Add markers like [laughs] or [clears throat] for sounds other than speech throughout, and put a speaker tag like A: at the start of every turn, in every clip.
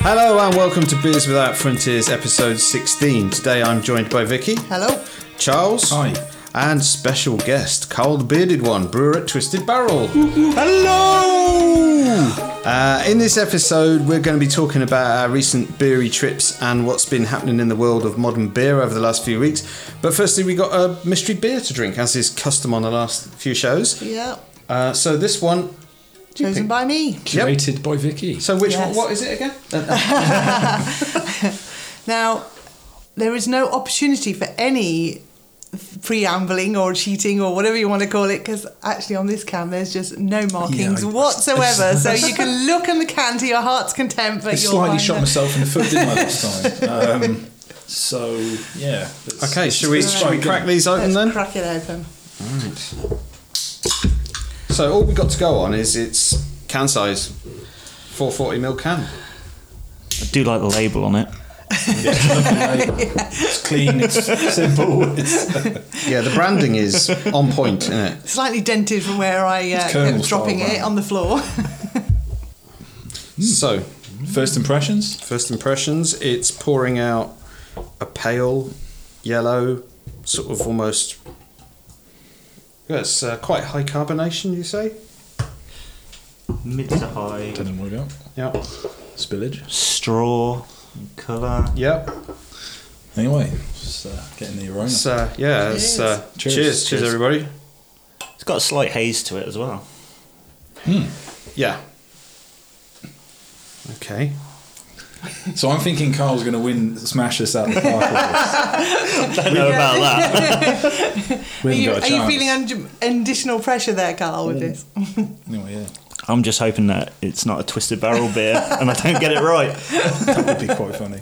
A: Hello and welcome to Beers Without Frontiers episode 16. Today I'm joined by Vicky,
B: Hello.
A: Charles,
C: Hi.
A: and special guest, Carl the Bearded One, brewer at Twisted Barrel.
C: Hello!
A: Uh, in this episode, we're going to be talking about our recent beery trips and what's been happening in the world of modern beer over the last few weeks. But firstly, we got a mystery beer to drink, as is custom on the last few shows.
B: Yeah.
A: Uh, so this one,
B: Chosen by me.
C: Curated by Vicky.
A: so which
B: Yes.
A: one, what is it again? Uh,
B: Now, there is no opportunity for any preambling or cheating or whatever you want to call it because actually on this can there's just no markings
C: Yeah, I-
B: whatsoever
C: [laughs]
B: so you can look in the can to your heart's content but
C: I
B: you'll
C: slightly
B: find
C: shot
B: that-
C: myself in the foot, didn't I,
B: [laughs]
C: last time? Um, so, yeah. let's-
A: Okay,
C: let's-
A: should we,
C: let's
A: should we
C: again.
A: crack these open
B: let's
A: then?
B: crack it open
A: So all we got to go on is its can size, 440ml can.
D: I do like the label on it.
C: It's clean,
A: [laughs]
C: it's simple, it's
A: Yeah, the branding is on point, isn't it?
B: slightly dented from where I uh,
C: It's Colonel
B: kept dropping
C: style,
B: it
C: right?
B: on the floor
A: So,
C: First impressions?
A: first impressions, it's pouring out a pale yellow, sort of almost. Yeah, it's uh, quite high carbonation, you say?
D: Mid to high
C: Don't know what about.
A: Yep.
C: Spillage.
D: straw colour.
A: Yep.
C: Anyway, just uh, getting the aroma.
A: It's, uh, yeah. It's, uh, cheers.
C: Cheers.
A: cheers.
D: Cheers.
A: everybody.
D: It's got a slight haze to it as well.
A: Yeah. Okay.
C: So I'm thinking Carl's going to win, smash us out of
B: [laughs]
C: the park.
D: [laughs] I don't know about that.
C: We
B: are you, are
C: haven't got a
B: you
C: chance. Mm.
B: feeling un- additional pressure there Carl with this
C: Anyway, yeah.
D: [laughs] I'm just hoping that it's not a twisted barrel beer and I don't get it right.
C: That would be quite funny.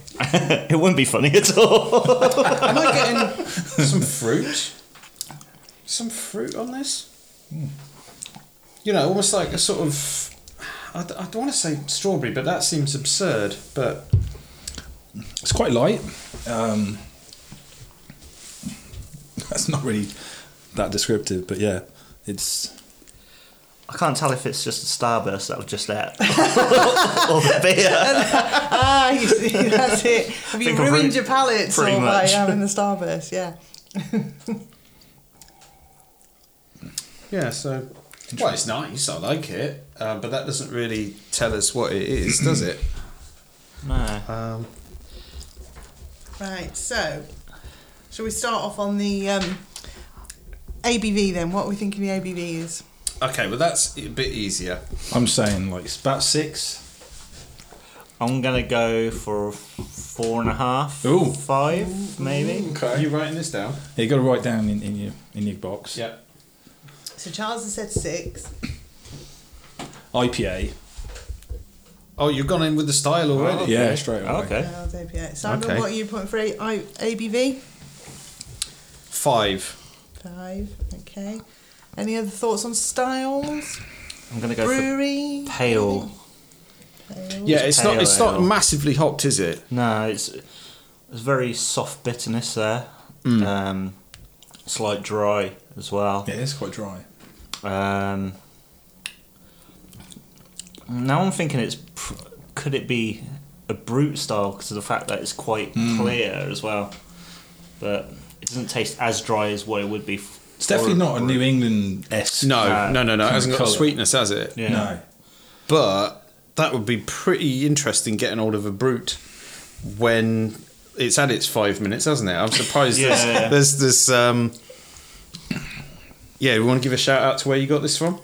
D: It wouldn't be funny at all.
A: Am I getting some fruit? Some fruit on this? You know, almost like a sort of. I, d- I don't want to say strawberry, but that seems absurd. But
C: It's quite light. Um, that's not really that descriptive, but yeah, it's
D: I can't tell if it's just a starburst that I've just had [laughs] or the beer.
B: ah you see, [laughs] that's it have you
D: Think I've
B: ruined
D: ruined-
B: your palate
D: pretty
B: or by
C: [laughs]
D: much.
B: having the starburst yeah
A: yeah, so. Well, it's nice. I like it, uh, but that doesn't really tell us what it is, does it?
D: No.
B: Right, so shall we start off on the um, ABV then? What are we thinking the ABV is?
A: Okay, well that's a bit easier.
C: I'm saying like it's about six.
D: I'm going to go for four and a half,
C: Ooh.
D: five maybe.
A: Okay. you writing this down?
C: Yeah, you got to write down in, in your in your box.
A: Yep.
B: So Charles has said six.
C: IPA.
A: Oh, you've gone in with the style already.
C: yeah, straight away.
D: Okay.
B: Charles ABV. Simon,
A: Okay.
B: what are you putting for A- I- ABV?
A: Five.
B: Five. Okay. Any other thoughts on styles?
D: I'm going to go
B: Brewery?
D: for pale.
B: Pale.
A: Yeah, it's not.
D: pale
A: It's not
D: ale.
A: massively hopped, is it?
D: No, it's it's very soft bitterness there. Um, slight dry as well.
C: Mm. Yeah, it's quite dry.
D: Um, now I'm thinking it's pr- could it be a brute style because of the fact that it's quite
C: Mm.
D: clear as well, but it doesn't taste as dry as what it would be. f-
C: It's definitely
D: for
C: not a New England s.
A: No,
D: Uh,
A: no, no, no. It
C: kind
A: hasn't
C: of
A: got
C: colour.
A: sweetness, has it?
D: Yeah.
C: no.
A: But that would be pretty interesting getting hold of a brute when it's had its five minutes, hasn't it? I'm surprised
D: [laughs] Yeah,
A: there's,
D: yeah.
A: there's this. Um, yeah, we want to give a shout out to where you got this from.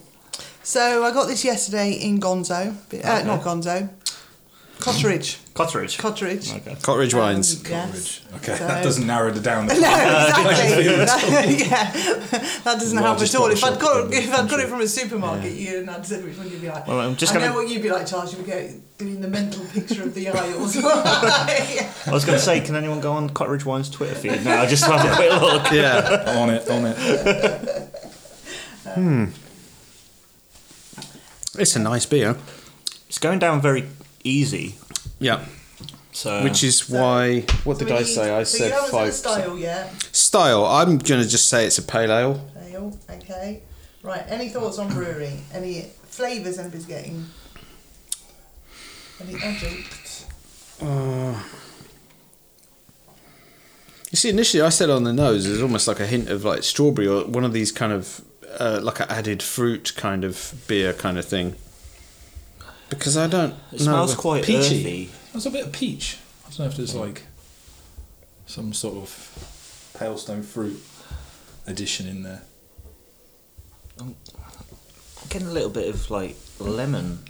B: So I got this yesterday in Gonzo. Uh, Not Gonzo. Cotteridge.
D: Cotteridge.
B: Cotteridge.
D: okay.
A: Cottage Wines.
B: Um, yes.
C: Okay, [laughs]
B: So-
C: that doesn't narrow it
B: [laughs]
C: down.
D: [laughs]
B: No, exactly. [laughs] yeah, that doesn't help
C: Largest
B: at all. If I'd
C: bottle shop
B: got
C: in
B: it,
C: the
B: if I'd got
C: country.
B: it from a supermarket, you and I'd said which one you'd be like.
D: Well, I'm just
B: I
D: gonna-
B: know what you'd be like, Charles. You'd go doing the mental picture
D: [laughs]
B: of the aisles. [laughs]
D: I was going to say, can anyone go on Cotteridge Wine's Twitter feed now? Just have a quick look.
A: [laughs] Yeah.
C: on it, on it.
A: It's a nice beer.
D: It's going down very easy.
A: Yeah.
D: So
A: Which is why. What did I say? I
B: so
A: said
B: you haven't
A: five.
B: Said the style yet?
A: Style. I'm going to just say it's a pale ale.
B: Style, okay. Right, any thoughts on brewery? Any flavours anybody's getting? Any adjuncts?
A: Uh, you see, initially I said on the nose, there's almost like a hint of like strawberry or one of these kind of uh, like an added fruit kind of beer kind of thing. Because I don't.
D: It
A: know,
D: smells
A: but
D: quite
A: peachy.
D: earthy.
C: There's a bit of peach. I don't know if there's like some sort of pale stone fruit addition in there.
D: I'm getting a little bit of like lemon.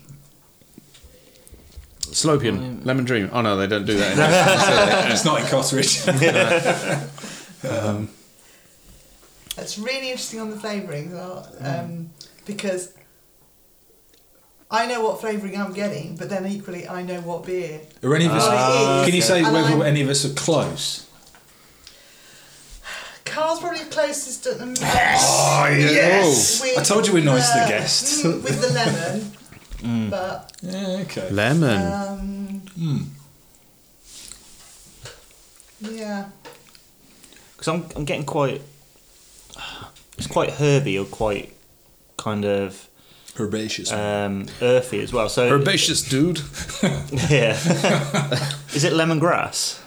A: Slopian,
D: Lime.
A: Lemon Dream. Oh no, they don't do
D: [laughs]
A: that. anymore.
C: it's not in Cotteridge. [laughs]
B: That's really interesting on the flavouring,
C: Mm.
B: um, because I know what flavouring I'm getting, but then equally I know what beer.
C: Are any of us?
B: Ah,
C: can you say
B: okay.
C: whether
B: Lime.
C: any of us are close?
B: Carl's probably closest at the most.
C: Oh,
A: yes.
B: with,
C: I told you we're nice to the
B: uh,
C: guests. Mm.
B: mm, [laughs] with the
C: [laughs]
B: lemon, but
C: Yeah, okay.
A: Lemon.
B: um, yeah,
D: Because I'm, I'm getting quite. It's quite herby or quite kind of
C: Herbaceous.
D: um, earthy as well. So
A: Herbaceous dude.
D: [laughs]
C: [laughs]
D: Yeah. Is it lemongrass?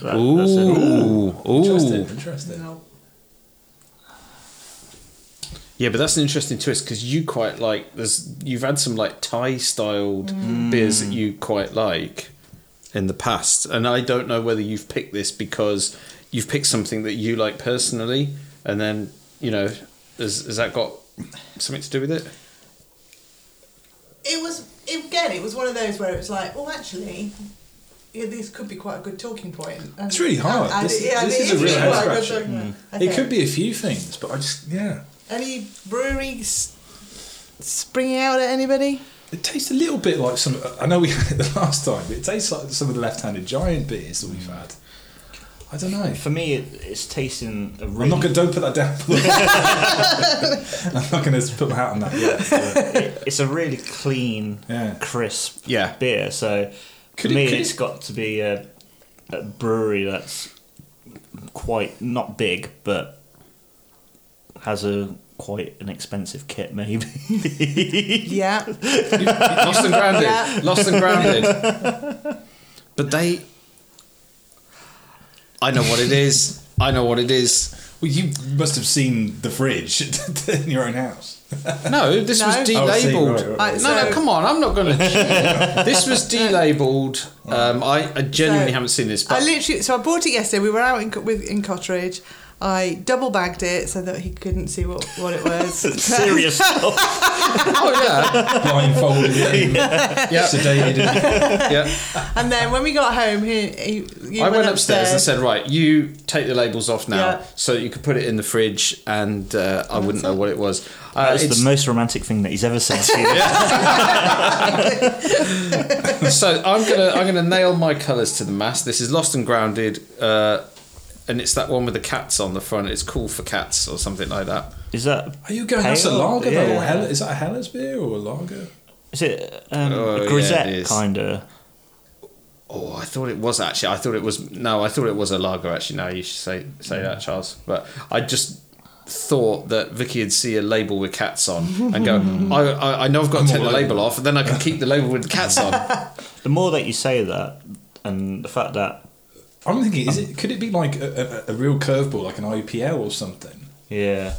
D: That- that's it.
A: Ooh,
C: interesting.
A: ooh.
C: Interesting.
B: no,
A: Yeah, but that's an interesting twist because you quite like. There's you've had some like Thai styled beers that you quite like in the past, and I don't know whether you've picked this because you've picked something that you like personally, and then you know, has, has that got something to do with it?
B: it was again. It was one of those where it was like, well, actually. Yeah, this could be quite a good talking point. And-
C: It's really hard.
B: and-
C: This-
B: yeah,
C: this
B: it
C: is a real Mm.
B: quite good
C: head-scratcher.
B: talking point, I
C: It could
B: think.
C: be a few things, but I just yeah.
B: any breweries springing out at anybody.
C: It tastes a little bit like some. I know we [laughs] had it the last time, but it tastes like some of the left-handed giant beers that
D: Hmm.
C: we've had. I don't know.
D: For me, it, it's tasting a really.
C: I'm not gonna. Don't put that down. [laughs] I'm not gonna put my hat on that yet. but-
D: it- it's a really clean,
C: Yeah.
D: crisp
A: Yeah.
D: beer. So
C: Could
D: for
C: it-
D: me,
C: could
D: it's
C: it-
D: got to be a, a brewery that's quite not big, but has a quite an expensive
C: [laughs]
D: kit, maybe.
A: [laughs]
B: Yeah,
A: Lost and grounded.
B: Yeah.
A: Lost and grounded. But they, I know what it is. I know what it is.
C: Well, you must have seen the fridge [laughs] in your own house.
A: No, this was
B: No.
C: Oh, see,
A: delabeled.
C: right, right, right.
A: No, no,
B: So-
A: come on! I'm not
C: [laughs]
A: going to. this was delabeled. Um, I, I genuinely
B: So-
A: haven't seen this, but
B: I literally. So I bought it yesterday. We were out in Co- with in Cotteridge. I double bagged it so that he couldn't see what, what it was.
A: [laughs]
D: Serious stuff.
A: oh
C: Blindfolded,
D: [laughs]
A: yeah,
C: [laughs]
A: yeah,
C: sedated.
A: yeah.
B: [laughs] And then when we got home, he, he you
A: I went upstairs and said, "Right, you take the labels off now,
B: Yeah.
A: so that you could put it in the fridge." And uh, I wouldn't know what it was. Uh,
D: That's
A: it's-
D: the most romantic thing that he's ever said. to
A: [laughs]
D: you.
A: so I'm gonna I'm gonna nail my colours to the mast. This is Lost and Grounded, uh, and it's that one with the cats on the front. It's cool for cats or something like that.
D: Is that?
C: Are you going? That's a
D: Pale?
C: lager though, or
D: Yeah.
C: Hell, is that a Hellas beer or a lager?
D: Is it um,
A: Oh, yeah,
D: a
A: it
D: grisette
A: is.
D: kind of?
A: Oh, I thought it was actually. I thought it was no. I thought it was a lager actually. No, you should say say that,
D: Mm.
A: Charles. But I just thought that Vicky would see a label with cats on and
D: [laughs]
A: go, I, I, I know I've got to take the label off, and then I can keep the label with cats
D: [laughs]
A: on.
D: The more that you say that, and the fact that
C: I'm thinking, is it? Could it be like a, a, a real curveball, like an IPL or something?
D: yeah,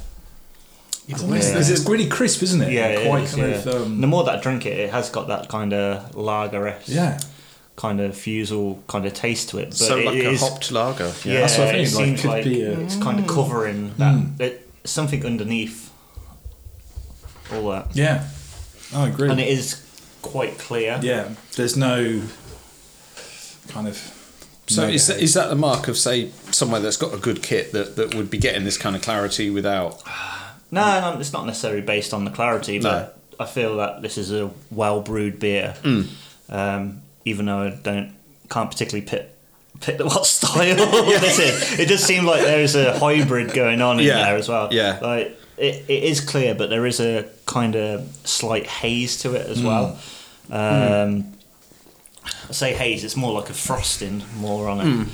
C: Because it's really crisp, isn't it?
D: yeah,
C: And
D: it
C: quite
D: is,
C: kind
D: yeah.
C: of. Um,
D: the more that I drink it, it has got that kind of lager
C: yeah,
D: kind of fusel kind of taste to it. But
A: so
D: it
A: like a
D: is-
A: hopped lager.
D: yeah,
C: That's what I
D: it
C: think, like,
D: seems
C: could
D: like,
C: be a- Mm.
D: it's kind of covering that it, something underneath all that,
C: yeah. Oh, I agree.
D: and it is quite clear.
C: yeah, there's no kind of.
A: So
C: no
A: is
C: doubt.
A: that, is that the mark of say somewhere that's got a good kit that, that would be getting this kind of clarity without?
D: No, no, it's not necessarily based on the clarity, but I feel that this is a well brewed beer.
A: Mm.
D: Um, even though I don't can't particularly pick pick [laughs]
A: [laughs]
D: what style this is. It does seem like there is a hybrid going on in
A: Yeah,
D: there as well.
A: yeah.
D: Like it, it is clear but there is a kind of slight haze to it as
A: Mm.
D: well. Um, I say haze, it's more like
A: Mm.
D: a frosting more on it.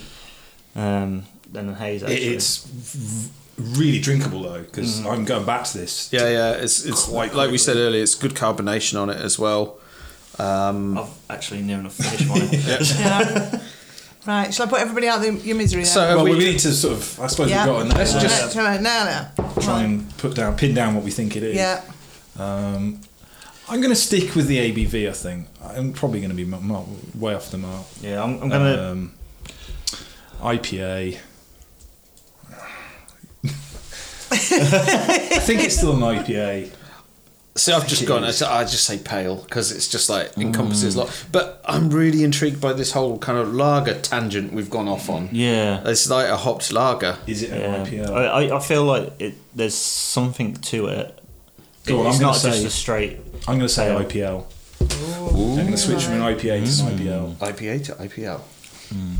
D: Um, than a haze actually.
C: It- it's v- really drinkable though, because I'm going back to this.
A: Yeah, yeah. It's it's like
C: Quite
A: we
C: quickly.
A: said earlier. It's good carbonation on it as
D: [laughs]
A: well.
D: I've actually near enough finished mine.
A: [laughs]
B: Yeah. right, shall I put everybody out of your misery then?
A: So have
C: Well, we,
A: we,
C: need to sort of. I suppose
B: yeah.
C: we've got. Let's
B: Let's
C: just
B: just come on, now, now.
C: try
B: Right.
C: and put down, pin down what we think it is.
B: Yeah.
C: Um, I'm going to stick with the ABV. I think I'm probably going to be m- m- way off the mark.
D: Yeah, I'm, I'm
A: Uh,
D: gonna.
C: um, IPA.
D: [laughs]
C: [laughs] I think it's still an IPA.
A: see, I've just gone. I s- I just say pale because it's just like encompasses a lot. But I'm really intrigued by this whole kind of lager tangent we've gone off on.
D: yeah.
A: It's like a hopped lager.
C: Is it an
D: Yeah.
C: IPA?
D: I, I- I feel like it, there's something to it.
C: Go on,
D: it's
C: I'm gonna
D: not just
C: say-
D: a straight.
C: I'm going to say
D: Ale.
C: IPL. I'm going to switch from an IPA to
B: Mm.
C: an IPL.
A: IPA to IPL. Mm.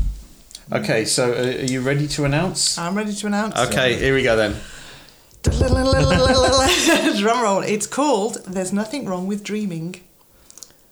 A: Okay, so uh, are you ready to announce?
B: I'm ready to announce.
A: Okay, here we go then.
B: [laughs] Drum roll. It's called There's Nothing Wrong with Dreaming.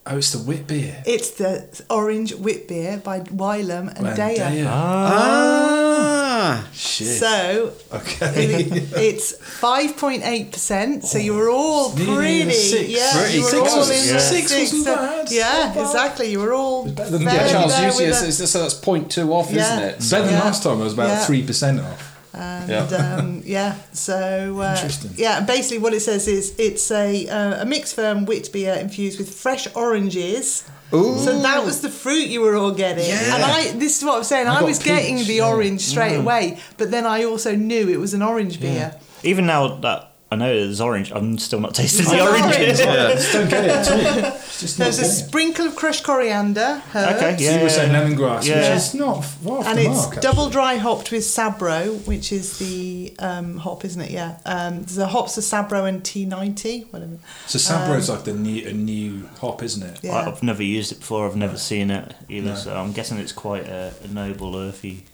C: Oh, it's the wit beer.
B: It's the orange whip beer by Wylam and Daya.
A: Ah,
C: Shit. [laughs]
B: So [laughs]
C: okay.
B: it- it's 5.8%, so you were all
C: Oh, nearly
B: pretty.
C: a six.
B: Yeah,
C: Pretty.
B: you were
C: Six
B: all
C: wasn't-
B: in the
C: six
B: six.
C: wasn't
B: so-
C: bad.
B: Yeah,
C: Not bad.
B: exactly. You were all.
C: better than-
B: very
C: Yeah,
A: yeah, Charles,
B: there
A: usually
B: with
A: it's,
B: a-
A: it's, so that's point two off,
B: Yeah.
A: isn't it?
C: Better than
B: Yeah.
C: last time. I was about
B: Yeah.
C: three percent
B: [laughs]
C: off.
B: And
A: Yeah.
B: yeah, um, yeah so uh,
C: Interesting.
B: yeah, basically what it says is it's a uh, a mixed firm wit beer infused with fresh oranges.
A: Ooh.
B: So that was the fruit you were all getting,
A: Yeah.
B: and I. This is what I'm saying. I,
C: got
B: was
C: peach,
B: getting the
C: yeah. Mm.
B: orange straight away, but then I also knew it was an orange beer.
D: Even now that I know it's orange, I'm still not [laughs] tasting
B: It's
D: the orange.
B: orange.
A: Yeah.
C: Just don't get it
B: [laughs]
C: at all. It's just not
B: There's a
C: getting it.
B: sprinkle of crushed coriander, herbs,
D: Okay, yeah.
C: You were saying lemongrass,
D: Yeah.
C: which is not far off
B: and
C: the
B: it's
C: mark,
B: double
C: actually.
B: dry hopped with Sabro, which is the um, hop, isn't it? Yeah, um, the hops are Sabro and T90, whatever.
C: So
B: um,
C: Sabro's like the new, a new hop, isn't it?
B: Yeah.
D: I, I've never used it before. I've never seen it either. So I'm guessing it's quite a, a noble, earthy.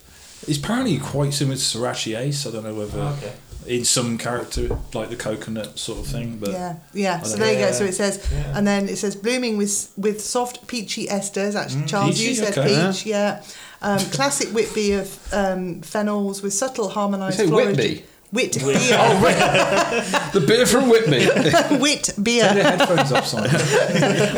C: It's apparently quite similar to Sriracha Ace. I don't know whether
B: Oh,
D: Okay.
C: in some character, like the coconut sort of thing, but [laughs]
B: yeah, yeah.
C: I
B: So
C: don't
B: there you
C: know.
B: go. So it says, and then it says blooming with with soft peachy esters. Actually, Charles, you
C: Mm. Peachy,
B: said
C: okay.
B: peach, yeah. Um, classic Whitby of um, phenols with subtle harmonised.
A: You say
B: florid-
A: Whitby?
B: Whit
C: oh,
B: beer.
A: The beer from Whitby. [laughs]
B: [laughs] Whit
C: [laughs] Take
B: beer
C: your headphones
B: [laughs]
C: off, Simon.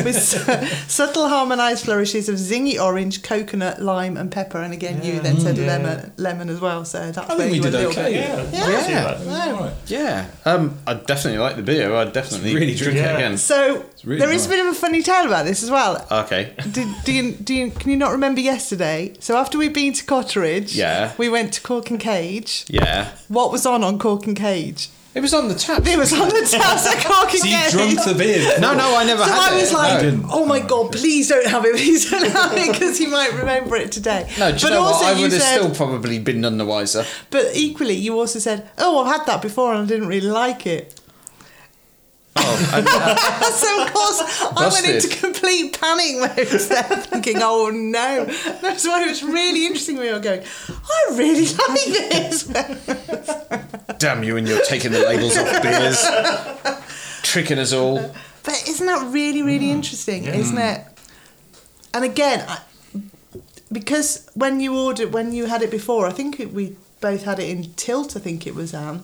B: with su- subtle harmonised flourishes of zingy orange, coconut, lime, and pepper. And again, you then said lemon, lemon as well. So that's
C: Mm, I
B: where
C: think we
B: you
C: did
B: were a little
C: okay.
B: bit-
C: Yeah.
B: Yeah.
A: Yeah.
C: It was all right.
A: Yeah, um, I definitely like the beer. I definitely
C: It's really
A: drink
D: good.
A: it
D: Yeah.
A: again.
B: So
C: really
B: there is a
C: nice.
B: bit of a funny tale about this as well.
A: Okay.
B: do, do you do you can you not remember yesterday? So after we'd been to Cotteridge,
A: Yeah.
B: we went to Cork and Cage.
A: [laughs] Yeah.
B: What was on on Cork and Cage?
A: It was on the tap.
B: It was on the tabs at Cork
C: [laughs]
B: and
C: So you
B: Cage.
C: drunk the beer?
A: [laughs] No, no, I never
B: so
A: had
B: I
A: it.
B: was like,
C: No, you didn't.
B: "Oh my god, please don't have it, [laughs] please don't have it," because you might remember it today.
A: No, do you
B: but
A: know
B: also
A: what? I
B: you
A: would have
B: said,
A: still probably been none the wiser.
B: but equally, you also said, "Oh, I've had that before and I didn't really like it."
A: Oh,
B: [laughs]
A: I-
B: so of course, I went
A: Busted.
B: into complete panic mode [laughs] there, thinking, "Oh no!" That's why it was really interesting. We were going, "I really [laughs] like this."
A: damn you, and you're taking the labels [laughs] off beers, tricking us all.
B: But isn't that really, really
A: Mm.
B: interesting, isn't it? And again, I, because when you ordered, when you had it before, I think it, we both had it in Tilt, I think it was Anne.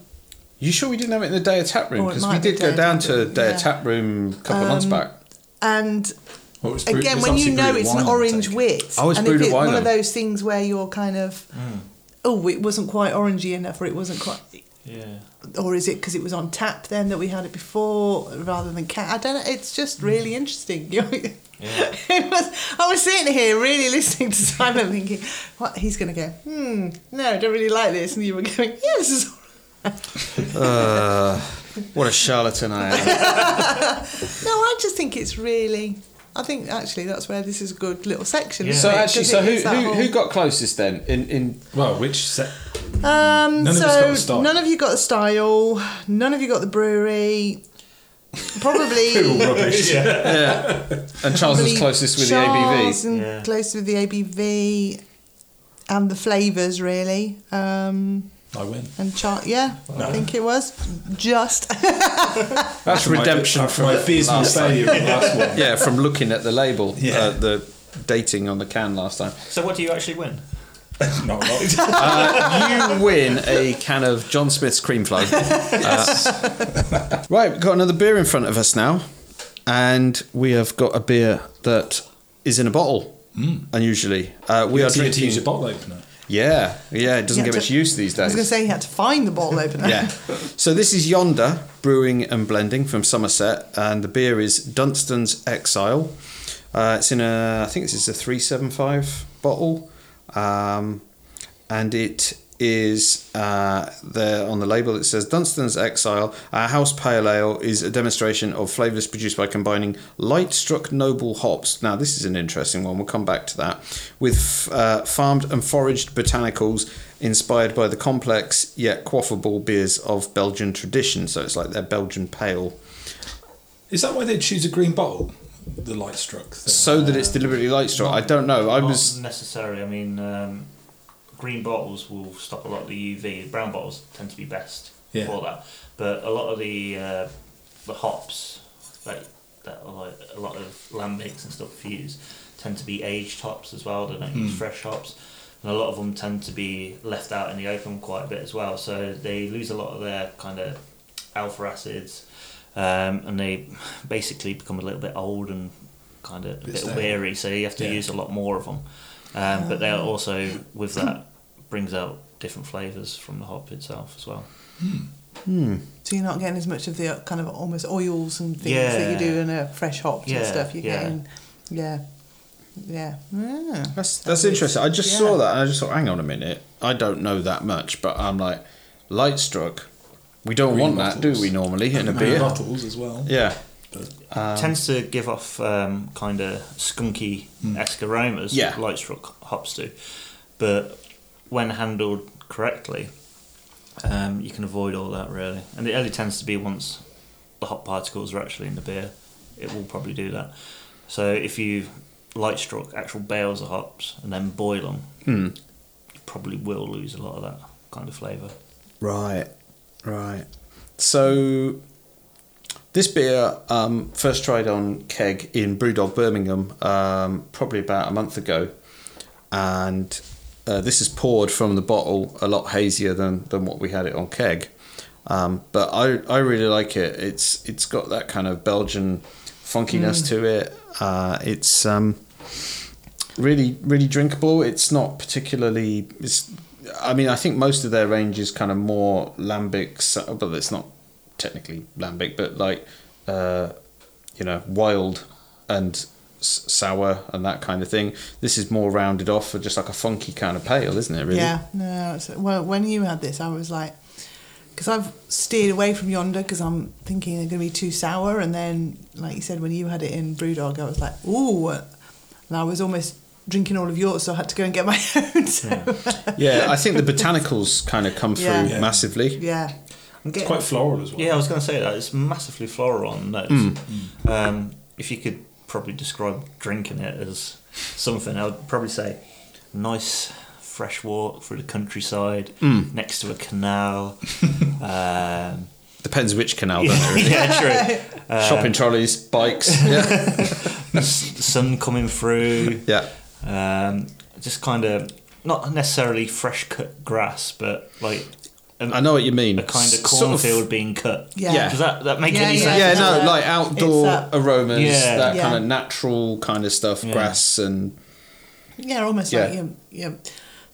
A: You sure we didn't have it in the Daya tap room?
B: Oh, it
A: Because
B: might
A: we
B: be
A: did go
B: Daya
A: down
B: tap
A: to
B: room,
A: Daya
B: yeah. Um,
A: tap room a couple of months back.
B: And
C: Well, Oh, it's brewed-
B: again,
C: it's
B: when you
C: obviously
B: know
C: brewed
B: it's
C: wine,
B: an
C: I
B: orange
C: take it.
B: wit,
A: Oh, it's
B: and if
A: brewed
B: it's one
A: wine.
B: of those things where you're kind of,
A: Mm.
B: oh, it wasn't quite orangey enough, or it wasn't quite,
D: Yeah.
B: or is it because it was on tap then that we had it before rather than cat? I don't know. It's
A: Mm.
B: just really interesting. [laughs] it was, I was sitting here really listening to Simon, thinking, "What he's going to go? Hmm, no, I don't really like this." And you were going, "Yeah, this is." all
A: What a charlatan I am.
B: right." No, I just think it's really. I think actually that's where this is a good little section.
D: Yeah.
B: isn't
A: So
B: it?
A: actually,
B: 'Cause
A: so
B: it
A: who,
B: is that
A: who,
B: whole-
A: who got closest then? In in
C: Well, which set?
B: Um,
C: None of us
B: so
C: got the style.
B: none of you got the style. None of you got the brewery.
A: [laughs]
C: All
B: Probably.
C: rubbish. yeah.
A: and Charles was closest with
B: Charles
A: the ABV.
B: and
D: Yeah.
B: Closest with the ABV and the flavours, really. Um,
C: I win.
B: and char- yeah, I think it was just.
A: That's redemption
C: my,
A: from
C: my abysmal
A: last time.
C: failure in the [laughs] last one.
A: Yeah, from looking at the label,
C: Yeah.
A: uh, the dating on the can last time.
D: So what do you actually win?
C: not a lot.
A: Uh, you win a can of John Smith's cream flow. Uh, right, we've got another beer in front of us now, and we have got a beer that is in a bottle. Unusually, uh, [laughs] we
C: You
A: are
C: actually get to
A: drinking.
C: use your bottle opener.
A: Yeah, yeah, it doesn't
B: You
A: give
B: had
A: its
B: to-
A: use these
B: I
A: days.
B: was going to say you had to find the bottle opener.
A: yeah. So this is Yonder Brewing and Blending from Somerset, and the beer is Dunstan's Exile. Uh, it's in a, I think this is a three seven five bottle, um, and it is uh, there on the label. It says Dunstan's Exile. Our house pale ale is a demonstration of flavours produced by combining light struck noble hops. Now this is an interesting one. We'll come back to that with uh, farmed and foraged botanicals inspired by the complex yet quaffable beers of Belgian tradition. So it's like their Belgian pale,
C: Is that why they choose a green bottle? The light struck. Thing?
A: so that it's deliberately light struck. I don't know. I
D: Not
A: was
D: necessary. I mean, um, green bottles will stop a lot of the UV. Brown bottles tend to be best
C: Yeah.
D: for that. But a lot of the uh, the hops that that are like a lot of lambics and stuff use tend to be aged hops as well. They don't
A: Hmm.
D: use fresh hops, and a lot of them tend to be left out in the open quite a bit as well. So they lose a lot of their kind of alpha acids. Um, and they basically become a little bit old and kind of a
C: Bit
D: bit
C: stale.
D: weary, so you have to
C: Yeah.
D: use a lot more of them. Um, but they are also with that brings out different flavors from the hop itself as well.
B: [laughs] So you're not getting as much of the uh, kind of almost oils and things that you do
D: Yeah.
B: in a fresh hops and
D: Yeah,
B: stuff. You're
D: yeah.
B: getting, yeah, yeah. yeah.
A: That's that's interesting. I just
B: yeah.
A: saw that and I just thought, hang on a minute, I don't know that much, but I'm like, light struck. We don't want
C: Green
A: that, do
C: bottles.
A: we? Normally in a
C: And
A: beer.
C: bottles as well.
A: Yeah,
D: Tends to give off um, kind of skunky esque aromas,
A: Yeah.
D: light struck hops do. But when handled correctly, um, you can avoid all that really. And it only tends to be once the hop particles are actually in the beer, it will probably do that. So if you light struck actual bales of hops and then boil them, you probably will lose a lot of that kind of flavour.
A: right, right. So this beer um, first tried on keg in Brewdog Birmingham um, probably about a month ago, and uh, this is poured from the bottle a lot hazier than than what we had it on keg. Um, but I, I really like it. It's it's got that kind of Belgian funkiness to it. Uh, it's um, really really drinkable. It's not particularly. It's I mean I think most of their range is kind of more lambic, so- but it's not technically lambic, but like uh, you know wild and s- sour and that kind of thing. This is more rounded off for just like a funky kind of pale, isn't it? Really.
B: [laughs] Yeah, no. It's, well, when you had this, I was like, because I've steered away from yonder because I'm thinking they're going to be too sour. And then, like you said, when you had it in Brewdog, I was like, ooh. And I was almost drinking all of yours, so I had to go and get my [laughs] own. So,
A: Yeah, I think the botanicals kind of come through
B: Yeah.
C: Yeah.
A: massively.
B: [laughs] yeah.
C: It's quite floral as well.
D: Yeah, I was going to say that it's massively floral on the nose.
A: Hmm.
D: Um, if you could probably describe drinking it as something, I would probably say nice fresh walk through the countryside
A: Hmm.
D: next to
A: [laughs]
D: a canal. [laughs] um,
A: Depends which canal, though.
D: yeah, true.
A: Shopping trolleys, bikes. Yeah.
D: S- sun coming through.
A: yeah.
D: Um, just kind of not necessarily fresh cut grass, but like an-
A: I know what you mean.
D: a kind of
A: S- sort
D: cornfield being cut.
B: Yeah.
A: Yeah.
D: Does that that make
B: Yeah,
D: any
B: yeah.
D: sense?
A: Yeah,
B: It's
A: no,
B: that-
A: like outdoor
B: it's that-
A: aromas,
D: Yeah.
A: that
B: Yeah.
A: kind of natural kind of stuff,
D: Yeah.
A: grass and
B: Yeah, almost
A: Yeah.
B: like
A: Mm.
B: you know, you know,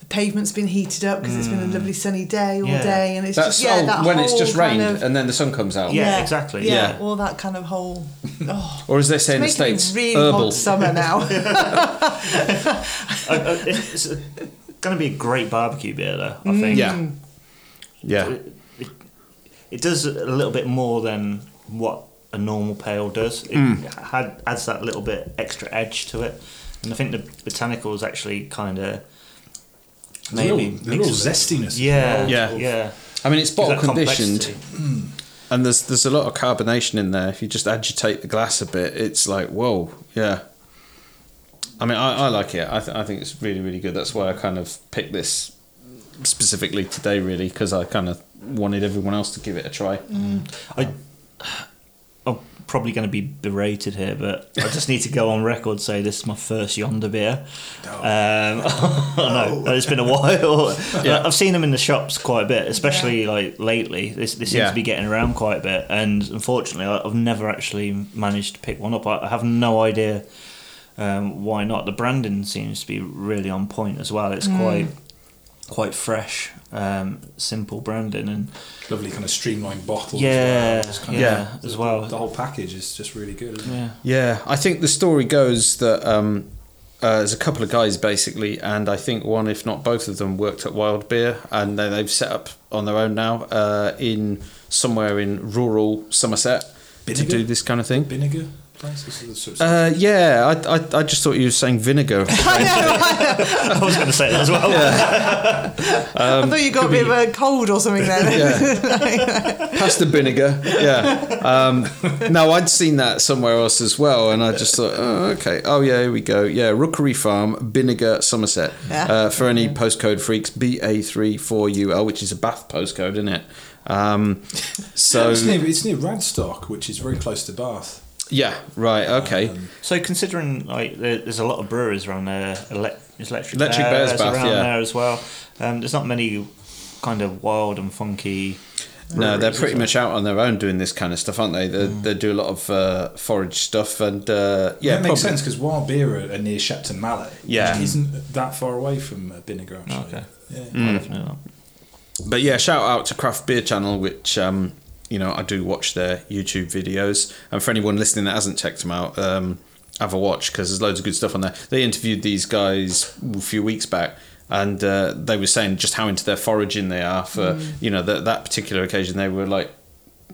B: the pavement's been heated up because it's been a lovely sunny day all
D: Yeah.
B: day, and it's
A: that's
B: just yeah,
A: oh,
B: that
A: when it's
B: whole
A: just
B: kind
A: rained
B: of-
A: and then the sun comes out.
D: Yeah. exactly.
B: Yeah,
A: Yeah.
B: all that kind of whole. Oh,
A: Or as they say in the
B: it's making
A: States,
B: a really
A: herbal.
B: hot
A: [laughs]
B: summer now. [laughs]
D: Uh, uh, it's going to be a great barbecue beer, though. I
B: Mm.
D: think.
A: Yeah. Yeah.
D: it, it, it does a little bit more than what a normal pale does. It had, adds that little bit extra edge to it, and I think the botanicals actually kind of
C: There's a
D: maybe
C: little, there's a little
D: mixes it.
C: zestiness.
D: Yeah,
A: Yeah.
D: yeah, yeah.
A: I mean, it's bottle
D: That
A: conditioned,
D: complexity.
A: and there's there's a lot of carbonation in there. If you just agitate the glass a bit, it's like whoa, yeah. I mean, I, I like it. I, th- I think it's really really good. That's why I kind of picked this specifically today, really, because I kind of wanted everyone else to give it a try.
D: I, I'll probably going to be berated here, but I just need to go on record say this is my first Yonder beer. Um, [laughs] I know it's been a while.
A: Yeah.
D: I've seen them in the shops quite a bit, especially like lately. They, they seem
A: Yeah.
D: to be getting around quite a bit, and unfortunately, I- I've never actually managed to pick one up. I I have no idea um, why not. The branding seems to be really on point as well. It's quite quite fresh, um, simple branding, and
C: Lovely kind of streamlined bottle.
D: Yeah,
C: as well. It's kind of-
A: yeah,
D: as well.
C: The whole package is just really good. Isn't it?
D: yeah.
A: Yeah, I think the story goes that um, uh, there's a couple of guys basically, and I think one, if not both of them, worked at Wild Beer, and then they've set up on their own now uh, in somewhere in rural Somerset to
C: Binnigan?
A: do this kind of thing.
C: Vinegar place. This is the sort of-
A: Uh, yeah, I, I, I just thought you were saying vinegar.
B: I know, I know.
D: I was going to say that as well. Um,
B: I thought you got a bit of a cold or something then.
A: Pasta vinegar. Yeah. Um, no, I'd seen that somewhere else as well, and I just thought, oh, okay. Oh, yeah, here we go. Yeah, Rookery Farm, Vinegar, Somerset.
B: Yeah.
A: Uh, for any postcode freaks, BA34UL, which is a Bath postcode, isn't it? Um,
C: [laughs]
A: so,
C: it's, near, it's near Radstock, which is very close to Bath.
A: yeah, right, okay.
C: Um,
D: So considering like there- there's a lot of breweries around there, elec- is electric,
A: Electric Bears Bath,
D: around
A: yeah.
D: there as well. Um, there's not many kind of wild and funky.
A: No, they're
D: breweries,
A: pretty
D: is
A: much out on their own doing this kind of stuff, aren't they? They, they do a lot of uh, forage stuff, and uh, yeah,
C: Mm. that makes
A: probably-
C: sense because Warbira are near Shepton Mallet,
A: Yeah.
C: which isn't that far away from uh, Binnegar actually.
D: Okay.
C: Yeah.
D: there?
A: Hmm.
D: Oh, definitely not.
A: but yeah, shout out to Craft Beer Channel, which um, you know I do watch their YouTube videos. And for anyone listening that hasn't checked them out, um, have a watch because there's loads of good stuff on there. They interviewed these guys a few weeks back, and uh, they were saying just how into their foraging they are for you know that that particular occasion. They were like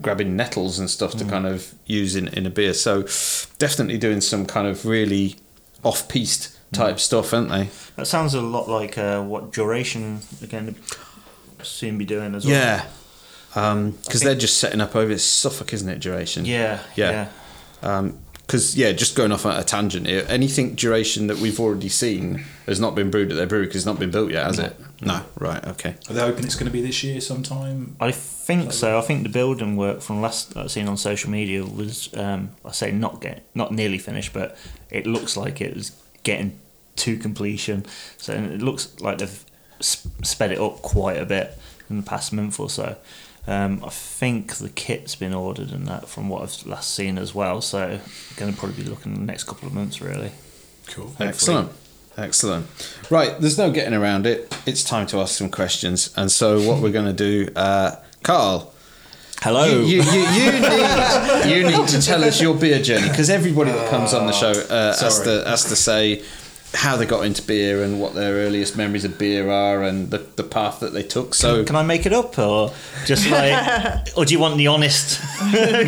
A: grabbing nettles and stuff to kind of use in, in a beer. So definitely doing some kind of really off piste type stuff, aren't they?
D: That sounds a lot like uh, what duration again soon be doing as well.
A: Yeah. Because
D: think-
A: they're just setting up over it's Suffolk, isn't it? Duration.
D: Yeah,
A: Yeah.
D: yeah,
A: Because yeah, just going off at a tangent here. Anything duration that we've already seen has not been brewed at their brewery because it's not been built yet, has it? No. Right. Okay.
C: Are they hoping it's going to be this year sometime?
D: I think so. I think the building work from last that I've seen on social media was, um, I say not get not nearly finished, but it looks like it was getting to completion. So it looks like they've sp- sped it up quite a bit in the past month or so. Um, I think the kit's been ordered and that from what I've last seen as well. So going to probably be looking the next couple of months really.
C: Cool.
A: Excellent. Excellent. Right. There's no getting around it. It's time to ask some questions. And so what we're going to do, uh, Carl.
D: Hello.
B: Oh.
A: You, you, you, you need
B: [laughs]
A: you need to tell us your beer journey because everybody that comes on the
B: Ah,
A: show uh, has
C: sorry.
A: to has to say how they got into beer and what their earliest memories of beer are and the, the path that they took. So
D: Can I make it up or just like, or do you want the honest?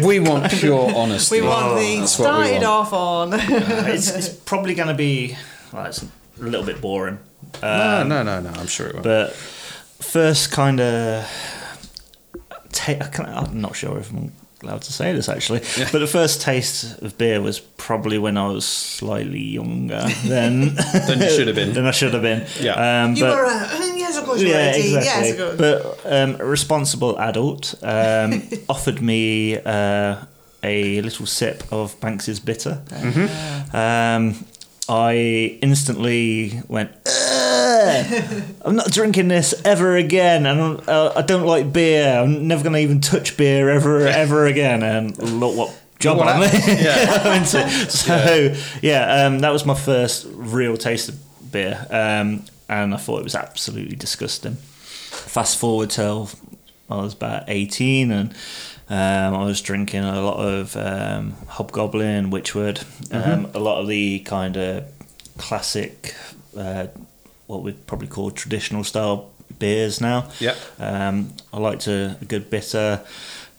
A: we want pure honesty.
B: [laughs] We want the
A: That's what we
B: started
A: want.
B: off on.
D: [laughs] it's, it's probably going to be well, it's a little bit boring,
A: No, no, no, no. I'm sure it will.
D: but first kind of ta- I can't- I'm not sure if I'm allowed to say this actually, but the first taste of beer was probably when I was slightly younger
A: [laughs]
D: than
A: then you should have been.
B: [laughs]
D: than I should have been.
A: Yeah.
D: um,
B: You
D: but-
B: were a, [laughs] mm, yes, of course you
D: yeah,
B: were 18. Yes,
D: exactly.
B: of course.
D: but um, a responsible adult
B: [laughs]
D: um, offered me uh, a little sip of Banks's bitter.
B: Mm-hmm.
D: Um, I instantly went. "Ugh, I'm not drinking this ever again, and uh, I don't like beer. I'm never going to even touch beer ever, ever again. And look what job
A: What
D: I'm
A: happened?
D: in. [laughs]
A: Yeah.
D: I'm into. So yeah, um, that was my first real taste of beer, um, and I thought it was absolutely disgusting. Fast forward till I was about eighteen, and um, I was drinking a lot of um, Hobgoblin, Witchwood, um, a lot of the kind of classic, uh, what we'd probably call traditional style beers now.
A: Yep.
D: Um, I liked a, a good bitter.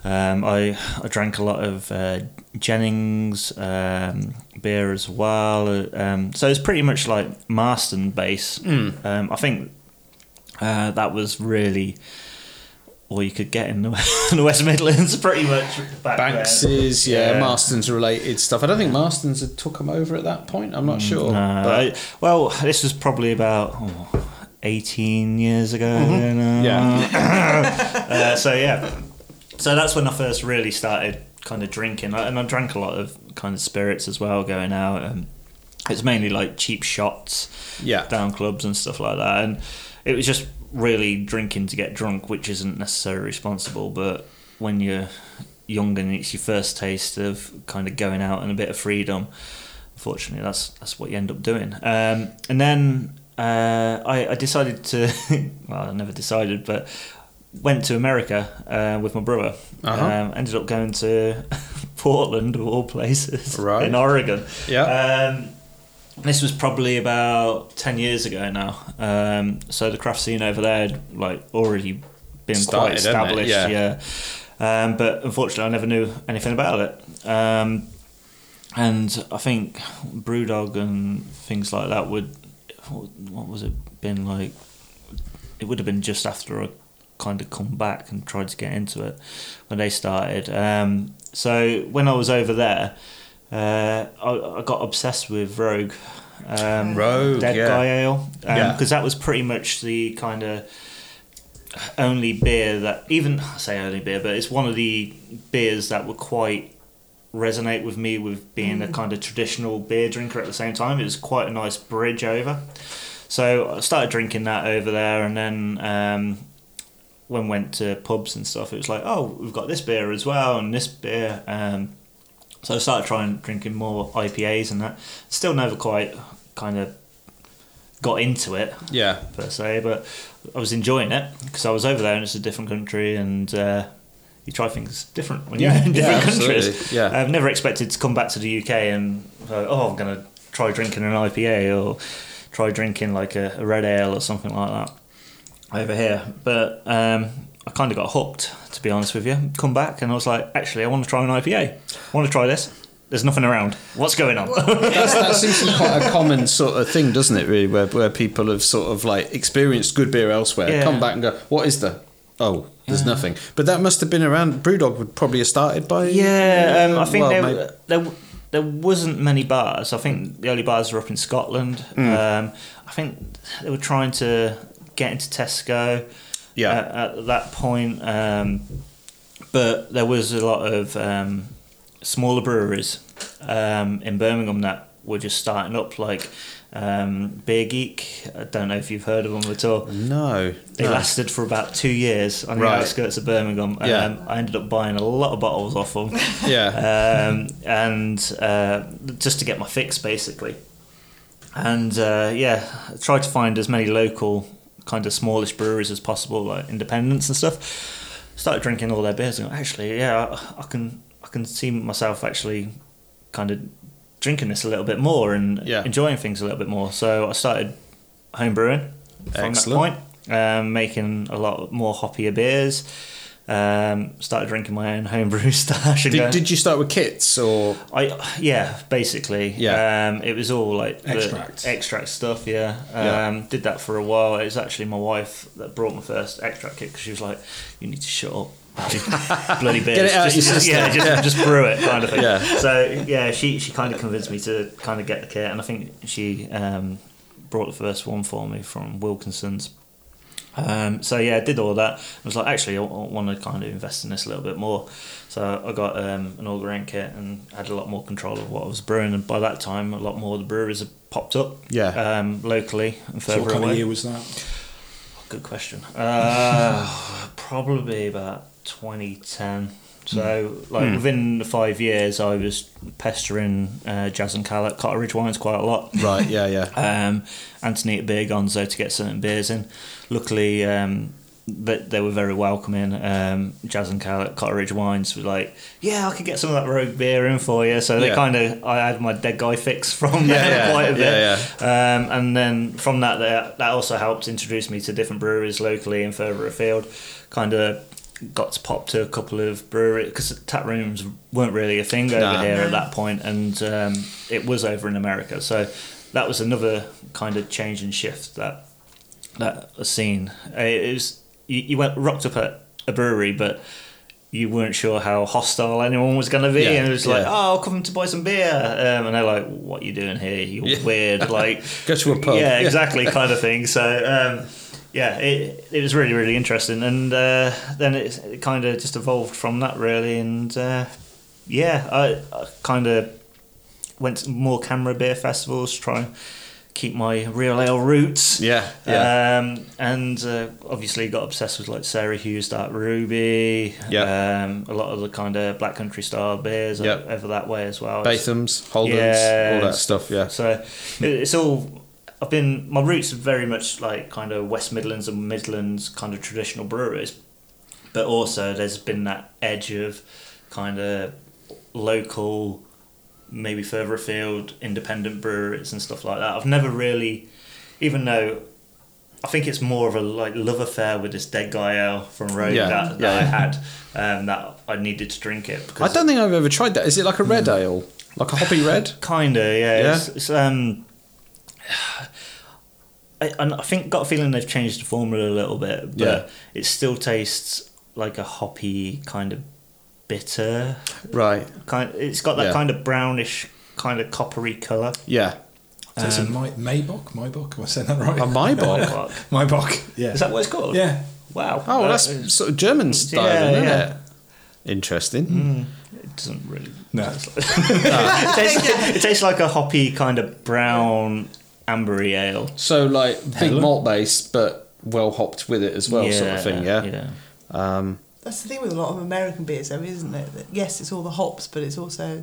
D: Um, I I drank a lot of uh, Jennings um, beer as well. Uh, Um, so it's pretty much like Marston base.
A: Hmm.
D: Um, I think uh, that was really all you could get in the, [laughs] in the West Midlands, pretty much. Back
A: Banks
D: then.
A: is yeah,
D: Yeah.
A: Marston's related stuff. I don't think Marston's had took them over at that point. I'm
B: Mm,
A: not sure.
D: Uh,
A: but
D: I- well, this was probably about oh, 18 years ago. then, uh,
A: Mm-hmm. yeah,
D: Uh, so yeah, so that's when I first really started kind of drinking, I- and I drank a lot of kind of spirits as well going out. And it's mainly like cheap shots,
A: Yeah.
D: down clubs and stuff like that. And it was just really drinking to get drunk, which isn't necessarily responsible. But when you're young and it's your first taste of kind of going out and a bit of freedom, unfortunately, that's that's what you end up doing. Um, and then uh, I, I decided to, [laughs] well, I never decided, but went to America uh, with my brother.
A: Uh-huh.
D: Um, ended up going to [laughs] Portland, of all places,
A: Right.
D: in Oregon.
A: Yeah.
B: Uh,
D: Um, this was probably about 10 years ago now. Um, so the craft scene over there had like already been
A: Started,
D: quite
A: hadn't it?
D: established.
A: Yeah.
D: yeah. Um, but unfortunately, I never knew anything about it. Um, and I think Brewdog and things like that would, what, what was it been like? It would have been just after I kind of come back and tried to get into it when they started. Um, so when I was over there, uh, I, I got obsessed with Rogue. Um,
A: Rogue,
D: Dead
A: yeah.
D: Guy Ale.
A: Yeah.
D: Because that was pretty much the kind of only beer that even I say only beer, but it's one of the beers that were quite resonate with me with being a kind of traditional beer drinker at the same time. It was quite a nice bridge over. So I started drinking that over there, and then um, when we went to pubs and stuff, it was like, oh, we've got this beer as well, and this beer. Um, so I started trying drinking more IPAs and that. Still never quite kind of got into it
A: Yeah.
D: per se, but I was enjoying it because I was over there and it's a different country and uh, you try things different when
A: Yeah,
D: you're [laughs] in
A: yeah,
D: different
A: absolutely,
D: countries.
A: yeah.
D: I've never expected to come back to the UK and uh, oh, I'm going to try drinking an IPA or try drinking like a, a red ale or something like that over here. But um, I kind of got hooked, to be honest with you. Come back and I was like, actually, I want to try an IPA. I want to try this. There's nothing around. What's going on?
A: That's, that seems to be quite a common sort of thing, doesn't it, really, where, where people have sort of like experienced good beer elsewhere,
D: Yeah.
A: come back and go, what is there? Oh, there's nothing. But that must have been around, Brewdog would probably have started by.
D: Yeah, um, I think
A: Well,
D: there,
A: maybe-
D: there w- there wasn't many bars. I think the only bars were up in Scotland.
A: Hmm.
D: Um, I think they were trying to get into Tesco.
A: Yeah.
D: At, at that point, um, but there was a lot of um, smaller breweries um, in Birmingham that were just starting up, like um, Beer Geek. I don't know if you've heard of them at all.
A: No.
D: They
A: no.
D: lasted for about two years on the
A: Right.
D: outskirts of Birmingham.
A: Yeah.
D: Um, I ended up buying a lot of bottles off
A: [laughs]
D: them,
A: Yeah.
D: [laughs] um, and uh, just to get my fix, basically. And uh, yeah, I tried to find as many local, kind of smallish breweries as possible, like independents and stuff. Started drinking all their beers, and actually, yeah, I, I can, I can see myself actually, kind of drinking this a little bit more and
A: Yeah.
D: enjoying things a little bit more. So I started home brewing from
A: Excellent.
D: that point, um, making a lot more hoppier beers. Um, started drinking my own homebrew [laughs] stash. and
A: did,
D: going-
A: did you start with kits or.
D: I yeah, basically.
A: Yeah.
D: Um, it was all like the
C: Extracts.
D: extract stuff. Yeah. Um,
A: Yeah.
D: Did that for a while. It was actually my wife that brought my first extract kit because she was like, "You need to shut up."
A: [laughs]
D: bloody bitch.
A: it out
D: just,
A: your system.
D: Yeah, just, just brew it, kind of thing.
A: Yeah.
D: So yeah, she she kind of convinced me to kind of get the kit, and I think she um, brought the first one for me from Wilkinson's. Um, so yeah, I did all that. I was like, actually, I want to kind of invest in this a little bit more. So I got um, an all grain kit and had a lot more control of what I was brewing. And by that time, a lot more of the breweries had popped up.
A: Yeah.
D: Um, locally and
C: So
D: further
C: what kind
D: away.
C: of year was that?
D: Good question.
C: [sighs]
D: Uh, probably about 2010. So, like within the five years, I was pestering uh, Jazz and Cal at Cotteridge Wines quite a lot.
A: Right, yeah,
D: [laughs]
A: yeah.
D: Um, Anthony at Beer Gonzo to get certain beers in. Luckily, um, they, they were very welcoming. Um, Jazz and Cal at Cotteridge Wines were like, "Yeah, I could get some of that rogue beer in for you." So they
A: Yeah.
D: kind of, I had my dead guy fix from
A: Yeah,
D: them
A: yeah,
D: quite a bit.
A: yeah,
D: Um, and then from that, that, that also helped introduce me to different breweries locally and further afield. Kind of got to pop to a couple of breweries because tap rooms weren't really a thing over
A: Nah.
D: here at that point, and um, it was over in America. So that was another kind of change and shift that that I've seen. Uh, It was you, you went rocked up at a brewery, but you weren't sure how hostile anyone was going to be,
A: Yeah,
D: and it was like,
A: yeah.
D: "Oh, I'll come to buy some beer," um, and they're like, "What you doing here? You're
A: Yeah. [laughs]
D: weird." Like,
A: Go to a pub.
D: yeah,
A: [laughs]
D: exactly, kind of thing. So, um, yeah, it, it was really, really interesting. And uh, then it, it kind of just evolved from that, really. And uh, yeah, I, I kind of went to more camera beer festivals, to try and keep my real ale roots.
A: Yeah, yeah.
D: Um, and uh, obviously got obsessed with like Sarah Hughes, Dark Ruby.
A: Yeah.
D: Um, a lot of the kind of Black Country style beers
A: Yeah.
D: over that way as well.
A: Bathams, Holdens, all that
D: it's-
A: stuff. Yeah,
D: So it, it's all. I've been my roots are very much like kind of West Midlands and Midlands kind of traditional breweries, but also there's been that edge of kind of local, maybe further afield independent breweries and stuff like that. I've never really, even though. I think it's more of a like love affair with this dead guy ale from Rome
A: Yeah,
D: that, that
A: yeah,
D: I
A: yeah.
D: had um, that I needed to drink it.
A: I
D: Because
A: don't think I've ever tried that. Is it like a red
D: Mm.
A: ale, like a hoppy
D: [laughs]
A: red?
D: Kinda, yeah.
A: Yeah?
D: It's, it's, um, [sighs] I, and I think got a feeling they've changed the formula a little bit, but
A: Yeah.
D: it still tastes like a hoppy kind of bitter
A: Right.
D: kind. It's got that
A: Yeah.
D: kind of brownish, kind of coppery color.
A: Yeah.
C: So it's a
D: Um,
C: My, Maybach? Maybach? Am I saying that right?
A: A Maibach.
D: Is
C: [laughs] Maybach. Yeah.
D: that what it's called?
C: Yeah.
D: Wow.
A: Oh, well,
D: Uh,
A: that's sort of German style,
D: yeah,
A: then, isn't
D: yeah.
A: it? Interesting.
D: it doesn't
A: [laughs]
D: really.
C: No.
D: [laughs] It tastes, it tastes like a hoppy kind of brown ambery ale.
A: So, like big
C: Helen?
A: malt base, but well hopped with it as well, sort of thing. Yeah.
D: Yeah.
B: That's the thing with a lot of American beers, though, isn't it? That, yes, it's all the hops, but it's also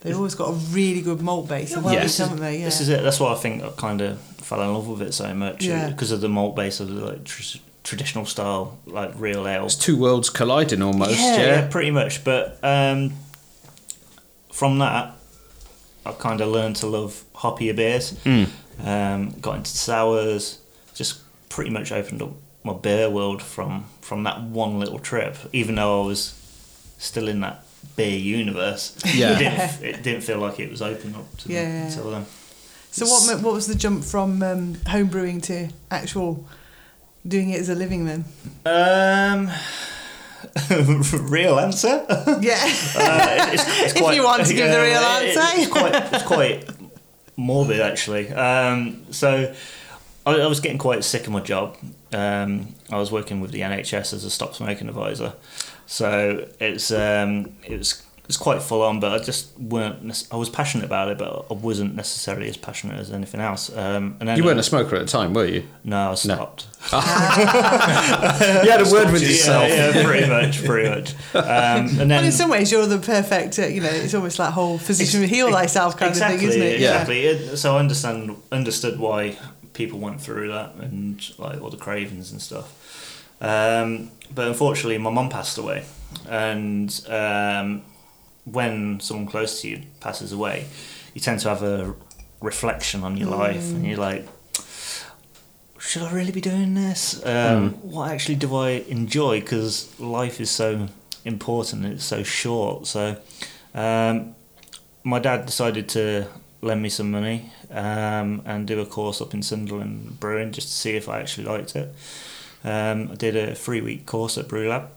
B: they've always got a really good malt base. Yeah,
A: well,
D: this is-
B: haven't they? Yeah.
D: This is it. That's why I think I kind of fell in love with it so much
B: Yeah.
D: because of the malt base of the like tr- traditional style, like real ale.
A: It's two worlds colliding almost.
D: yeah,
A: Yeah.
D: yeah, pretty much. But um, from that, I kind of learned to love hoppier beers.
A: Hmm.
D: Um, got into sours. Just pretty much opened up my beer world from from that one little trip. Even though I was still in that beer universe,
A: Yeah.
D: it, didn't, it didn't feel like it was open up to me
B: Yeah.
D: until then.
B: so what? ma- What was the jump from um, home brewing to actual doing it as a living then? [laughs]
D: Um, [laughs] real answer. Uh,
B: Yeah.
D: it's, it's
B: [laughs] If you want to give the real
D: it- it-
B: answer.
D: it's quite, it's quite morbid actually. Um, so I, I was getting quite sick of my job. Um, I was working with the NHS as a stop smoking advisor, so it's um, it was it's quite full on. But I just weren't. nec- I was passionate about it, but I wasn't necessarily as passionate as anything else. Um, and then
A: You weren't a smoker at the time, were you?
D: no,
A: [laughs]
D: I stopped.
A: You had a word with
D: Yeah,
A: yourself.
D: Yeah, pretty much, pretty much. Um, and then
B: Well, in some ways, you're the perfect. Uh, you know, it's almost like whole physician heal thyself kind
D: exactly,
B: of thing, isn't it?
D: Exactly. It- so I understand understood why people went through that and like all the cravings and stuff. Um, but unfortunately, my mum passed away, and um, when someone close to you passes away, you tend to have a reflection on your life, and you're like. Should I really be doing this? Um, What actually do I enjoy? Because life is so important; it's so short. So, um, my dad decided to lend me some money um, and do a course up in Sunderland Brewing just to see if I actually liked it. Um, I did a three week course at Brew Lab.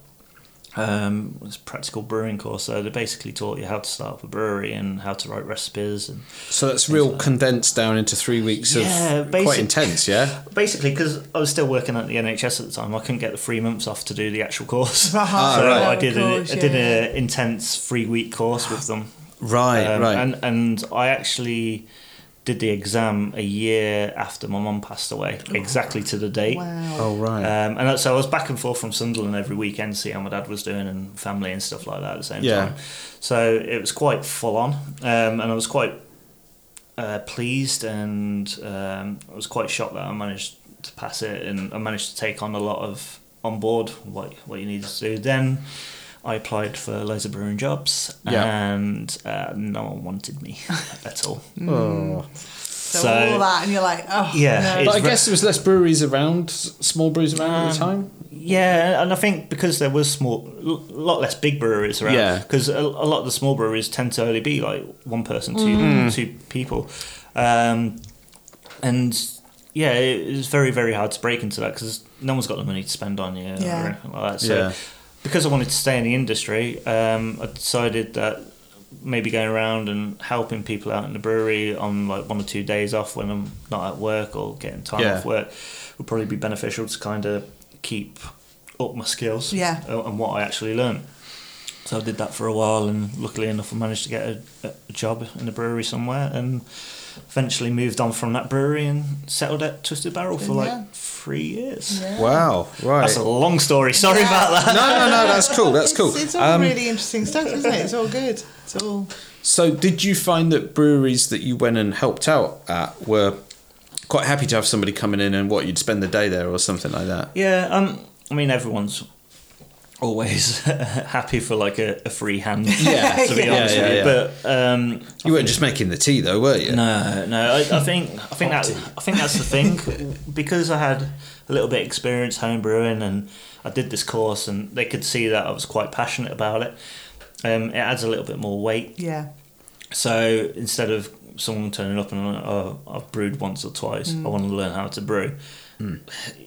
D: Um, it was a practical brewing course, so they basically taught you how to start up a brewery and how to write recipes and
A: So that's real condensed down into three weeks
D: Yeah,
A: of quite
D: basic-
A: intense. Yeah.
D: basically because I was still working at the NHS at the time, I couldn't get the three months off to do the actual course.
B: Right. [laughs] Ah,
D: so
B: right.
D: I did
B: Of
D: an,
B: course,
D: I did
B: yeah.
D: an intense three week course with them.
A: Right.
D: Um,
A: right.
D: And and I actually did the exam a year after my mum passed away, exactly to the date.
B: Wow.
A: oh right.
D: Um, and so I was back and forth from Sunderland every weekend, see how my dad was doing and family and stuff like that at the same
A: Yeah.
D: time. So it was quite full on, um, and I was quite uh, pleased, and um, I was quite shocked that I managed to pass it, and I managed to take on a lot of on board what what you needed to do. Then I applied for loads of brewing jobs,
A: Yeah.
D: and uh, no one wanted me [laughs] at all.
A: Oh.
B: So,
D: so-
B: all that, and you're like, oh
D: Yeah,
B: no.
D: it's
A: But I
D: ve-
A: guess there was less breweries around, s- small breweries around at the time.
D: Yeah, and I think because there was small, a lot less big breweries around.
A: Yeah.
D: Because a, a lot of the small breweries tend to only be like one person, two
A: Mm.
D: two people, um, and yeah, it was very very hard to break into that because no one's got the money to spend on you
B: Yeah.
D: or anything like that. So
A: Yeah.
D: because I wanted to stay in the industry, um, I decided that maybe going around and helping people out in the brewery on like one or two days off when I'm not at work or getting time
A: Yeah.
D: off work would probably be beneficial to kind of keep up my skills
B: Yeah.
D: and what I actually learned. So I did that for a while, and luckily enough, I managed to get a, a job in a brewery somewhere, and eventually moved on from that brewery and settled at Twisted Barrel for
B: Yeah.
D: like three years.
A: Wow, right.
D: That's a long story. Sorry
B: Yeah.
D: about that.
A: no, no, no, that's cool. That's
B: [laughs] It's-
A: cool.
B: It's, all
A: Um,
B: really interesting stuff, isn't it? It's all good. It's all.
A: So, did you find that breweries that you went and helped out at were quite happy to have somebody coming in and what you'd spend the day there or something like that?
D: Yeah, um, I mean, everyone's always [laughs] happy for like a, a free hand.
A: Yeah.
D: to be
B: [laughs] Yeah,
D: honest
A: yeah,
D: with you.
A: yeah.
D: But um,
A: You weren't just making the tea though, were you?
D: No, no. I,
B: [laughs]
D: I think I think that I think that's the thing [laughs] because I had a little bit of experience home brewing and I did this course and they could see that I was quite passionate about it. Um, it adds a little bit more weight.
B: Yeah.
D: So instead of someone turning up and oh, I've brewed once or twice,
B: Mm.
D: I want to learn how to brew.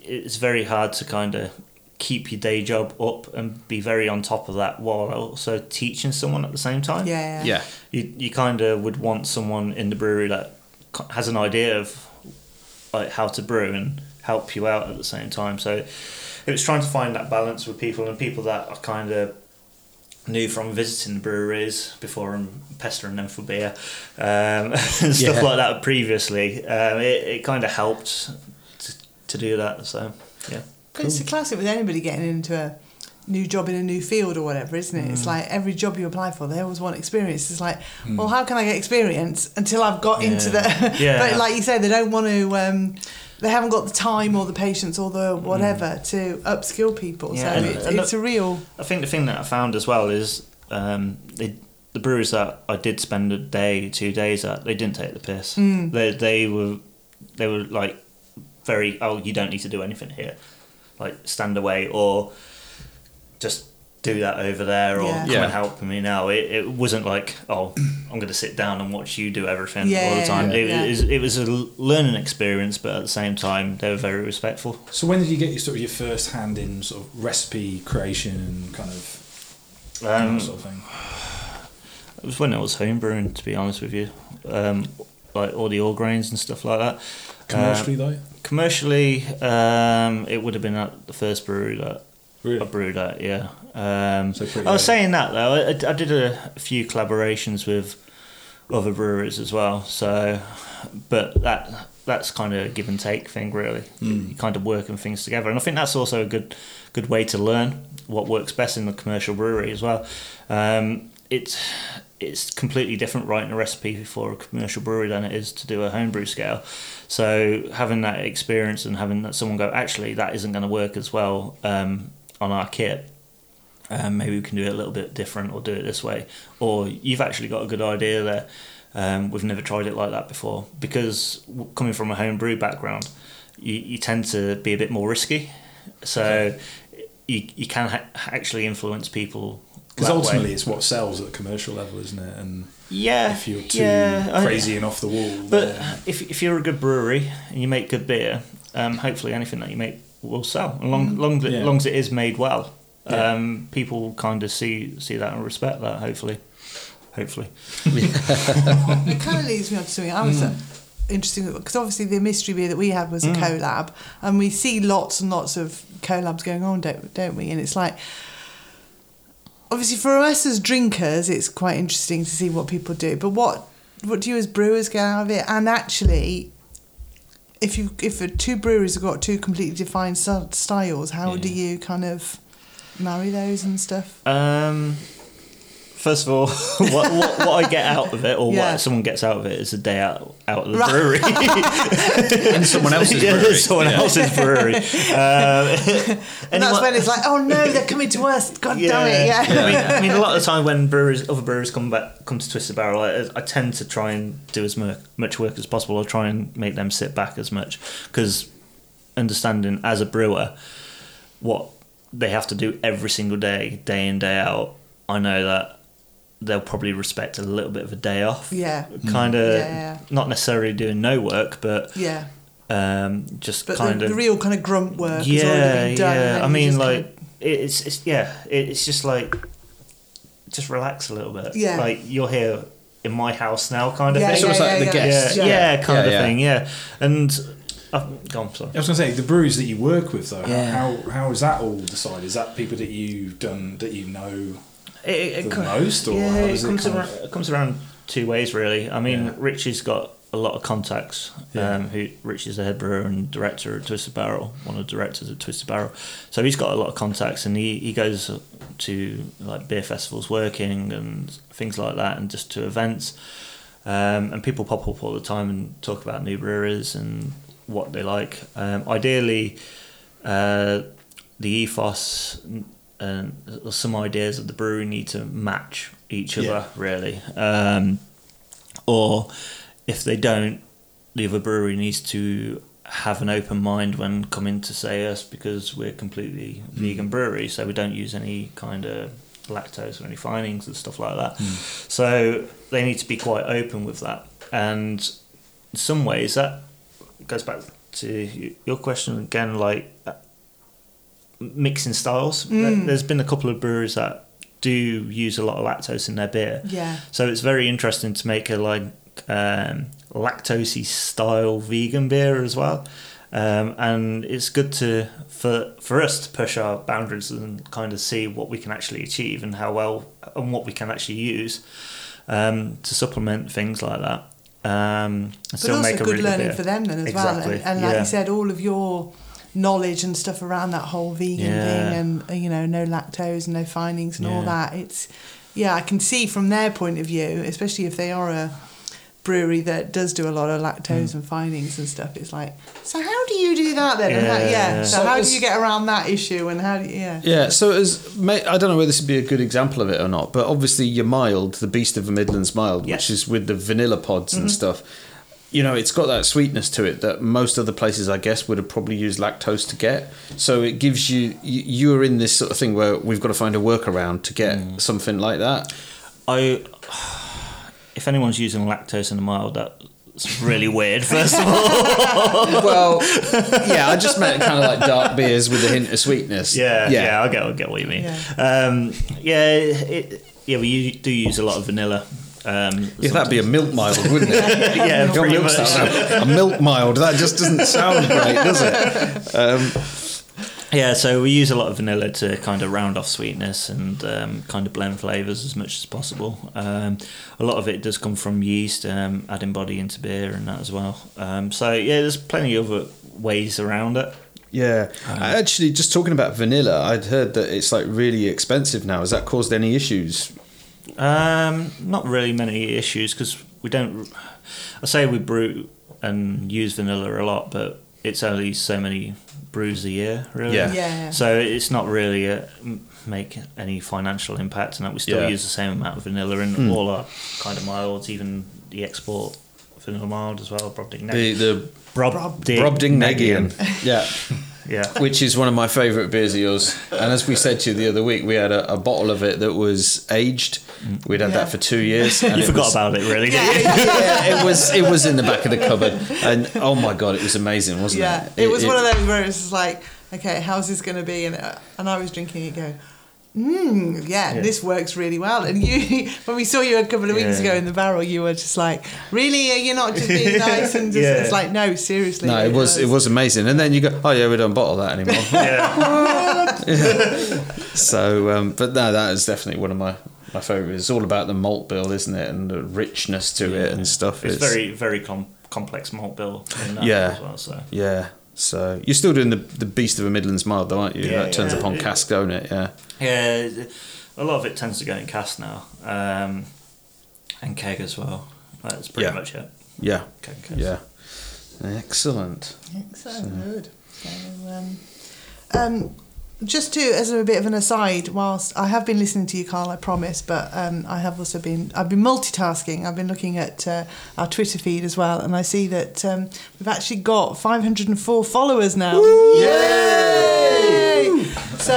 D: It's very hard to kind of keep your day job up and be very on top of that while also teaching someone at the same time
B: Yeah.
A: Yeah.
D: you you kind of would want someone in the brewery that c- has an idea of like how to brew and help you out at the same time. So it was trying to find that balance with people and people that I kind of knew from visiting the breweries before and pestering them for beer um, [laughs] and stuff
A: Yeah.
D: like that previously. Um, it it kind of helped to, to do that. So yeah.
B: But it's a classic with anybody getting into a new job in a new field or whatever, isn't it?
D: Mm.
B: It's like every job you apply for, they always want experience. It's like, well, how can I get experience until I've got into the? [laughs]
D: Yeah. Yeah.
B: but like you say, they don't want to. Um, they haven't got the time or the patience or the whatever to upskill people.
D: Mm. Yeah,
B: So
D: and-
B: it's,
D: and
B: it's a real.
D: I think the thing that I found as well is um, they, the brewers that I did spend a day, two days at, they didn't take the piss.
B: Hmm.
D: They they were they were like very oh you don't need to do anything here, like stand away or just do that over there or
B: Yeah.
D: come
A: Yeah.
D: and help me now. It, it wasn't like oh I'm going to sit down and watch you do everything all
B: Yeah,
D: the time. It,
B: yeah.
D: was, it was a learning experience, but at the same time they were very respectful.
C: So when did you get your sort of your first hand in sort of recipe creation and kind of
D: Um,
C: that sort of thing?
D: It was when I was homebrewing, to be honest with you. Um, like all the all grains and stuff like that.
C: Commercially
D: Um,
C: though,
D: commercially, um, it would have been at the first brewery that I
C: really.
D: brewed at, yeah. Um,
C: So pretty
D: I was
C: early.
D: saying that though, I- I, I did a, few collaborations with other breweries as well. So, but that that's kind of a give and take thing, really.
C: Hmm.
D: You kind of working things together, and I think that's also a good good way to learn what works best in the commercial brewery as well. Um, it's it's completely different writing a recipe for a commercial brewery than it is to do a homebrew scale. So having that experience and having that someone go, actually, that isn't going to work as well um, on our kit um, maybe we can do it a little bit different or do it this way or you've actually got a good idea there um, we've never tried it like that before because w- coming from a homebrew background you, you tend to be a bit more risky so you, you can ha- actually influence people
C: Because
D: that way.
C: ultimately, it's what sells at the commercial level, isn't it? And
D: yeah
C: if you're too
D: yeah, I-
C: crazy and off the wall,
D: but
C: then-
D: if, if you're a good brewery and you make good beer, um, hopefully anything that you make will sell. And long, long,
C: Yeah.
D: long as it is made well,
C: Yeah.
D: um, people kind of see see that and respect that. Hopefully, hopefully.
B: It kind of leads me on to something I was uh, interesting because obviously the mystery beer that we had was a collab, and we see lots and lots of collabs going on, don't don't we? And it's like. Obviously, for us as drinkers, it's quite interesting to see what people do. But what what do you as brewers get out of it? And actually, if you if the two breweries have got two completely defined st- styles, how do you kind of marry those and stuff?
D: Um, first of all, [laughs] what, what, what I get out of it, or
B: Yeah.
D: what someone gets out of it, is a day out out of the
B: Right.
D: brewery.
A: And someone else's
D: [laughs] Yeah,
A: brewery.
D: someone
A: Yeah.
D: else's brewery. Um,
B: And that's
D: anyone-
B: when it's like, oh no, they're coming to us!
D: [laughs]
B: God damn it! Yeah,
D: I, mean, I mean,
B: [laughs]
D: a lot of the time when brewers, other brewers come back, come to Twisted Barrel, I, I tend to try and do as mu- much work as possible. I try and make them sit back as much because understanding as a brewer what they have to do every single day, day in day out, I know that they'll probably respect a little bit of a day off.
B: Yeah.
D: kind of
B: Yeah.
D: not necessarily doing no work, but
B: yeah.
D: um, just
B: But
D: kind
B: the,
D: of
B: the real kind of grunt work yeah, has already been done. and
D: yeah.
B: then
D: I
B: you
D: mean,
B: just
D: like
B: kind
D: it's it's yeah, it, it's just like just relax a little bit.
B: Yeah.
D: like you're here in my house now, kind of
B: Yeah,
A: It's
D: thing.
A: almost like
B: yeah,
A: the
B: yeah, yeah.
A: guest.
D: yeah, yeah, kind
A: Yeah,
D: of
A: yeah.
D: thing. Yeah, and I've gone. Sorry.
C: I was going to say the breweries that you work with though.
D: Yeah.
C: How how is that all decided? Is that people that you've done that you know?
D: It, it,
C: The
D: co-
C: most, or
D: yeah,
C: how
D: it
C: does it
D: comes
C: kind
D: around.
C: of-
D: It comes around two ways, really. I mean,
C: Yeah.
D: Richie's got a lot of contacts.
C: Yeah.
D: Um, who Richie's the head brewer and director at Twisted Barrel, one of the directors at Twisted Barrel. So he's got a lot of contacts, and he, he goes to like beer festivals, working and things like that, and just to events. Um, and people pop up all the time and talk about new breweries and what they like. Um, ideally, uh, the ethos n- and some ideas of the brewery need to match each other,
C: Yeah.
D: really. Um, or if they don't, the other brewery needs to have an open mind when coming to say us because we're completely vegan brewery, so we don't use any kind of lactose or any findings and stuff like that. So they need to be quite open with that. And in some ways, that goes back to y- your question again, like uh, mixing styles. There- There's been a couple of breweries that do use a lot of lactose in their beer.
B: Yeah.
D: So it's very interesting to make a like um, lactosey style vegan beer as well. Um, and it's good to for for us to push our boundaries and kind of see what we can actually achieve and how well and what we can actually use um, to supplement things like that. Um, and
B: But also good
D: really
B: learning
D: beer.
B: for them then as well. And, and like
D: yeah.
B: you said, all of your knowledge and stuff around that whole vegan
D: Yeah.
B: thing and, uh, you know, no lactose and no findings and all
D: Yeah.
B: that. It's, yeah, I can see from their point of view, especially if they are a brewery that does do a lot of
D: Hmm.
B: lactose and findings and stuff, it's like, so how do you do that then? And how-
D: Yeah.
B: yeah. So,
A: So
B: how do
A: it's-
B: you get around that issue and how do you, yeah.
A: Yeah, so as ma- I don't know whether this would be a good example of it or not, but obviously your mild, the Beast of the Midlands mild,
D: Yes.
A: which is with the vanilla pods and stuff. You know, it's got that sweetness to it that most other places, I guess, would have probably used lactose to get. So it gives you, you you're in this sort of thing where we've got to find a workaround to get something like that.
D: I, [sighs] if anyone's using lactose in a mild, that's [laughs] really weird. First
A: [laughs]
D: of all,
A: well, yeah, I just meant kind of like dark beers with a hint of sweetness.
D: yeah, yeah, I get, I get what you mean. Yeah, um, yeah, it, yeah. We u- do use a lot of vanilla. Um,
A: Yeah, that'd be a milk mild, wouldn't it? [laughs]
D: yeah,
A: Your
D: pretty
A: milk's
D: much.
A: not- a milk mild. That just doesn't sound great, does it? Um,
D: Yeah, so we use a lot of vanilla to kind of round off sweetness and um, kind of blend flavors as much as possible. Um, a lot of it does come from yeast, um, adding body into beer and that as well. Um, so yeah, there's plenty of other ways around it.
A: yeah,
D: Um,
A: I actually, just talking about vanilla, I'd heard that it's like really expensive now. Has that caused any issues?
D: Um, not really many issues because we don't. I say we brew and use vanilla a lot, but it's only so many brews a year, really.
A: Yeah.
B: Yeah.
D: So it's not really a, m- make any financial impact, and that we still
A: Yeah. Hmm.
D: use the same amount of vanilla in all our kind of milds, even the export vanilla mild as well, Brobding
A: The
D: Neg-
A: the
D: Brob-
A: Brobding Negian. [laughs] Yeah. [laughs]
D: Yeah.
A: Which is one of my favourite beers of yours. And as we said to you the other week, we had a, a bottle of it that was aged. We'd had
B: Yeah.
A: that for two years. and
D: Mm. You
A: it
D: forgot
A: was-
D: about it, really, didn't you?
A: [laughs] yeah, it was it was in the back of the cupboard, and oh my god, it was amazing, wasn't
B: Yeah,
A: it?
B: it, was one of those where it was just like, okay, how's this going to be? And uh, and I was drinking it, going, mm, yeah,
D: Yeah.
B: this works really well. And you, [laughs] when we saw you a couple of weeks
D: Yeah.
B: ago in the barrel, you were just like, really, are you not just being nice?
A: [laughs]
B: And just,
D: Yeah.
B: it's like, no, seriously.
A: No, it was it was amazing, and then you go, oh yeah, we don't bottle that
D: [laughs]
A: anymore. [laughs] So, um, but no, that is definitely one of my my favourite. It's all about the malt bill, isn't it, and the richness to it and stuff.
D: It's, very, very com- complex malt bill. In that
A: Yeah.
D: As well, so.
A: yeah. So you're still doing the the Beast of a Midlands Mild, though, aren't you?
D: Yeah,
A: that turns
D: yeah.
A: upon cask, don't it? Yeah.
D: Yeah, a lot of it tends to go in cast now, um, and keg as well. That's pretty
A: Yeah.
D: much it.
A: Yeah.
D: Keg and
A: Yeah. Excellent.
B: Excellent. Good. So, um, um, just to, as a bit of an aside, whilst I have been listening to you, Carl, I promise, but um, I have also been, I've been multitasking. I've been looking at uh, our Twitter feed as well, and I see that um, we've actually got 504 followers now. Yay! So,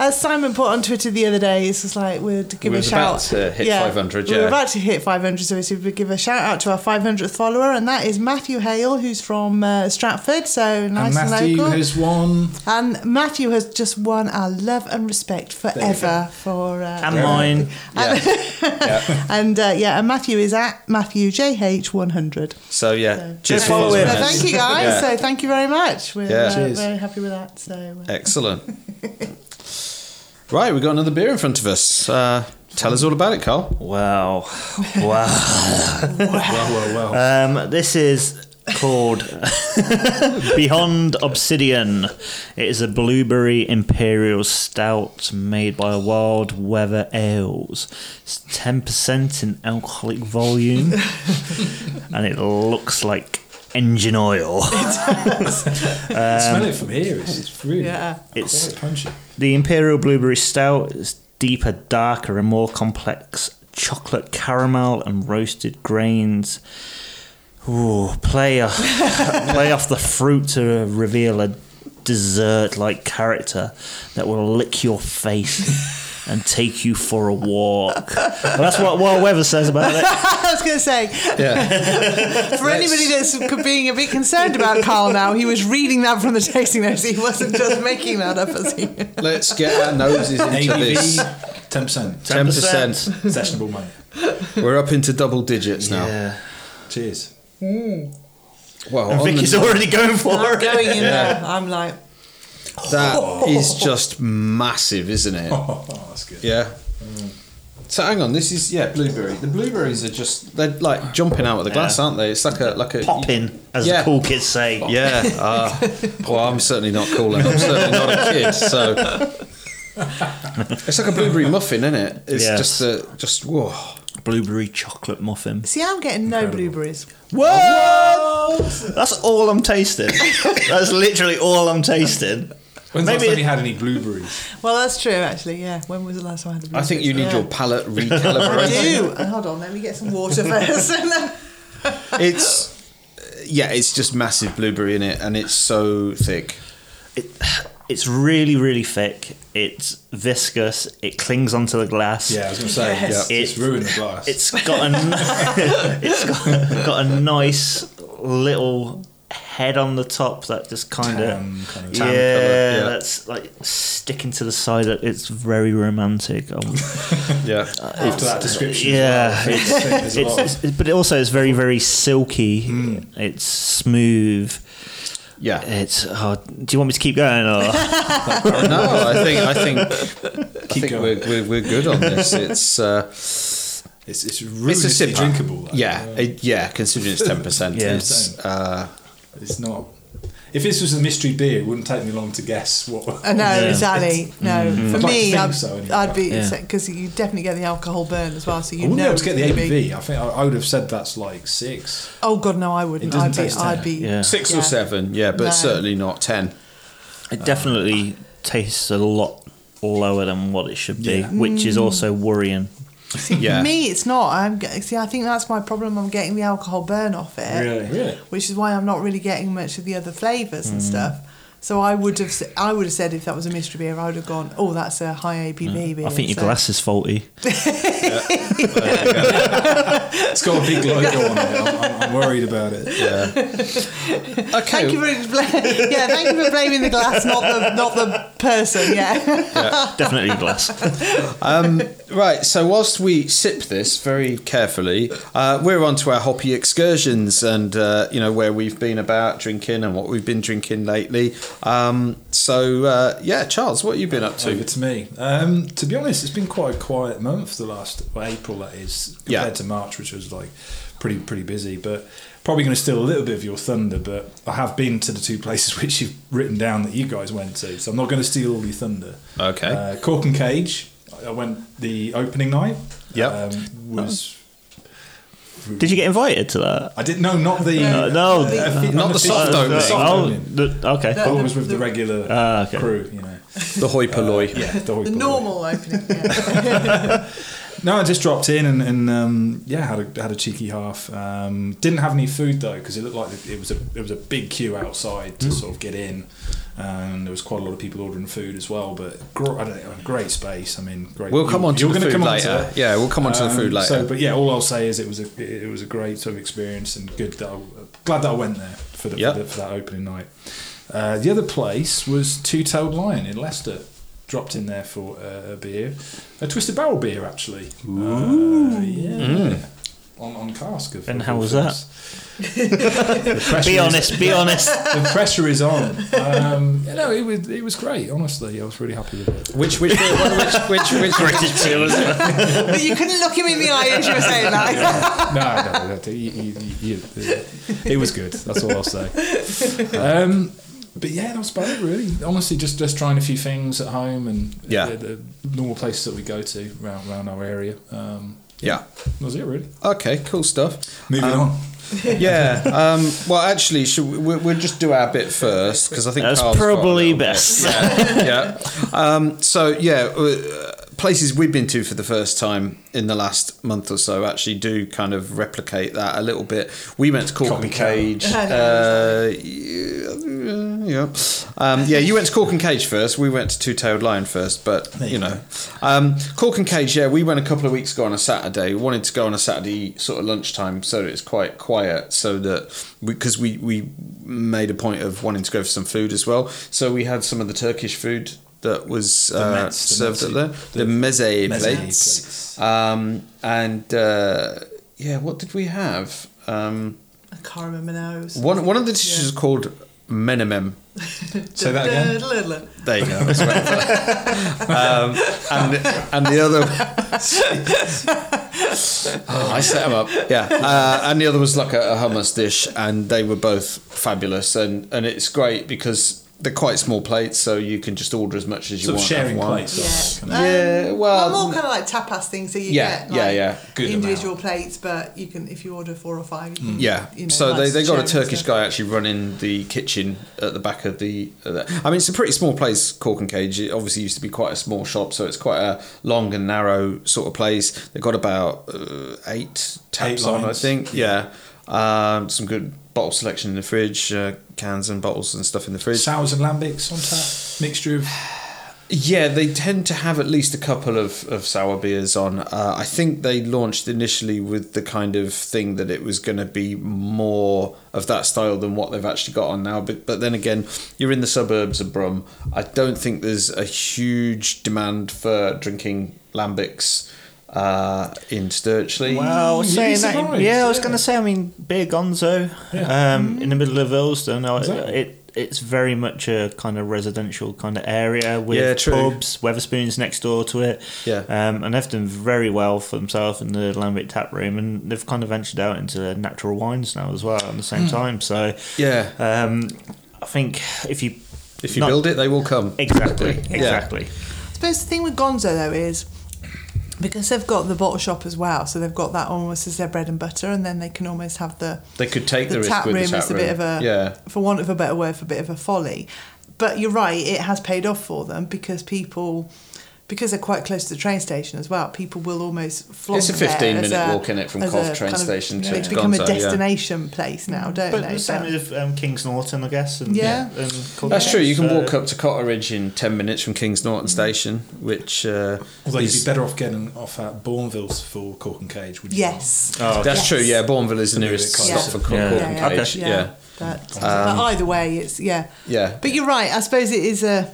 B: as Simon put on Twitter the other day, it's just like, we're to give
A: We
B: a
A: was
B: shout.
A: about to hit 500,
B: We were
A: yeah.
B: about to hit 500, so we should give a shout out to our 500th follower, and that is Matthew Hale, who's from uh, Stratford, so nice and,
C: Matthew
B: local.
C: has won.
B: And Matthew has just won our love and respect
C: you go.
B: forever for. Uh,
D: And mine.
A: Yeah.
B: [laughs] and uh, yeah, and Matthew is at Matthew JH100.
A: so yeah. Cheers.
D: Just follow
A: for
D: him.
A: those,
B: So
A: man.
B: thank you guys.
A: Yeah.
B: So thank you very much. We're
A: Yeah.
B: uh,
C: Cheers.
B: very happy with that. So uh,
A: Excellent. Right, we've got another beer in front of us. Uh, tell us all about it,
D: [laughs]
A: Carl.
D: Wow. Wow.
C: Well, well, well.
D: Um, this is called [laughs] Beyond Obsidian. It is a blueberry imperial stout made by Wild Weather Ales. It's 10% in alcoholic [laughs] volume and it looks like engine oil.
C: Smell it from here. It's, it's really
B: Um, Yeah. [laughs]
D: It's
C: quite punchy.
D: The Imperial Blueberry Stout is deeper, darker, and more complex chocolate caramel and roasted grains. Ooh, play off, [laughs] play off the fruit to reveal a dessert like character that will lick your face [laughs] and take you for a walk. Well, that's what Wild Weather says about it. [laughs]
B: I was going to say,
A: Yeah.
B: for anybody that's c- being a bit concerned about Carl now, he was reading that from the tasting notes. He wasn't just making that up, as he?
A: Let's get our noses into this.
C: ABV, ten percent.
A: 10%.
C: Sessionable money.
A: We're up into double digits now.
D: Yeah.
C: Cheers. [laughs]
A: Well,
D: And
A: on
D: Vicky's
A: the-
D: already going for
B: I'm
D: it.
B: going in there. I'm like,
A: that is just massive, isn't it?
C: Oh, that's good.
A: Yeah. So hang on, this is yeah blueberry. The blueberries are just they're like jumping out of the glass,
D: Yeah.
A: aren't they? It's like a like a
D: Popping, as
A: Yeah.
D: the cool kids say.
A: [laughs] Yeah. ah. well, I'm certainly not cool, and I'm certainly not a kid. So it's like a blueberry muffin, isn't it? It's
D: Yes.
A: just a just whoa.
D: Blueberry chocolate muffin.
B: see, I'm getting no blueberries.
D: What? That's all
C: [laughs]
D: I'm tasting. That's literally all I'm tasting.
C: When's the last
D: Maybe
C: time
D: it-
C: you had any blueberries?
B: Well, that's true, actually. Yeah. When was the last time I had the
A: I
B: blueberries?
A: think you need
B: Yeah.
A: your palate
B: I
A: recalibrated.
B: do. Uh, Hold on, let me get some
C: [laughs]
B: water first. [laughs]
A: It's yeah, it's just massive blueberry in it, and it's so thick.
D: It, it's really, really thick. It's viscous. It clings onto the glass.
C: Yeah, I was going to say.
A: Yes.
C: Yeah, it's,
D: It's-
C: ruined the glass.
D: It's got a, n- [laughs] it's got, got a nice little head on the top that just kind of.
C: Tan Um, kind of-
D: yeah,
A: Tan colour, yeah.
D: that's like sticking to the side. It's very romantic. Um,
C: [laughs]
A: Yeah,
C: after that description.
D: yeah,
C: as well. It's, Hmm.
D: it's, it's, but it also it's very, very silky. It's smooth.
A: yeah.
D: It's. Oh, do you want me to keep going? Or?
A: [laughs] No, I think I think I think
C: going.
A: we're, we're we're good on this. It's. Uh,
C: it's, it's
A: it's a
C: ruinously
A: sipper.
C: drinkable. like,
A: yeah, it- yeah. Considering it's ten percent,
D: Yeah.
A: it's uh,
C: It's not. If this was a mystery beer, it wouldn't take me long to guess what.
B: [laughs] Uh, no, exactly. No, for
C: mm, I'd like to
B: me,
C: think
B: I'd,
C: so, anyway.
B: I'd be
D: Yeah.
B: because you definitely get the alcohol burn as well, so
C: I
B: you
C: wouldn't
B: know
C: be able to get the
B: it's gonna be-
C: ABV. I think I, I would have said that's like six.
B: Oh God, no, I
C: It
B: wouldn't.
C: doesn't
B: I'd be,
C: taste ten.
B: I'd be.
D: Yeah.
A: six
B: Yeah.
A: or seven. Yeah, but
B: No.
A: certainly not ten.
D: It definitely tastes a lot lower than what it should be,
C: Yeah.
D: which is also worrying.
A: Yeah,
B: For me, it's not. I'm ge- see. I think that's my problem. I'm getting the alcohol burn off it,
C: Really?
B: which is why I'm not really getting much of the other flavors and stuff. So I would have, s- I would have said if that was a mystery beer, I would have gone, oh, that's a high ABV beer.
D: I think your
B: so-
D: glass is faulty.
C: It's got a big logo on it. I'm, I'm, I'm worried about it.
A: yeah. Okay.
B: Thank you for bla- [laughs] yeah, thank you for blaming the glass, not the not the person. Yeah,
D: Definitely [laughs] glass.
A: Right, so whilst we sip this very carefully, uh, we're on to our hoppy excursions and, uh, you know, where we've been about drinking and what we've been drinking lately. Um, so, uh, yeah, Charles, what have you been up
C: Over
A: to?
C: to me. Um, to be honest, it's been quite a quiet month. The last well, April, that is, compared
A: Yeah.
C: to March, which was like pretty pretty busy. But probably going to steal a little bit of your thunder. But I have been to the two places [laughs] which you've written down that you guys went to, so I'm not going to steal all your thunder.
A: Okay.
C: Uh, Cork and Cage. I- I went the opening night.
A: Yep.
C: Um, was
D: Did you get invited to that?
C: I didn't. No, not the.
D: Uh, no.
A: Not the soft
C: official-
A: opening.
C: the soft
D: oh,
C: opening.
D: the- okay.
B: No.
C: That one was with the regular
D: Ah, okay.
C: crew, you know.
A: The hoi polloi.
C: Uh, Yeah, the,
B: the
C: hoi polloi.
B: normal opening. Yeah.
C: No, I just dropped in and, and um, yeah, had a had a cheeky half. Um, didn't have any food though because it looked like it was a it was a big queue outside to
A: Mm.
C: sort of get in, and there was quite a lot of people ordering food as well. But gr- I don't know, great space. I mean, great.
A: We'll come on to
C: you're
A: the
C: gonna
A: food
C: come on
A: later.
C: to it.
A: Yeah, we'll come on to the food later.
C: Um, So, but yeah, all I'll say is it was a it was a great sort of experience and good that I, glad that I went there for the,
A: Yep.
C: for, the for that opening night. Uh, the other place was Two Tailed Lion in Leicester. Dropped in there
A: Mm.
C: for uh, a beer, a Twisted Barrel beer actually. Uh, yeah. on, on cask. Of,
D: And
C: of
D: how
C: all
D: was [laughs]
C: things. the pressure
D: Be
C: is-
D: honest, be honest.
C: The pressure is on. Um, you know, it was it was great. Honestly, I was really happy with it.
A: Which which
C: [laughs]
A: which which which, which,
B: but you couldn't look him in the eye as you were saying that.
C: no, no, no you, you, you, you- it was good. That's all I'll say. Um, but yeah, that was about it, really. Honestly, just just trying a few things at home and
A: Yeah.
C: the, the normal places that we go to around, around our area. Um,
A: yeah.
C: that was it, really.
A: Okay, cool stuff.
C: Moving on.
A: Yeah. Um, well, actually, should we, we- we'll just do our bit first because I think
D: That's
A: Carl's got a
D: probably
A: little bit.
D: [laughs] best.
A: yeah. Um, so yeah, uh, places we've been to for the first time in the last month or so actually do kind of replicate that a little bit. We went to Cork and Cage. Uh, yeah, um, yeah. You went to Cork and Cage first. We went to Two Tailed Lion first, but you know, um, Cork and Cage. Yeah, we went a couple of weeks ago on a Saturday. We wanted to go on a Saturday sort of lunchtime, so that it's quite quiet, so that because we, we made a point of wanting to go for some food as well. So we had some of the Turkish food that was uh,
C: mets, the
A: served
C: mets,
A: up there, the,
C: the-
A: meze,
C: meze
A: plates.
C: plates.
A: Um, and uh, yeah, what did we have? Um,
B: I can't remember now.
A: one one of the dishes is called menemem.
C: Say that again.
A: There you go. That's what I thought. um, and and the other. Oh, I set them up. Yeah, uh, and the other was like a, a hummus dish, and they were both fabulous, and and it's great because they're quite small plates, so you can just order as much as you
C: Sort of
A: want.
C: sharing
A: of one.
C: plates.
B: Yeah. Um,
C: Sort of,
A: Yeah, well-
B: well, more kind of like tapas things that you
A: Yeah,
B: get.
A: yeah,
B: like
A: yeah.
C: Good
B: individual plates, but you can if you order four or five. You can,
A: Mm. Yeah.
B: Mm. you know,
A: so
B: nice
A: they, they got a
B: sharing
A: Turkish
B: stuff.
A: guy actually running the kitchen at the back of the. of the- I mean, it's a pretty small place, Cork and Cage. It obviously used to be quite a small shop, so it's quite a long and narrow sort of place. They've got about uh, eight taps
C: Eight
A: on, I
C: lines.
A: think. Yeah. Um, some good bottle selection in the fridge, uh, cans and bottles and stuff in the fridge.
C: Sours and lambics on tap. Mixture of
A: Yeah, they tend to have at least a couple of, of sour beers on. Uh, I think they launched initially with the kind of thing that it was going to be more of that style than what they've actually got on now. But, but then again, you're in the suburbs of Brum. I don't think there's a huge demand for drinking lambics uh, in Sturchley.
C: You'd
D: Well,
C: be
D: saying that,
C: surprised,
D: yeah, I was
C: yeah.
D: going to say. I mean, Beer Gonzo, um, in the middle of Ilston, I-
C: Exactly.
D: it it's very much a kind of residential kind of area with
A: Yeah, true.
D: pubs, Weatherspoons next door to it.
A: Yeah.
D: um, and they've done very well for themselves in the Lambic tap room, and they've kind of ventured out into natural wines now as well at the
A: Hmm.
D: same time. So,
A: Yeah.
B: Uh,
D: um, I think if you
A: If you
D: not-
A: build it, they will come.
D: exactly,
A: Yeah.
D: exactly,
B: I suppose the thing with Gonzo though is because they've got the bottle shop as well, so they've got that almost as their bread and butter, and then they can almost have the
A: They could take the,
B: the
A: risk
B: tap
A: with
B: room
A: the tap
B: is a
A: room.
B: bit of a,
A: yeah.
B: for want of a better word, for a bit of a folly. But you're right, it has paid off for them because people, because they're quite close to the train station as well, people will almost flock
A: It's a
B: there
A: 15
B: as
A: minute
B: a-
A: walk, innit, from
B: as
A: Cov
B: a
A: train station to
B: It's become
A: Gonzo,
B: a
A: yeah.
B: destination place now, don't
D: but
B: they?
D: the same
B: So-
D: with um, Kings Norton, I guess. And,
B: Yeah.
D: and
A: That's true. You can
D: so-
A: walk up to Cotteridge in ten minutes from Kings Norton Station, which uh,
C: Although you'd
A: is,
C: be better off getting off at Bourneville's for Cork and Cage, would you? not?
B: yes.
D: Oh,
A: that's
B: Yes.
A: true. Yeah, Bourneville is the nearest
C: Yeah.
A: stop for Cork
D: Yeah.
A: Cork and
D: Yeah.
A: Cage. Yeah, yeah. Um,
B: That- but either way, it's yeah.
A: Yeah.
B: But you're right. I suppose it is a.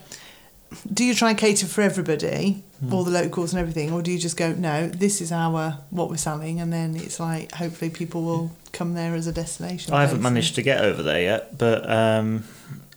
B: Do you try and cater for everybody,
D: Hmm.
B: all the locals and everything, or do you just go no? This is our what we're selling, and then it's like hopefully people will come there as a destination.
D: I haven't
B: place.
D: managed to get over there yet, but um,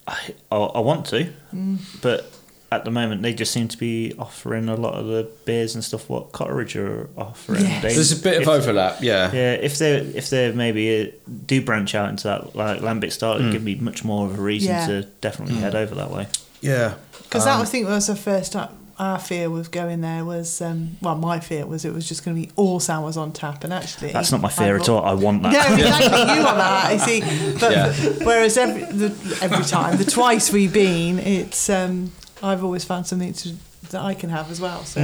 D: I, I, I want to.
B: Mm.
D: But at the moment, they just seem to be offering a lot of the beers and stuff what Cotteridge are offering.
B: Yes.
D: They-
A: There's a bit
D: if-
A: of overlap. Yeah.
D: Yeah, if they if they maybe uh, do branch out into that like lambic style,
A: Mm.
D: it'd give me much more of a reason
B: Yeah.
D: to definitely head over that way.
A: yeah,
B: Because
D: um,
B: that I think was the first time our fear was going there was um, well my fear was it was just going to be all sours on tap and actually
D: That's not my
B: I
D: fear at
B: thought-
D: all. I want that.
B: No,
D: [laughs]
B: exactly. you want that, you see. But
A: Yeah.
B: whereas every the, every time, the twice we've been, it's um, I've always found something to, that I can have as well. So,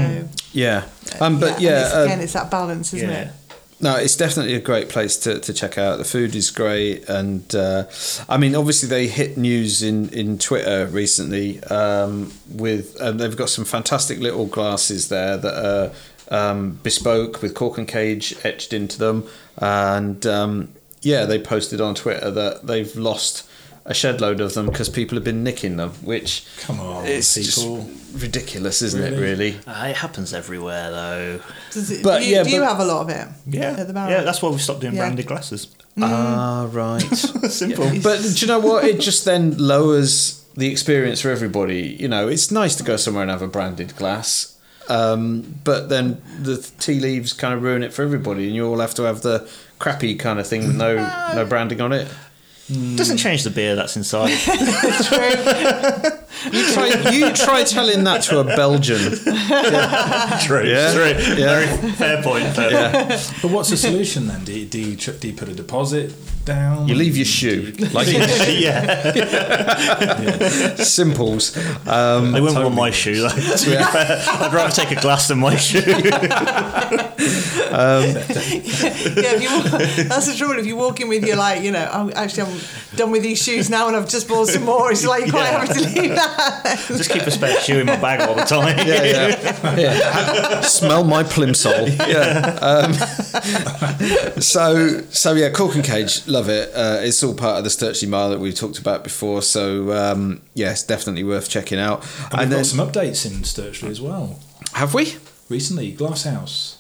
A: yeah. Mm. Um, but
B: and
A: yeah,
B: it's,
A: uh,
B: again, it's that balance, isn't
D: yeah.
B: it?
A: No, it's definitely a great place to, to check out. The food is great, and uh, I mean, obviously they hit news in in Twitter recently um, with, and they've got some fantastic little glasses there that are um, bespoke with cork and cage etched into them, and um, yeah, they posted on Twitter that they've lost a shed load of them because people have been nicking them, which
C: Come on,
A: it's
C: people.
A: just ridiculous, isn't it?
C: Really?
A: Really,
D: Ah, it happens everywhere, though.
B: Does it,
A: But,
B: do you,
A: yeah,
B: do you
A: but-
B: have a lot of it?
C: Yeah.
B: At the barrel?
D: Yeah, that's why we stopped doing
B: Yeah. [laughs]
D: branded glasses.
C: Mm.
A: ah, right.
D: Simple.
A: But do you know what? It just then lowers the experience for everybody. You know, it's nice to go somewhere and have a branded glass, um, but then the tea leaves kind of ruin it for everybody, and you all have to have the crappy kind of thing with no no branding on it.
D: Doesn't change the beer that's
B: [laughs]
D: inside.
A: You try, you try telling that to a Belgian.
D: True.
A: Yeah.
D: True.
A: Yeah.
D: Very fair point. Fair point.
C: But what's the solution then? Do you, do, you, tr- do you put a deposit down?
A: You leave your shoe
C: [laughs]
A: like
D: [laughs] Yeah.
A: simples. Um,
D: They wouldn't want my shoe though. [laughs] To be
A: Yeah.
D: fair, I'd rather take a glass
A: [laughs]
D: than my shoe.
B: yeah, if you walk, that's the trouble. If you walk in with your like, you know, I'm actually I'm done with these shoes now, and I've just bought some more. It's like you're quite
D: Yeah.
B: happy to leave that.
D: Just keep a spare shoe in my bag all the time.
A: yeah, yeah. [laughs] yeah. Smell my plimsoll. [laughs] Yeah. Um, [laughs] so, so yeah, Cork and Cage, love it. Uh, it's all part of the Sturchley Mile that we talked about before. So, um, yeah, it's definitely worth checking out.
C: And
A: And,
C: we've
A: then,
C: got some updates in Sturchley as well.
A: have we?
C: Recently, Glasshouse.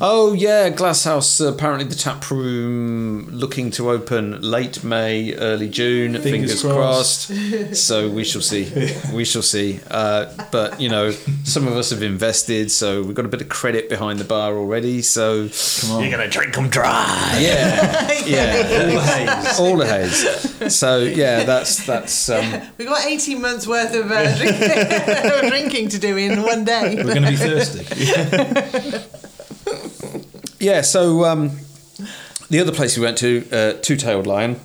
A: Oh yeah, Glasshouse. Uh, apparently, the tap room looking to open late May, early June. Fingers,
C: Fingers
A: crossed.
C: crossed. [laughs]
A: so we shall see. We shall see. Uh, but you know, some of us have invested, so we've got a bit of credit behind the bar already. So
C: Come on.
D: You're gonna drink them dry.
A: yeah,
C: [laughs]
A: yeah,
C: [laughs] All the haze.
A: all the haze. So yeah, that's that's. Um,
B: We've got 18 months worth of uh, drinking, [laughs] drinking to do in one day.
C: We're going to
A: [laughs]
C: be thirsty.
A: yeah, so um, the other place we went to, uh, Two Tailed Lion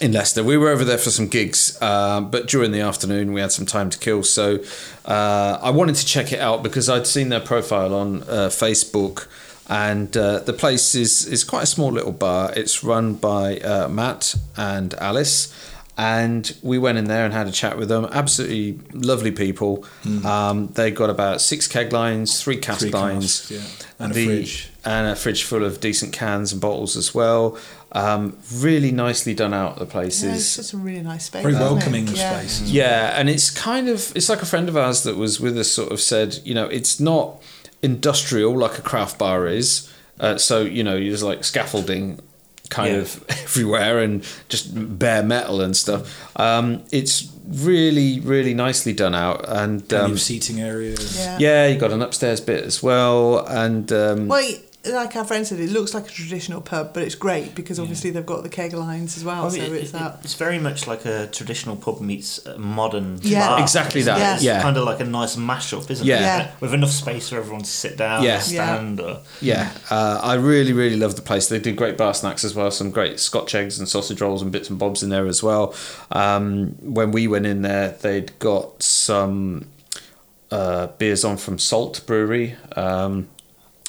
A: in Leicester, we were over there for some gigs, uh, but during the afternoon we had some time to kill. So uh, I wanted to check it out because I'd seen their profile on uh, Facebook. And uh, the place is, is quite a small little bar. It's run by uh, Matt and Alice. And we went in there and had a chat with them. Absolutely lovely people. Um, they got about six keg lines, three cast
C: Hmm. Three
A: lines,
C: casks, yeah. And a fridge.
A: and a fridge full of decent cans and bottles as well. Um, really nicely done out. The place
B: Yeah, it's
A: is
B: just a really nice space.
C: Very
B: isn't it?
C: welcoming of
B: Yeah.
C: space.
A: yeah, and it's kind of it's like a friend of ours that was with us sort of said, you know, it's not industrial like a craft bar is. Uh, so you know, there's like scaffolding kind
D: Yeah.
A: of [laughs] everywhere and just bare metal and stuff. Um, it's really, really nicely done out, and
C: Plenty
A: um,
C: of seating areas.
B: Yeah.
A: yeah, you got an upstairs bit as well, and um,
B: Well, y- like our friend said, it looks like a traditional pub, but it's great because obviously they've got the keg lines as well.
D: Oh,
B: so
D: it-
B: it's
D: it-
B: that.
D: it's very much like a traditional pub meets a modern
B: Yeah.
D: bar.
A: Exactly
D: isn't it?
B: that,
D: It's
A: yeah.
D: kind of like a nice mashup, isn't
A: Yeah.
D: it?
B: Yeah.
D: With enough space for everyone to sit down,
A: Yeah.
D: or stand, or
A: Yeah, uh, I really, really love the place. They do great bar snacks as well, some great Scotch eggs and sausage rolls and bits and bobs in there as well. Um, when we went in there, they'd got some uh, beers on from Salt Brewery, um,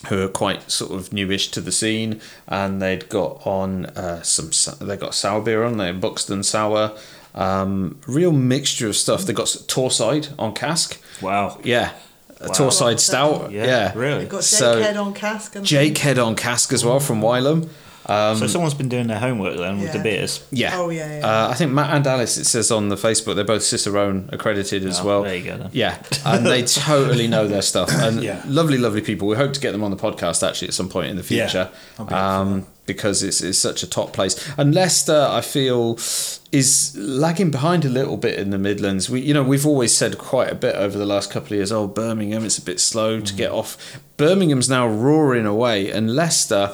A: who are quite sort of newish to the scene, and they'd got on uh, some. sa- They got sour beer on there, Buxton sour. Um, real mixture of stuff. They got s- Torside on cask.
D: wow.
A: Yeah, a
D: Wow.
A: Torside stout.
D: Yeah,
A: Yeah,
D: really.
B: They've got Jake
A: So-
B: Head on cask. And
A: Jake Head on Cask as well from Wylam. Um,
D: so someone's been doing their homework then with the
B: Yeah.
D: beers.
A: yeah.
B: Oh, yeah, yeah.
A: Uh, I think Matt and Alice, it says on the Facebook, they're both Cicerone accredited as
D: Oh,
A: well.
D: there you go then.
A: Yeah. And
D: [laughs]
A: they totally know their stuff. And
C: Yeah.
A: lovely, lovely people. We hope to get them on the podcast actually at some point in the
C: Yeah.
A: future.
C: I'll be up for
A: Um, because it's, it's such a top place. And Leicester, I feel, is lagging behind a little bit in the Midlands. We, you know, we've always said quite a bit over the last couple of years. Oh, Birmingham, it's a bit slow
D: Mm.
A: to get off. Birmingham's now roaring away, and Leicester,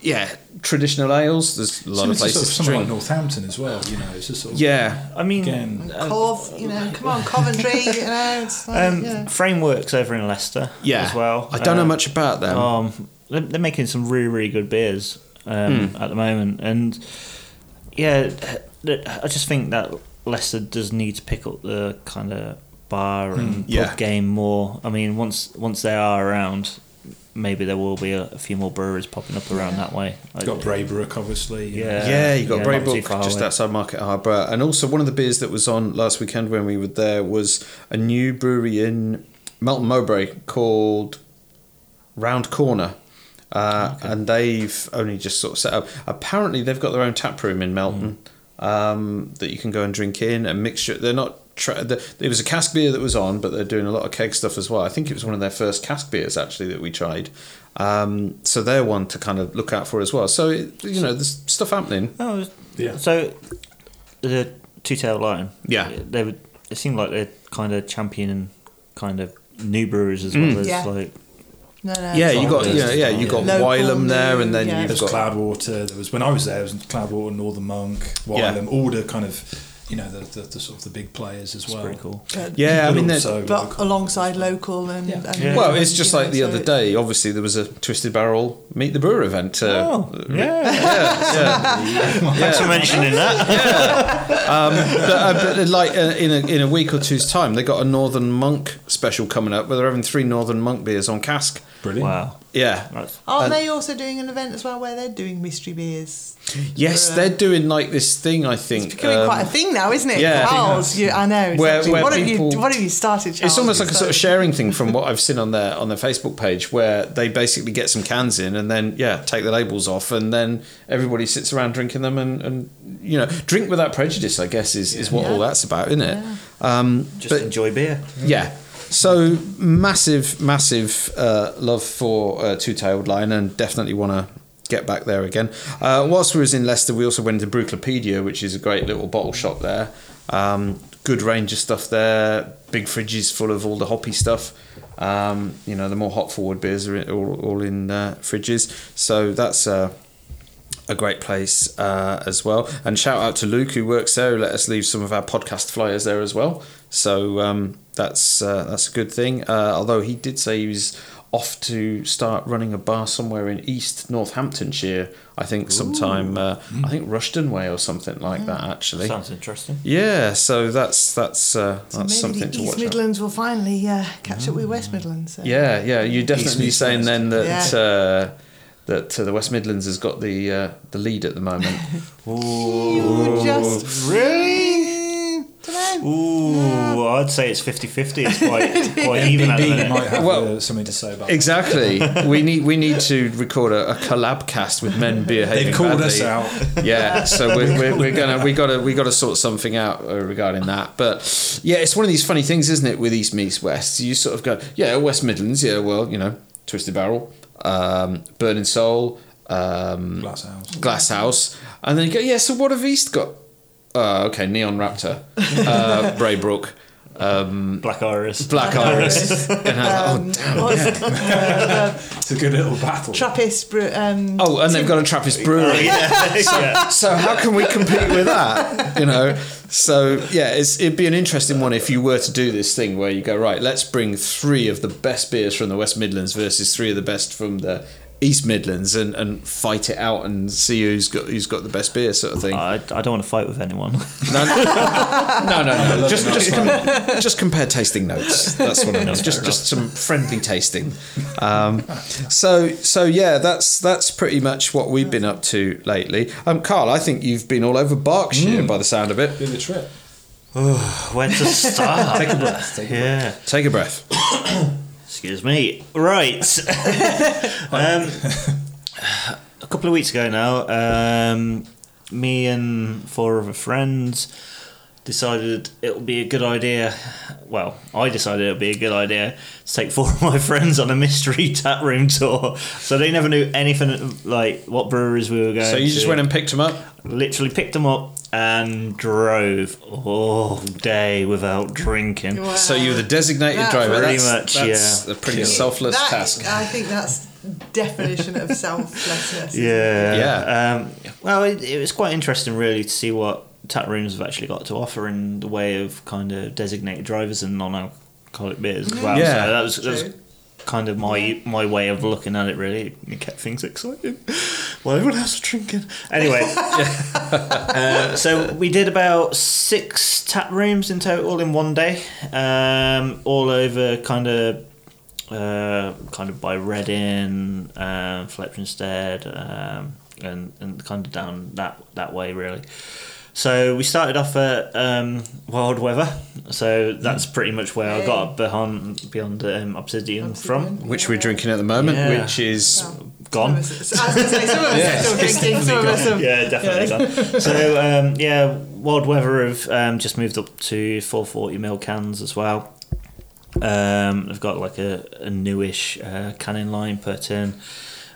A: yeah, traditional ales. There's a lot of
C: Similar to sort
A: places to
C: somewhere
A: drink.
C: like Northampton as well. You know, it's just sort of
A: yeah,
D: I mean,
C: again.
B: Cov, you know, come on, Coventry, you know. It's like,
D: um,
B: yeah.
D: Frameworks over in Leicester
A: yeah.
D: as well.
A: I don't know
D: Um,
A: much about them.
D: Um, they're, they're making some really, really good beers um, at the moment, and yeah, th- I just think that Leicester does need to pick up the kind of bar and pub
A: yeah.
D: game more. I mean, once once they are around, maybe there will be a, a few more breweries popping up around that way. I-
C: Got Braybrook, obviously. you know.
D: Yeah.
A: yeah, you got
D: yeah, not too
A: Braybrook
D: far
A: just
D: away.
A: outside Market Harbour, and also one of the beers that was on last weekend when we were there was a new brewery in Melton Mowbray called Round Corner. Uh, And they've only just sort of set up. Apparently, they've got their own tap room in Melton,
D: Hmm.
A: um, that you can go and drink in. A mixture. They're not. Tra- the, it was a cask beer that was on, but they're doing a lot of keg stuff as well. I think it was one of their first cask beers actually that we tried. Um, so they're one to kind of look out for as well. So it, you know, there's stuff happening.
D: Oh,
C: Yeah.
D: So the two-tailed lion.
A: Yeah.
D: They would. It seemed like they're kind of championing kind of new brewers as well as
B: Yeah.
D: like
B: No, no.
A: Yeah,
B: it's
A: you
B: all
A: got
B: good.
A: yeah, yeah, you got
B: Local
A: Wylam there, and then
B: new, yeah.
A: you've
C: There's
A: got
C: Cloudwater. There was when I was there. It was Cloudwater, Northern Monk, Wylam, all the kind of you know the, the, the sort of the big players as well.
D: pretty cool.
B: But-
A: yeah. I
C: But
A: mean, they're-
C: also
B: But
C: [laughs]
B: alongside local and, and
D: Yeah.
A: Well, it's just
B: you know,
A: like the
B: so
A: other
B: it's-
A: day. Obviously, there was a Twisted Barrel Meet the Brewer event. Uh,
D: Oh, yeah.
A: yeah.
D: Thanks for mentioning that.
A: [laughs] but, uh, but uh, like uh, in a in a week or two's time, they got a Northern Monk special coming up where they're having three Northern Monk beers on cask.
C: brilliant.
D: wow.
A: Yeah.
D: That's,
B: Aren't they also doing an event as well where they're doing mystery beers?
A: Yes,
B: Brewer.
A: they're doing like this thing. I think
B: It's becoming
A: um,
B: quite a thing now, isn't it?
A: yeah.
B: Charles, you, I know. It's
A: Where-
B: actually-
A: where
B: what, have you,
A: people-
B: what have you started, Charles?
A: It's almost like a
B: So-
A: sort of sharing thing
B: [laughs]
A: from what I've seen on their on their Facebook page, where they basically get some cans in and then yeah, take the labels off, and then everybody sits around drinking them, and, and you know, drink without prejudice. I guess is, is what
B: Yeah.
A: all that's about, isn't it?
D: just
A: But-
D: enjoy beer.
A: Yeah. So massive, massive uh, love for uh, Two Tailed Lion, and definitely want to get back there again. Uh, whilst we was in Leicester, we also went to Brewclopedia, which is a great little bottle shop there. Um, good range of stuff there. Big fridges full of all the hoppy stuff. Um, you know, the more hop forward beers are in- all, all in uh, fridges. So that's. Uh, a great place uh, as well. And shout out to Luke who works there. Who let us leave some of our podcast flyers there as well. So um, that's uh, that's a good thing. Uh, although he did say he was off to start running a bar somewhere in East Northamptonshire. I think sometime uh, I think Rushden Way or something
B: Hmm.
A: like that. Actually,
D: Sounds interesting.
A: yeah. So that's that's uh,
B: so
A: that's
B: maybe
A: something
B: the
A: to
B: East
A: watch. out.
B: Midlands will finally uh, catch up with West Midlands. so-
A: Yeah, yeah. You're definitely
C: East
A: saying then that
B: Yeah.
A: uh, that uh, the West Midlands has got the uh, the lead at the moment.
B: You just Um, really don't know.
D: Ooh, I'd say it's 50-50. It's [laughs] quite, quite even at the
A: [laughs]
C: MBB
D: minute.
C: might have
A: Well-
C: uh, something to say about. that.
A: Exactly. we need we need to record a, a collab cast with men beer.
C: They've called us out.
A: Yeah, so we're, we're, we're gonna we gotta we gotta sort something out uh, regarding that. But yeah, it's one of these funny things, isn't it? With East meets West, you sort of go, yeah, West Midlands, yeah, well, you know, Twisted Barrel, um, Burning Soul, um,
C: Glass House.
A: Glass House, and then you go, yeah. So what have East got? Uh, okay, Neon Raptor, uh, Braybrook,
D: Black Iris. [laughs]
A: Black
C: [laughs]
A: Iris, and I was like, oh,
B: What's
C: It's a good little battle.
B: Trappist brew- um,
A: Oh, and they've got a Trappist brewery.
D: [laughs]
A: So how can we compete with that? You know. So yeah, it's, it'd be an interesting one if you were to do this thing where you go right. Let's bring three of the best beers from the West Midlands versus three of the best from the East Midlands, and, and fight it out and see who's got who's got the best beer, sort of thing.
C: Uh,
D: I, I don't want to fight with anyone.
A: No, no, no. no.
C: love
A: Just,
C: it. [laughs]
A: just, com- just compare tasting notes. That's what I mean. Just, just some friendly tasting. Um, so, so yeah, that's that's pretty much what we've been up to lately. Um, Carl, I think you've been all over
C: Mm.
A: Berkshire by the sound of it.
C: Do the trip.
D: Where to start?
C: Take a breath. Take a breath.
D: yeah.
A: Take a breath.
D: Excuse me.
A: [laughs]
D: Right. um, a couple of weeks ago now, um, me and four other friends decided it would be a good idea. Well, I decided it would be a good idea to take four [laughs] of my friends on a mystery tap room tour. So they never knew anything like what breweries we were going.
A: So you just
D: to.
A: went and picked them up.
D: literally picked them up and drove all day without drinking.
B: Wow.
A: So you were the designated
B: That's
A: driver.
D: pretty
A: that's,
D: much,
A: that's
D: yeah.
A: a pretty
D: Yeah.
A: selfless
B: that,
A: task.
B: I think that's definition of selflessness.
D: [laughs] Yeah.
A: Yeah.
D: Um, well, it, it was quite interesting, really, to see what tap rooms have actually got to offer in the way of kind of designated drivers and non-alcoholic beers as well.
A: Yeah.
D: So that was, that
B: True.
D: was kind of my my way of looking at it. Really, it kept things exciting. [laughs] Well, everyone else was drinking. Anyway, [laughs] uh, so we did about six tap rooms in total in one day, um, all over kind of uh, kind of by Reading, um, Fletchingstead, um, and and kind of down that that way really. So we started off at um, Wild Weather, so that's pretty much where I got behind beyond um, Obsidian, from.
A: Which we're drinking at the moment,
D: Yeah.
A: which is
B: Yeah.
D: gone.
B: As I was say, some of us are still drinking, some of us are.
D: yeah, definitely done. So um, yeah, Wild Weather have um, just moved up to 440 mil cans as well. Um, they've got like a, a newish uh, canning line put in.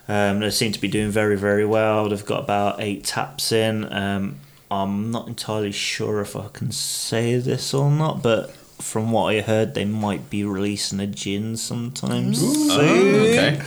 D: Um, they seem to be doing very very well. They've got about eight taps in. Um, I'm not entirely sure if I can say this or not, but from what I heard, they might be releasing a gin sometimes.
A: Oh, okay.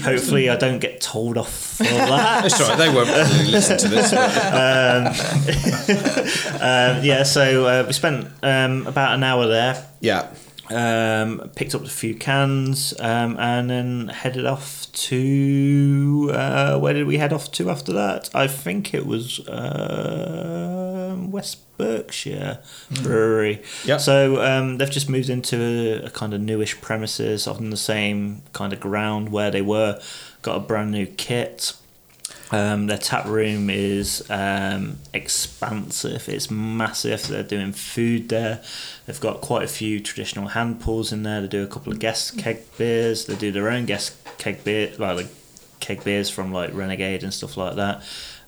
D: Hopefully, I don't get told off for
B: [laughs]
D: that.
A: That's right. They won't
D: [laughs]
A: really listen to this. but-
D: Um, yeah, so uh, we spent um, about an hour there,
A: Yeah.
D: um, picked up a few cans, um, and then headed off to. Uh, where did we head off to after that? I think it was um West Berkshire Brewery.
A: Yep.
D: So um, they've just moved into a, a kind of newish premises on the same kind of ground where they were. Got a brand new kit. Um, their tap room is um, expansive. It's massive. They're doing food there. They've got quite a few traditional hand pulls in there. They do a couple of guest keg beers. They do their own guest keg beer, like, like keg beers from like Renegade and stuff like that.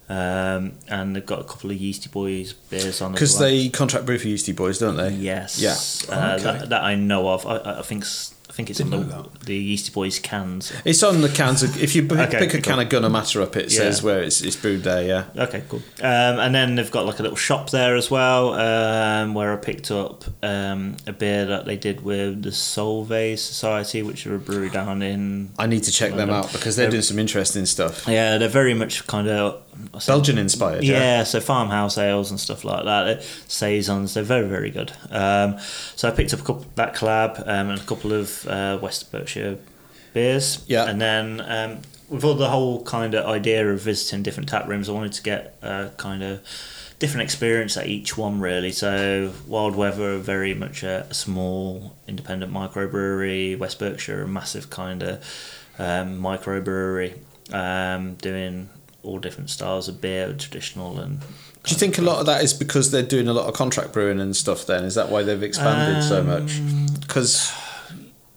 D: Um, and they've got a couple of Yeasty Boys beers on as
A: Because
D: well.
A: they contract brew for Yeasty Boys, don't they?
D: Yes.
A: Yeah.
D: Uh,
C: Okay.
D: that, that I know of. I- I, I think s- I think it's on
C: Didn't know
D: the, the Yeasty Boys cans.
A: It's on the cans. Of, if you b-
D: Okay,
A: pick a
D: cool.
A: can of Gunner Matter up, it
D: Yeah.
A: says where it's, it's brewed there, yeah.
D: Okay, cool. Um, and then they've got like a little shop there as well, um, where I picked up um, a beer that they did with the Solvay Society, which are a brewery down in.
A: I need to check them out because they're doing some interesting stuff.
D: Yeah, they're very much kind of I say-
A: Belgian inspired,
D: Yeah,
A: yeah.
D: so farmhouse ales and stuff like that, uh, saisons, they're very very good. Um, so I picked up a couple, that collab um, and a couple of uh, West Berkshire beers.
A: Yeah.
D: and then um, with all the whole kind of idea of visiting different tap rooms, I wanted to get a kind of different experience at each one really. So Wild Weather, are very much a, a small independent microbrewery. West Berkshire, a massive kind of um, microbrewery, um, doing all different styles of beer, traditional and.
A: Do you think a lot of that is because they're doing a lot of contract brewing and stuff then? Is that why they've expanded so much? Because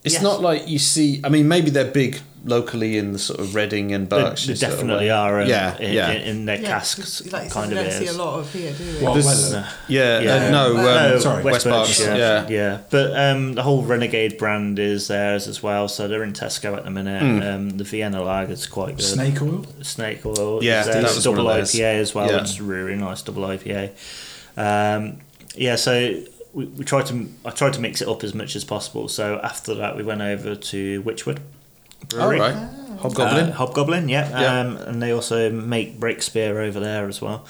A: it's
D: Um, yes.
A: not like you see, I mean, maybe they're big locally in the sort of Reading and
D: They,
A: Berkshire.
D: they
A: Oh, sort of
D: definitely
A: way.
D: are in,
A: Yeah,
D: in,
A: yeah.
D: in, in their
B: Yeah,
D: casks
B: it's like
D: kind
B: something
D: of
B: we don't see
D: beers.
B: a lot of here, do we?
C: Well,
A: There's-
C: well,
A: Yeah, uh,
D: Yeah.
A: no, um,
D: No,
C: sorry.
A: West, Berkshire.
D: Berkshire,
A: Yeah.
D: yeah. But um, the whole Renegade brand is theirs as well, so they're in Tesco at the minute.
A: Hmm.
D: Um, the Vienna Lager's quite good.
C: snake oil.
D: Snake Oil.
A: Yeah,
D: is
A: that
D: theirs.
A: was
D: double
A: one of those.
D: IPA as well.
A: Yeah.
D: It's a really nice double IPA. Um, yeah, so we, we tried to. I tried to mix it up as much as possible. So after that, we went over to Witchwood.
A: All
D: Brewery.
A: right. Hobgoblin.
D: Uh, Hobgoblin, yeah.
A: Yeah.
D: Um, and they also make Brick Spear over there as well.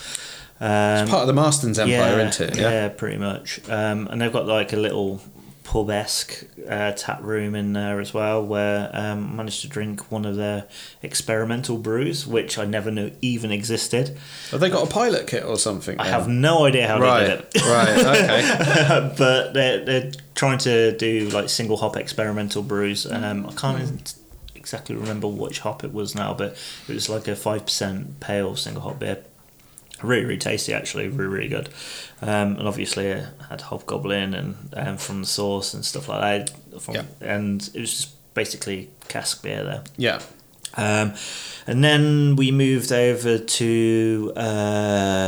D: Um,
A: Part of the Marston's empire,
D: yeah,
A: isn't it?
D: Yeah, pretty much. Um, and they've got like a little pub esque uh, tap room in there as well, where um, I managed to drink one of their experimental brews, which I never knew even existed.
A: Have they got a pilot kit or something?
D: I
A: then?
D: have no idea how
A: Right,
D: they did it. [laughs]
A: right, okay. [laughs]
D: but they're, they're trying to do like single hop experimental brews. Um, I can't exactly remember which hop it was now, but it was like a 5% pale single hop beer. Really, really tasty, actually. Really, really good. Um, and obviously, I had Hobgoblin and um, from the source and stuff like that. From,
A: Yeah.
D: And it was just basically cask beer there.
A: Yeah.
D: Um, and then we moved over to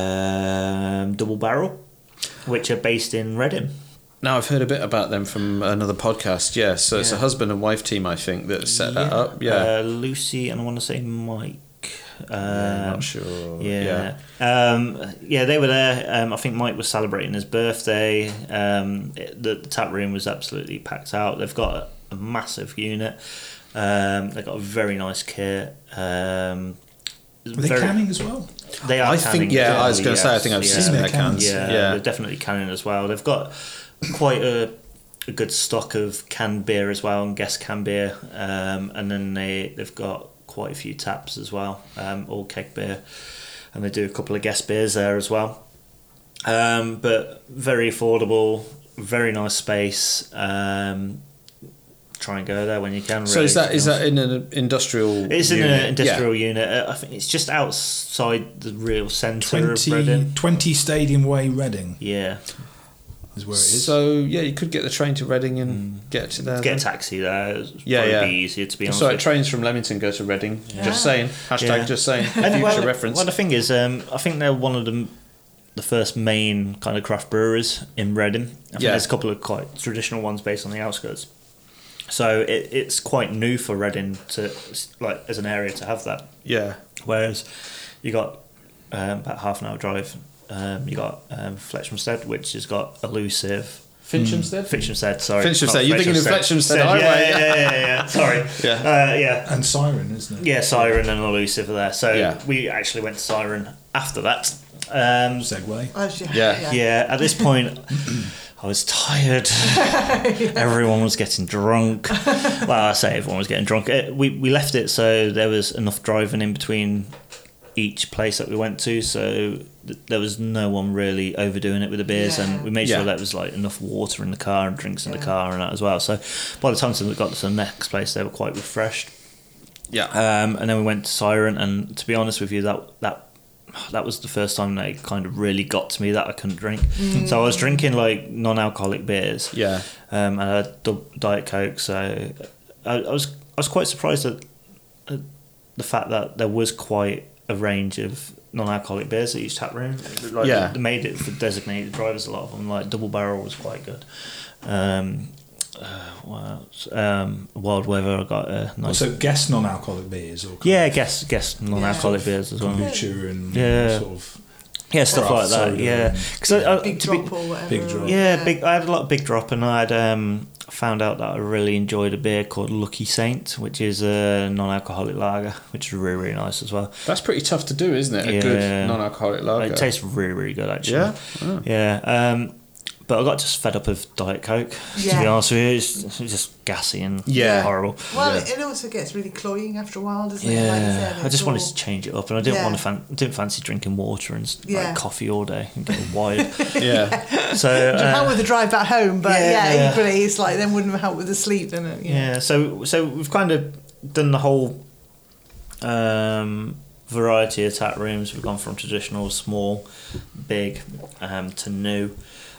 D: um, Double Barrel, which are based in Reading.
A: Now I've heard a bit about them from another podcast. Yeah, so it's a
D: Yeah.
A: husband and wife team, I think, that set that up. Yeah,
D: Uh, Lucy and I want to say Mike. Um,
A: I'm not sure.
D: Yeah. Um, yeah, they were there. Um, I think Mike was celebrating his birthday. Um, it- the, the tap room was absolutely packed out. They've got a, a massive unit. Um, they've got a very nice kit. Um,
C: Were they
D: very-
C: canning as well?
D: They are
A: I think-
D: canning,
A: yeah, I was
D: definitely,
A: gonna say, I
D: yes,
A: think I've seen
C: their cans,
D: Yeah,
A: yeah.
D: they're definitely canning as well. They've got quite a, a good stock of canned beer as well and guest canned beer, um, and then they they've got quite a few taps as well, um, all keg beer, and they do a couple of guest beers there as well. Um, but very affordable, very nice space. Um, try and go there when you can. Really,
A: So is that
D: to be
A: is
D: honest.
A: that in an industrial?
D: It's in
A: unit?
D: an industrial unit. Uh, I think it's just outside the real centre of
C: 20,
D: Reading.
C: 20 Stadium Way, Reading.
D: Yeah.
C: is where it is.
A: So yeah, you could get the train to Reading and get to there.
D: Mm. Get a
A: then.
D: taxi there. It's
A: Yeah,
D: probably
A: yeah.
D: be easier to be honest.
A: So
D: with.
A: trains from Leamington go to Reading. Just saying. Hashtag
D: Yeah.
A: just saying. For
D: [laughs] And
A: future
D: well,
A: reference.
D: Well, the thing is, um, I think they're one of the the first main kind of craft breweries in Reading. I think
A: Yeah.
D: there's a couple of quite traditional ones based on the outskirts. So it, it's quite new for Reading to like as an area to have that.
A: yeah.
D: Whereas you got um, about half an hour drive. Um, you got um, Fletchamstead, which has got elusive.
A: Finchamstead?
D: Fletchamstead, sorry.
A: Fletchamstead,
D: not
A: you're thinking of Fletchamstead
D: yeah,
A: Highway.
D: yeah, yeah, yeah, yeah. Sorry.
A: [laughs] Yeah.
D: Uh, yeah.
C: and Siren, isn't it?
D: Yeah, Siren and Elusive are there. So
A: Yeah.
D: we actually went to Siren after that. Um,
C: Segway.
B: Actually,
A: Yeah.
D: yeah, at this point, I
B: [laughs]
D: was tired. Everyone was getting drunk. well, I say everyone was getting drunk. Uh, We, we left it so there was enough driving in between each place that we went to, so th- there was no one really overdoing it with the beers,
B: Yeah.
D: and we made
A: Yeah.
D: sure that was like enough water in the car and drinks in the
B: Yeah.
D: car and that as well. So by the time we got to the next place, they were quite refreshed.
A: Yeah.
D: Um, and then we went to Siren, and to be honest with you, that that that was the first time they kind of really got to me that I couldn't drink. So I was drinking like non-alcoholic beers.
A: Mm. Yeah.
D: Um, and I had dou- diet coke, so I, I was I was quite surprised at at the fact that there was quite a range of non-alcoholic beers at each tap room. Like,
A: Yeah.
D: they made it for designated drivers. A lot of them, like Double Barrel, was quite good. Um, uh, what else? Um, Wild Weather, I got a nice.
C: So guess non-alcoholic beers or
D: Yeah, guess guess non-alcoholic beers as well.
C: kombucha and
D: Yeah.
C: sort of
D: Yeah, stuff
C: Craft
D: like that.
C: soda.
D: Yeah, because I, I,
B: Big
D: to be-
B: drop or whatever.
C: Big drop.
D: yeah, big. I had a lot of big drop, and I had um, found out that I really enjoyed a beer called Lucky Saint, which is a non-alcoholic lager, which is really really nice as well.
A: That's pretty tough to do, isn't it? A
D: Yeah.
A: good non alcoholic lager.
D: It tastes really really good actually.
A: Yeah? Oh.
D: yeah. Um, but I got just fed up of Diet Coke. To be
B: Yeah.
D: honest with you, it's, it's just gassy and
A: Yeah.
D: horrible.
B: Well,
A: Yeah.
B: it also gets really cloying after a while, doesn't it? Like you said,
D: Yeah, I
B: it's
D: just wanted
B: all-
D: to change it up, and I didn't
B: Yeah.
D: want to fan- didn't fancy drinking water and like,
B: Yeah.
D: coffee all day and getting
B: [laughs]
D: wired. [laughs]
A: yeah.
D: So
B: It'll
D: uh,
B: help with the drive back home, but
D: Yeah,
B: yeah,
D: yeah.
B: equally, it's like then wouldn't help with the sleep, then uh, it? You know?
D: yeah, so so we've kind of done the whole um, variety of tap rooms. We've gone from traditional, small, big, um, to new.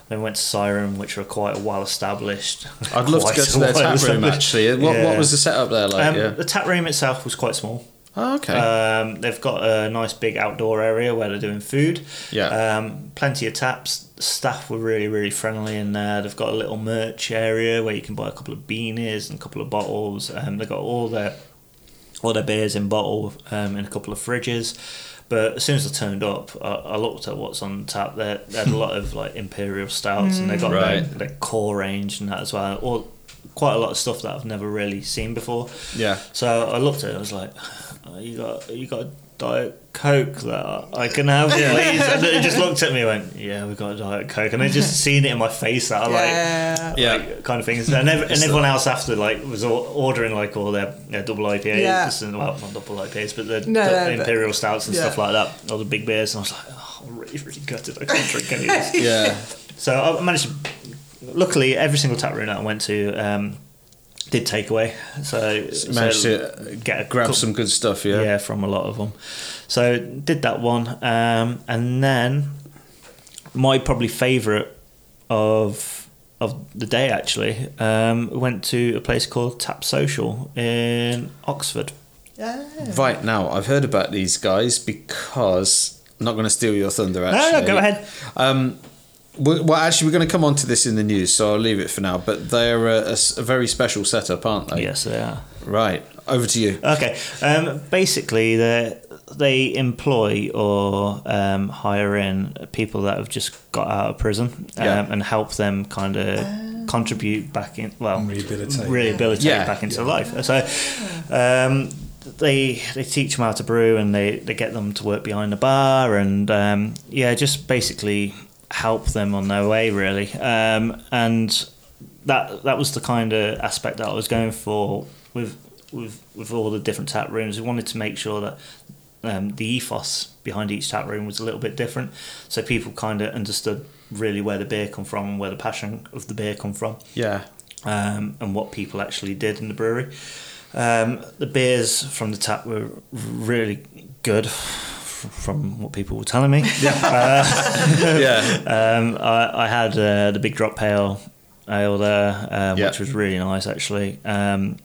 D: Then went to Siren, which were quite well established.
A: I'd love to
D: [laughs] Quite
A: go to their tap room,
D: well-established.
A: actually. What,
D: Yeah.
A: what was the setup there like?
D: Um,
A: yeah.
D: The tap room itself was quite small.
A: Oh, okay.
D: Um, they've got a nice big outdoor area where they're doing food.
A: Yeah.
D: Um, plenty of taps. Staff were really, really friendly in there. They've got a little merch area where you can buy a couple of beanies and a couple of bottles. Um, they've got all their all their beers in bottle um, in a couple of fridges. But as soon as I turned up, I, I looked at what's on tap. They,
A: [laughs]
D: they had a lot of like imperial stouts, and they got their,
A: Right.
D: their core range and that as well. All quite a lot of stuff that I've never really seen before.
A: yeah.
D: So I looked at it. I was like, oh, "You got, you got a diet coke that I can have, please." And
A: [laughs]
D: it just looked at me, and went, "Yeah, we got a diet coke," and I just seen it in my face that I
B: Yeah.
D: like,
A: Yeah.
D: like, kind of things.
A: [laughs]
D: And, ev- and everyone else after like was all, ordering like all their, their double IPAs
B: Yeah.
D: and well, not double IPAs, but the,
B: No,
D: the
B: no, but-
D: imperial stouts and
B: Yeah.
D: stuff like that, all the big beers. And I was like, "Oh, I'm really, really gutted. I can't drink any of this." [laughs]
A: Yeah.
D: So I managed to. Luckily, every single tap room that I went to um, did takeaway. So
A: Managed
D: so
A: to
D: get a
A: Grab
D: cou-
A: some good stuff,
D: yeah.
A: yeah.
D: from a lot of them. So did that one, um, and then my probably favourite of of the day actually um, went to a place called Tap Social in Oxford.
B: Yeah.
A: Right now, I've heard about these guys because I'm not going to steal your thunder.
D: no,
A: Actually,
D: go ahead.
A: Um, we- well, actually, we're going to come on to this in the news, so I'll leave it for now. But they're a, a s- a very special setup, aren't they?
D: Yes, they are.
A: Right. Over to you.
D: Okay. Um, basically, they they employ or um, hire in people that have just got out of prison um,
A: Yeah.
D: and help them kind of contribute back in. Well,
C: Rehabilitate.
D: rehabilitate
A: Yeah.
D: back into life. So. Um, they they teach them how to brew and they, they get them to work behind the bar and um, yeah just basically help them on their way really um, and that that was the kind of aspect that I was going for with with with all the different tap rooms. We wanted to make sure that um, the ethos behind each tap room was a little bit different, so people kind of understood really where the beer come from and where the passion of the beer come from [laughs]
A: Yeah.
D: um, and what people actually did in the brewery. Um, the beers from the tap were really good, f- from what people were telling me.
A: [laughs] yeah.
D: Um, I, I had uh, the big drop ale ale there, um,
A: Yeah.
D: which was really nice actually. Um,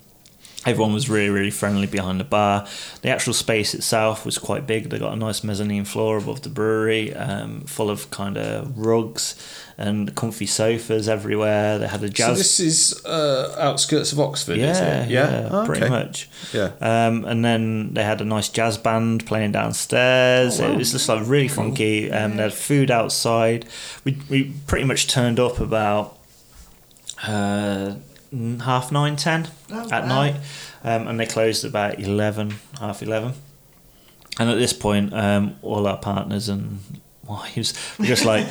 D: everyone was really really friendly behind the bar. The actual space itself was quite big. They got a nice mezzanine floor above the brewery, um, full of kind of rugs and comfy sofas everywhere. They had a
A: So
D: jazz.
A: this is uh, outskirts of Oxford, is
D: yeah,
A: it?
D: yeah,
A: Oh,
D: pretty
A: okay.
D: much.
A: Yeah.
D: Um, and then they had a nice jazz band playing downstairs. It was just like really funky. Um, they had food outside. We, we pretty much turned up about uh, n- half nine, ten
B: Oh,
D: at
B: wow.
D: night. Um, and they closed about 11, half 11. And at this point, um, all our partners and wives were just like,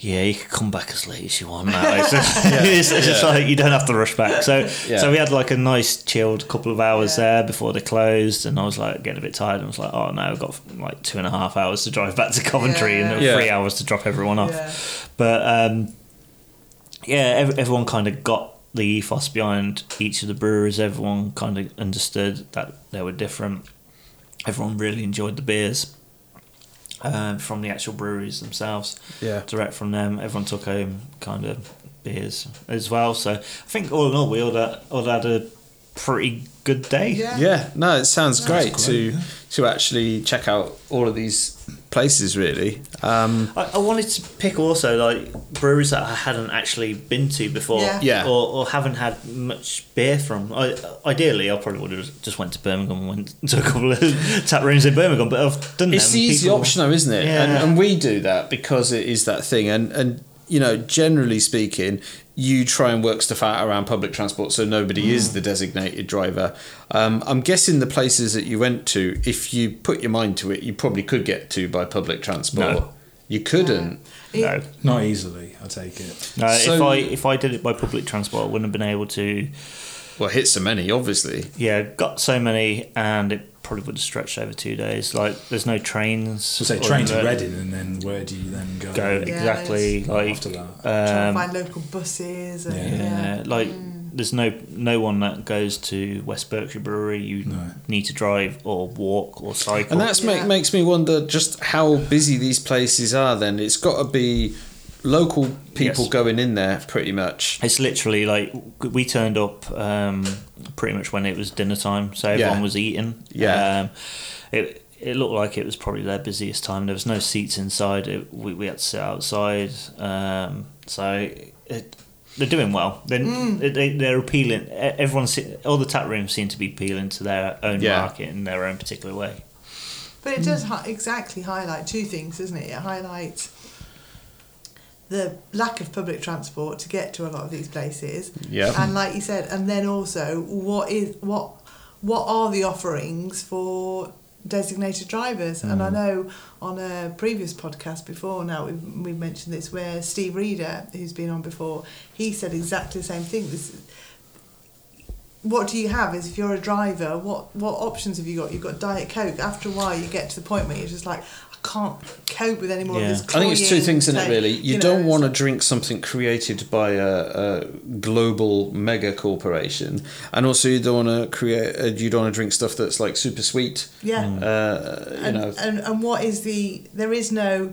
D: Yeah, you can come back as late as you want now. It's just, it's, it's just
A: yeah.
D: like you don't have to rush back. So,
A: Yeah.
D: so we had like a nice chilled couple of hours there before they closed, and I was like getting a bit tired. And I was like, oh no, I've got like two and a half hours to drive back to Coventry, and then
A: Yeah.
D: three hours to drop everyone off.
B: Yeah.
D: But um, yeah, ev- everyone kind of got the ethos behind each of the brewers. Everyone kind of understood that they were different. Everyone really enjoyed the beers um, from the actual breweries themselves.
A: Yeah.
D: Direct from them. Everyone took home kind of beers as well. So I think all in all, we all had, all had a pretty good day.
B: Yeah.
A: Yeah, no, it sounds great,
C: great,
A: to
C: yeah.
A: to actually check out all of these places. Really, um,
D: I, I wanted to pick also like breweries that I hadn't actually been to before,
B: Yeah.
A: Yeah.
D: Or, or haven't had much beer from. I, ideally, I probably would have just went to Birmingham and went to a couple of [laughs] tap rooms in Birmingham, but I've done
A: it's the
D: them.
A: easy
D: People-
A: option, though, isn't it? And,
D: Yeah.
A: and we do that because it is that thing, and and you know, generally speaking, you try and work stuff out around public transport, so nobody
D: Mm.
A: is the designated driver. Um, I'm guessing the places that you went to, if you put your mind to it, you probably could get to by public transport.
D: No.
A: You couldn't.
D: No,
C: Not easily, I take it.
D: no. if
A: So-
D: I if I did it by public transport, I wouldn't have been able to.
A: Well, hit so many, obviously.
D: Yeah, got so many, and it probably would have stretched over two days. Like, there's no trains.
C: So say
D: or
C: train to
D: no-
C: Reading, and then where do you then go?
D: Go
B: Yeah,
D: exactly like
C: after that.
B: Trying to find local buses and
D: Um, Yeah,
B: yeah.
D: Uh, like there's no no one that goes to West Berkshire Brewery. You
C: No.
D: need to drive or walk or cycle.
A: And that's make,
B: Yeah.
A: makes me wonder just how busy these places are. Then it's got to be local people
D: Yes.
A: going in there, pretty much.
D: it's literally like we turned up um, pretty much when it was dinner time, so everyone was eating.
A: Yeah.
D: um, it it looked like it was probably their busiest time. There was no seats inside. It, we we had to sit outside. Um, so it, they're doing well. They're, they, they're appealing. e- Everyone, se- all the tap rooms seem to be appealing to their own
A: Yeah.
D: market in their own particular way.
B: But it does hi- exactly highlight two things, doesn't it? It highlights the lack of public transport to get to a lot of these places.
A: Yeah.
B: And like you said, and then also what is what what are the offerings for designated drivers? And
A: Hmm.
B: I know on a previous podcast before now we've, we've mentioned this where Steve Reader, who's been on before, he said exactly the same thing. This what do you have is if you're a driver what what options have you got you've got diet coke after a while you get to the point where you're just like i can't cope with any more
D: Yeah.
B: of this
A: I think it's two
B: cloying
A: things in it,
B: taste,"
A: really. You,
B: know,
A: don't
B: it's-
A: want to drink something created by a, a global mega corporation, and also you don't want to create. Uh, you don't want to drink stuff that's like super sweet.
B: yeah
A: Uh, you
B: and,
A: know.
B: and and what is the there is no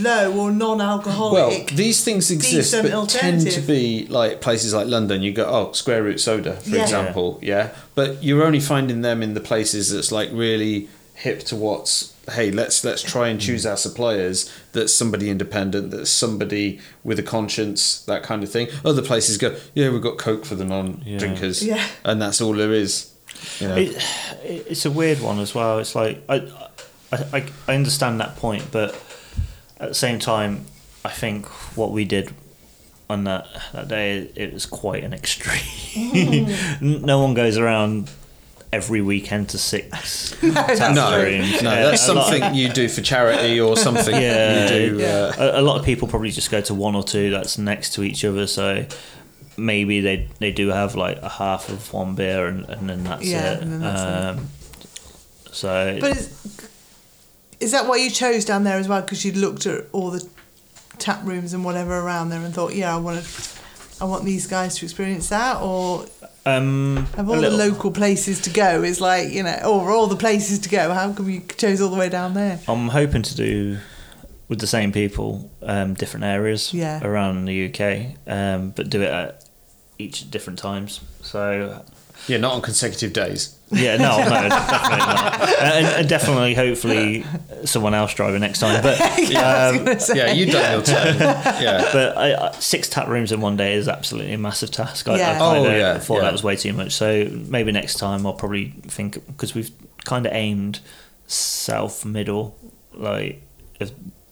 B: low or
A: Well,
B: non-alcoholic
A: these things exist,
B: decent
A: but tend to
B: alternative.
A: be like places like London. You go, oh, square root soda, for
B: Yeah.
A: example, yeah. But you're only finding them in the places that's like really hip to what's. Hey, let's let's try and choose our suppliers. That's somebody independent. That's somebody with a conscience. That kind of thing. Other places go, yeah, we've got Coke for the non-drinkers,
B: Yeah.
A: and that's all there is. You know?
D: It, it- it's a weird one as well. It's like I, I, I, I understand that point, but at the same time, I think what we did on that that day it was quite an
B: [laughs]
D: extreme. N no one goes around every weekend to six.
B: [laughs]
D: tap
A: no,
D: rooms.
A: no,
D: Yeah,
A: that's
D: a lot-
A: something you do for charity or something
D: [laughs] Yeah.
A: you do. Uh,
D: a, a lot of people probably just go to one or two that's next to each other so maybe they they do have like a half of one beer and, and then that's
B: Yeah,
D: it
B: and then that's
D: um, so
B: but is, is that why you chose down there as well because you looked at all the tap rooms and whatever around there and thought yeah i want to I want these guys to experience that, or
D: Um,
B: Of
D: a
B: all the
D: little-
B: local places to go is like you know, or all the places to go. How come you chose all the way down there? [laughs]
D: I'm hoping to do with the same people, um, different areas
B: Yeah.
D: around the UK, um, but do it at each at different times. So
A: Yeah, not on consecutive days.
D: yeah, no, no, definitely not. And, and definitely, hopefully, someone else driving next time. But
B: I was gonna say.
A: Yeah, you done
B: [laughs]
A: your turn. Yeah.
D: but I, I, six tap rooms in one day is absolutely a massive task. I,
B: Yeah.
D: I kind
A: Oh,
D: of
A: yeah,
D: thought
A: yeah.
D: that was way too much. So maybe next time I'll probably think because we've kind of aimed south middle, like of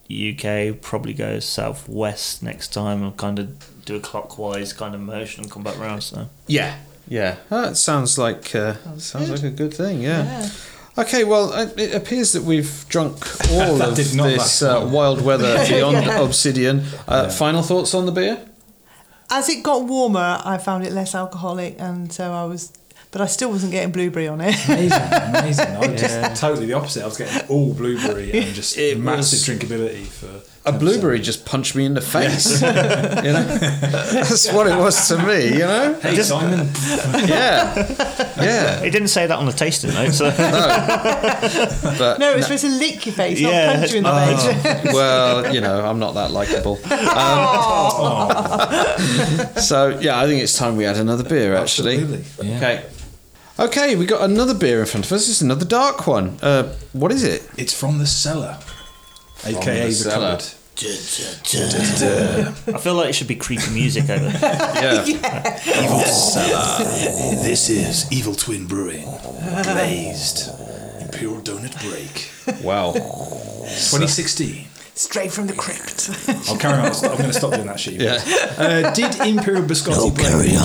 D: UK, probably go southwest next time and kind of do a clockwise kind of motion and come back round. So
A: Yeah. Yeah. That sounds like uh, sounds
B: good.
A: like a good thing. Yeah.
B: Yeah.
A: Okay, well, it it appears [laughs] that we've drunk all
C: That
A: of
C: did not
A: this
C: last
A: uh,
C: long.
A: wild weather beyond
B: [laughs] Yeah.
A: Obsidian. Uh, Final thoughts on the beer?
B: As it got warmer, I found it less alcoholic, and so I was, but I still wasn't getting blueberry on it.
C: Amazing,
D: uh,
C: amazing. I was just totally the opposite. I was getting all blueberry and just
A: It
C: massive drinkability for
A: A blueberry just punched me in the face. [laughs] you know, that's what it was to me. You know,
C: Hey Simon,
A: yeah, yeah.
D: it didn't say that on the tasting note. So
A: But
B: No, it was supposed to lick your face,
D: Yeah. Oh.
B: not punch you in the
A: [laughs]
B: face.
A: well, you know, I'm not that likable. Um, [laughs] so yeah, I think it's time we had another beer. Actually,
C: Absolutely, yeah.
A: okay, okay, we got another beer in front of us. It's another dark one. Uh, what is
C: [laughs]
A: it?
C: it's from the cellar, aka
A: the
C: the,
A: cellar.
C: cupboard.
D: I feel like it should be creepy music
A: [laughs]
D: over.
A: Yeah,
C: This is Evil Twin Brewing, glazed imperial donut break,
A: wow.
C: 2016.
B: Straight from the crypt.
C: I'll carry on. I'm going to stop doing that shit.
A: Yeah.
C: Uh, did Imperial Biscotti break?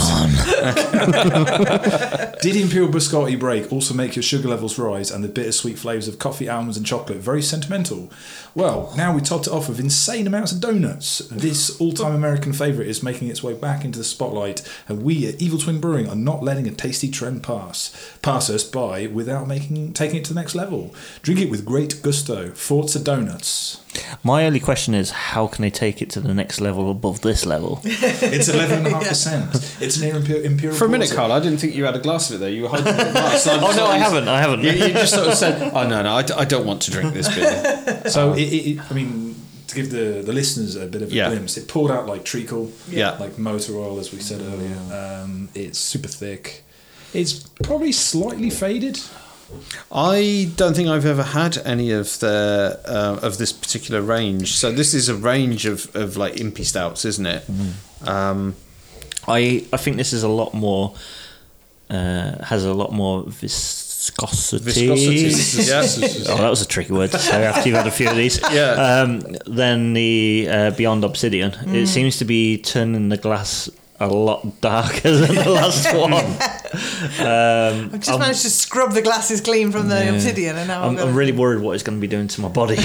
D: on.
C: [laughs] Did Imperial Biscotti break also make your sugar levels rise and the bittersweet flavours of coffee, almonds, and chocolate very sentimental? Well, now we topped it off with insane amounts of donuts. This all time American favourite is making its way back into the spotlight, and we at Evil Twin Brewing are not letting a tasty trend pass pass us by without making taking it to the next level. Drink it with great gusto. Forza Donuts.
D: My only question is, how can they take it to the next level above this level?
C: It's 11.5%. It's near Imper- Imperial
A: For a minute,
C: Porter.
A: Carl, I didn't think you had a glass of it there. You were holding the glass. So I'm
D: [laughs] [laughs] Oh
A: just
D: no, I
A: always-
D: haven't. I haven't.
A: You, you just sort of said, "Oh no, no, I, d- I don't want to drink this beer."
C: So it, it, it, I mean, to give the, the listeners a bit of a
A: Um, Yeah.
C: glimpse, it poured out like treacle,
A: Yeah.
C: like motor oil, as we said
A: Mm.
C: earlier. Um, it's super thick. It's probably slightly faded.
A: I don't think I've ever had any of the uh, of this particular range. So this is a range of, of like impy stouts, isn't it? Um,
D: I I think this is a lot more uh, has a lot more viscosity.
A: viscosity. [laughs] yeah.
D: Oh, that was a tricky word to say after you've had a few
C: [laughs]
D: of these.
A: Yeah.
D: Um, than the uh, Beyond Obsidian. It seems to be turning the glass a lot darker than the last one. Um,
B: [laughs] I've just
D: I'm-
B: managed to scrub the glasses clean from the oh,
D: Yeah.
B: obsidian, and now I'm,
D: I'm, I'm
B: gonna-
D: really worried what it's going to be doing to my body.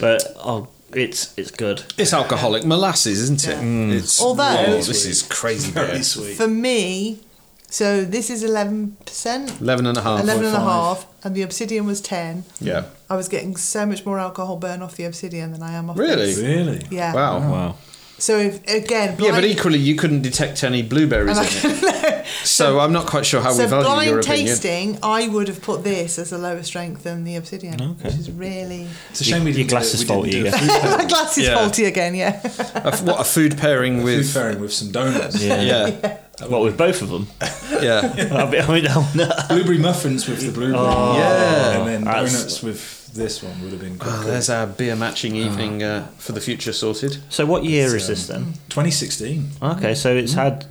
D: but oh, it's it's good.
A: It's alcoholic molasses, isn't it? It's,
B: Although-
A: whoa, this is crazy
C: Very
A: beer.
C: sweet.
B: For me, so this is 11%,
A: 11 and a half.
B: 11 and a half, and the obsidian was 10.
A: Yeah.
B: I was getting so much more alcohol burn off the obsidian than I am off
A: Really?
B: this.
C: Really?
B: Yeah.
A: Wow.
D: Oh, Wow.
B: So if, again,
A: Yeah, but
B: blind-
A: equally, you couldn't detect any blueberries in it. [laughs] So I'm not quite sure how we
B: so
A: value your
B: blind
A: opinion.
B: tasting, I would have put this as a lower strength than the obsidian, which is really
D: [laughs]
C: It's a shame
D: Your-
C: we
D: your
C: didn't do-
D: glass is
C: we didn't
D: faulty
C: do a
D: again.
B: [laughs]
C: food pairing-
B: my glass is
A: Yeah.
B: faulty again. Yeah, [laughs]
A: A f- what a food pairing
C: food
A: with
C: pairing with some donuts.
D: Yeah.
B: [laughs]
A: yeah
D: What with both
C: [laughs]
D: of them?
A: yeah
D: I mean, I mean, I'm not-
C: Blueberry muffins with the blueberry.
A: Oh, Yeah.
C: And then
D: That's-
C: donuts with this one would have been quite
A: Oh,
C: cool.
A: there's our beer matching evening uh, for the future sorted.
B: [laughs]
D: So what year is this
C: um,
D: then?
C: 2016.
D: Okay, so it's had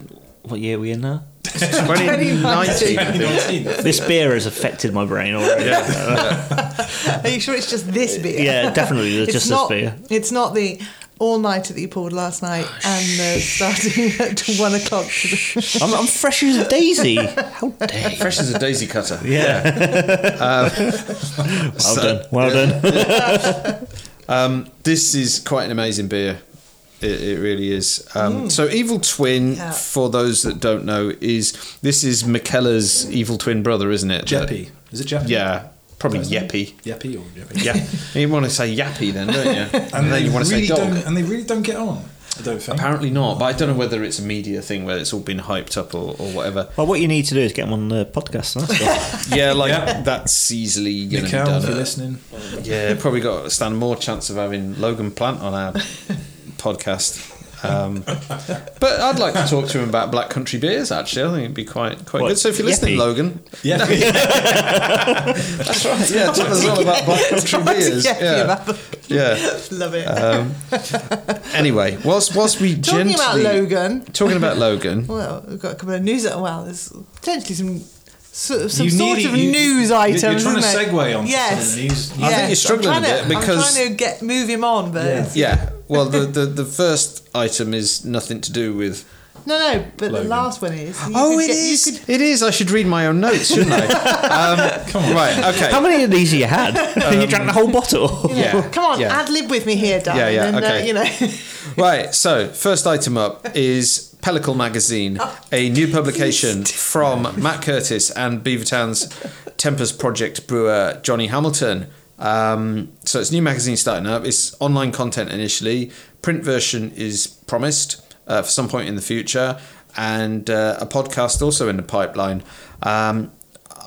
D: what year are we in now?
A: 2019. I think.
C: 2019.
D: This beer has affected my brain already. Yeah,
B: are you sure it's just
D: Uh,
B: this beer?
D: definitely. It's
B: it's
D: just
B: not.
D: this beer.
B: [laughs] It's not the all nighter that you poured last night and uh, starting [laughs] at one o'clock. to the-
D: I'm, I'm fresh as a daisy. How dare?
A: [laughs]
D: you.
A: [laughs] Fresh as a daisy cutter. Um,
D: Yeah. well
A: so-
D: done. Well done.
A: Um, this is quite an amazing beer. It, it really is. Um, So, Evil Twin,
B: Mm. Yeah.
A: for those that don't know, is this is McKellar's evil twin brother, isn't it?
C: Jeppy. Is it Jeppy?
A: Yeah, probably Yeppy.
C: Yeppy or Jeppy?
A: [laughs] Yeah, you want to say Yappy then, don't you? [laughs] And, then you want to
C: really
A: say dog.
C: Don't, and they really don't get on. I don't think.
A: Apparently not, but I don't know whether it's a media thing where it's all been hyped up or, or whatever.
D: Well, what you need to do is get them on the podcast. and that's
A: [laughs]
D: all.
A: Yeah, like
C: Yeah.
A: that's easily going to be
C: Mikel, if you're
A: done.
C: listening,
A: Yeah, probably got to stand more chance of having Logan Plant on [laughs] our podcast. Um, but I'd like to talk to him about Black Country beers. Actually, I think it'd be quite quite
D: What,
A: good. So if you're listening, [laughs]
D: Yeti?
A: Logan,
C: [laughs] yeah,
A: that's right. Yeah, tell us all about Black [laughs] Country beers. Yeah, yeah.
B: Love it.
A: Um, anyway, whilst whilst we
B: Talking about
A: gently-
B: Logan.
A: talking about Logan,
B: Well, we've got a couple of news. Well, there's potentially some sort of, some
C: You
B: sort
C: nearly-
B: of
C: you-
B: news
C: you- you're
B: items.
C: trying to
B: isn't it?
C: segue onto
B: yes.
C: some of the news- I think
A: you're
B: Yes. I'm
A: struggling a
B: trying
A: bit
B: to-
A: because-
B: I'm trying to get move him on, but
C: Yeah.
A: yeah. Well, the, the the first item is nothing to do with
B: no, no. But
C: Logan.
B: the last one is. you
A: Oh,
B: could
A: it
B: get- you
A: is.
B: could-
A: It is. I should read my own notes, shouldn't
B: [laughs]
A: I? Um, Come on. Right. Okay.
D: How many of these have you had? [laughs] you drank the whole bottle.
B: you know,
A: Yeah.
B: Come on,
A: Yeah.
B: ad lib with me here, darling.
A: yeah,
B: and, uh,
A: okay.
B: you know, [laughs]
A: [laughs] Right. So, first item up is Pellicle Magazine, a new publication from Matt Curtis and Beavertown's Tempers Project brewer Johnny Hamilton. Um, so, it's a new magazine starting up. It's online content initially. Print version is promised uh, for some point in the future, and uh, a podcast also in the pipeline. Um,